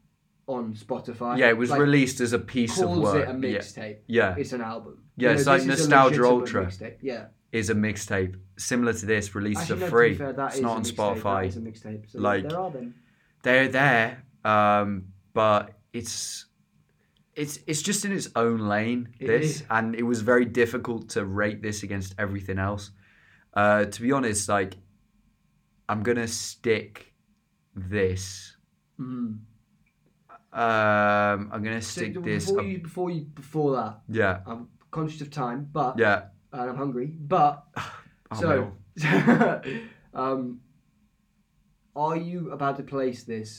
[SPEAKER 2] on Spotify.
[SPEAKER 4] yeah. It was
[SPEAKER 2] Like,
[SPEAKER 4] released as a piece of
[SPEAKER 2] Calls
[SPEAKER 4] work.
[SPEAKER 2] it a
[SPEAKER 4] Yeah.
[SPEAKER 2] mixtape.
[SPEAKER 4] Yeah.
[SPEAKER 2] It's an album.
[SPEAKER 4] Yeah, it's like
[SPEAKER 2] this is a
[SPEAKER 4] Nostalgia
[SPEAKER 2] legitimate
[SPEAKER 4] Ultra.
[SPEAKER 2] mixtape. Yeah.
[SPEAKER 4] is a mixtape similar to this released
[SPEAKER 2] Actually, no,
[SPEAKER 4] for
[SPEAKER 2] to be
[SPEAKER 4] free.
[SPEAKER 2] fair, that
[SPEAKER 4] it's
[SPEAKER 2] is
[SPEAKER 4] not
[SPEAKER 2] a
[SPEAKER 4] on
[SPEAKER 2] mixtape, That
[SPEAKER 4] Spotify.
[SPEAKER 2] is a mixtape. So
[SPEAKER 4] Like-
[SPEAKER 2] there are them.
[SPEAKER 4] They're there, um, but it's it's it's just in its own lane.
[SPEAKER 2] It
[SPEAKER 4] this
[SPEAKER 2] is.
[SPEAKER 4] and it was very difficult to rate this against everything else. Uh, to be honest, like I'm gonna stick this.
[SPEAKER 2] Mm.
[SPEAKER 4] Um, I'm gonna
[SPEAKER 2] So
[SPEAKER 4] mm-hmm. stick
[SPEAKER 2] before
[SPEAKER 4] this. up-
[SPEAKER 2] you, before you, before that,
[SPEAKER 4] yeah,
[SPEAKER 2] I'm conscious of time, but
[SPEAKER 4] yeah.
[SPEAKER 2] and I'm hungry, but
[SPEAKER 4] Oh,
[SPEAKER 2] so,
[SPEAKER 4] well.
[SPEAKER 2] um, are you about to place this?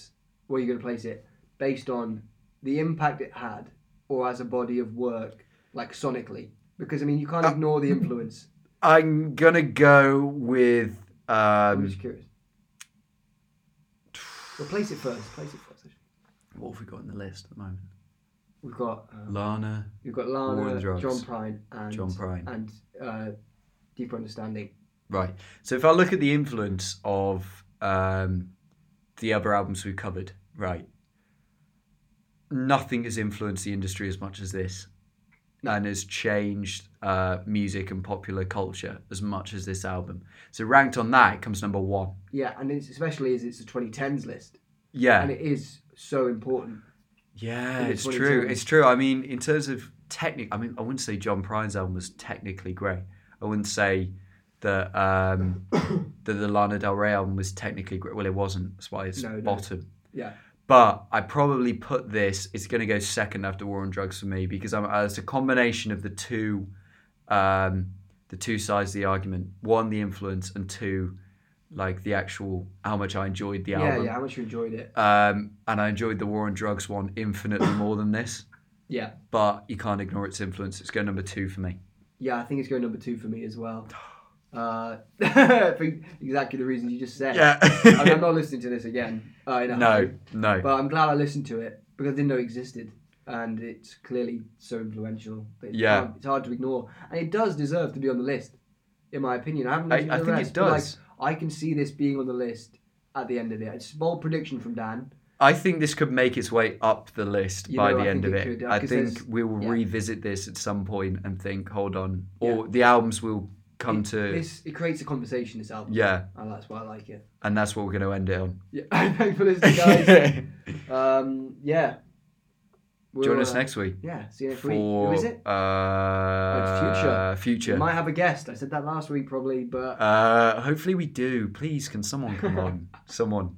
[SPEAKER 2] Where are you going to place it based on the impact it had, or as a body of work, like sonically? Because I mean, you
[SPEAKER 4] Uh,
[SPEAKER 2] can't ignore the influence.
[SPEAKER 4] I'm gonna go with.
[SPEAKER 2] I'm
[SPEAKER 4] Um,
[SPEAKER 2] just curious. Well, place it first. Place it first. actually.
[SPEAKER 4] what have we got on the list at the moment?
[SPEAKER 2] We've got uh,
[SPEAKER 4] Lana.
[SPEAKER 2] we've got
[SPEAKER 4] War
[SPEAKER 2] Lana,
[SPEAKER 4] on Drugs.
[SPEAKER 2] John Prine, and
[SPEAKER 4] John Prine.
[SPEAKER 2] and uh, Deeper Understanding.
[SPEAKER 4] Right. So if I look at the influence of um, the other albums we covered, right, nothing has influenced the industry as much as this, and has changed uh, music and popular culture as much as this album. So ranked on that, it comes number one.
[SPEAKER 2] Yeah, and it's, especially as it's a 2010s list,
[SPEAKER 4] Yeah.
[SPEAKER 2] and it is so important.
[SPEAKER 4] Yeah,
[SPEAKER 2] in the
[SPEAKER 4] it's true.
[SPEAKER 2] 2010s.
[SPEAKER 4] It's true. I mean, in terms of technique, I mean, I wouldn't say John Prine's album was technically great. I wouldn't say that um, that the Lana Del Rey album was technically great. Well, it wasn't. That's why it's
[SPEAKER 2] No, no.
[SPEAKER 4] bottom.
[SPEAKER 2] Yeah,
[SPEAKER 4] But I probably put this. It's going to go second after War on Drugs for me because I'm, uh, it's a combination of the two, um, the two sides of the argument. One, the influence, and two, like the actual how much I enjoyed the
[SPEAKER 2] yeah,
[SPEAKER 4] album.
[SPEAKER 2] yeah. How much you enjoyed it?
[SPEAKER 4] Um, and I enjoyed the War on Drugs one infinitely more than this,
[SPEAKER 2] Yeah,
[SPEAKER 4] but you can't ignore its influence. It's going number two for me.
[SPEAKER 2] yeah. I think it's going number two for me as well. Uh, for exactly the reasons you just said. I mean, I'm not listening to this again. Uh, in a
[SPEAKER 4] no,
[SPEAKER 2] hurry,
[SPEAKER 4] no.
[SPEAKER 2] but I'm glad I listened to it because I didn't know it existed, and it's clearly so influential. that it's
[SPEAKER 4] Yeah.
[SPEAKER 2] hard- it's hard to ignore, and it does deserve to be on the list, in my opinion. I haven't.
[SPEAKER 4] I-
[SPEAKER 2] listened to
[SPEAKER 4] I
[SPEAKER 2] the
[SPEAKER 4] think it
[SPEAKER 2] rest, but, like,
[SPEAKER 4] does.
[SPEAKER 2] I can see this being on the list at the end of it. It's a bold prediction from Dan.
[SPEAKER 4] I think this could make its way up the list
[SPEAKER 2] You
[SPEAKER 4] by
[SPEAKER 2] know,
[SPEAKER 4] the
[SPEAKER 2] I
[SPEAKER 4] end of
[SPEAKER 2] think
[SPEAKER 4] it.
[SPEAKER 2] it could, uh,
[SPEAKER 4] I
[SPEAKER 2] 'cause
[SPEAKER 4] think
[SPEAKER 2] there's-
[SPEAKER 4] we will
[SPEAKER 2] yeah.
[SPEAKER 4] revisit this at some point and think, hold on, or the albums will come to.
[SPEAKER 2] This it creates a conversation. This album.
[SPEAKER 4] Yeah,
[SPEAKER 2] and that's why I like it.
[SPEAKER 4] and that's what we're going to end it on.
[SPEAKER 2] Yeah, thanks for listening, guys. um, yeah, We'll,
[SPEAKER 4] Join us
[SPEAKER 2] uh,
[SPEAKER 4] next week
[SPEAKER 2] Yeah, see you next
[SPEAKER 4] for
[SPEAKER 2] week. Who is it?
[SPEAKER 4] Uh,
[SPEAKER 2] Oh,
[SPEAKER 4] future.
[SPEAKER 2] We might have a guest. I said that last week probably, but
[SPEAKER 4] Uh, hopefully we do. Please, can someone come on? Someone.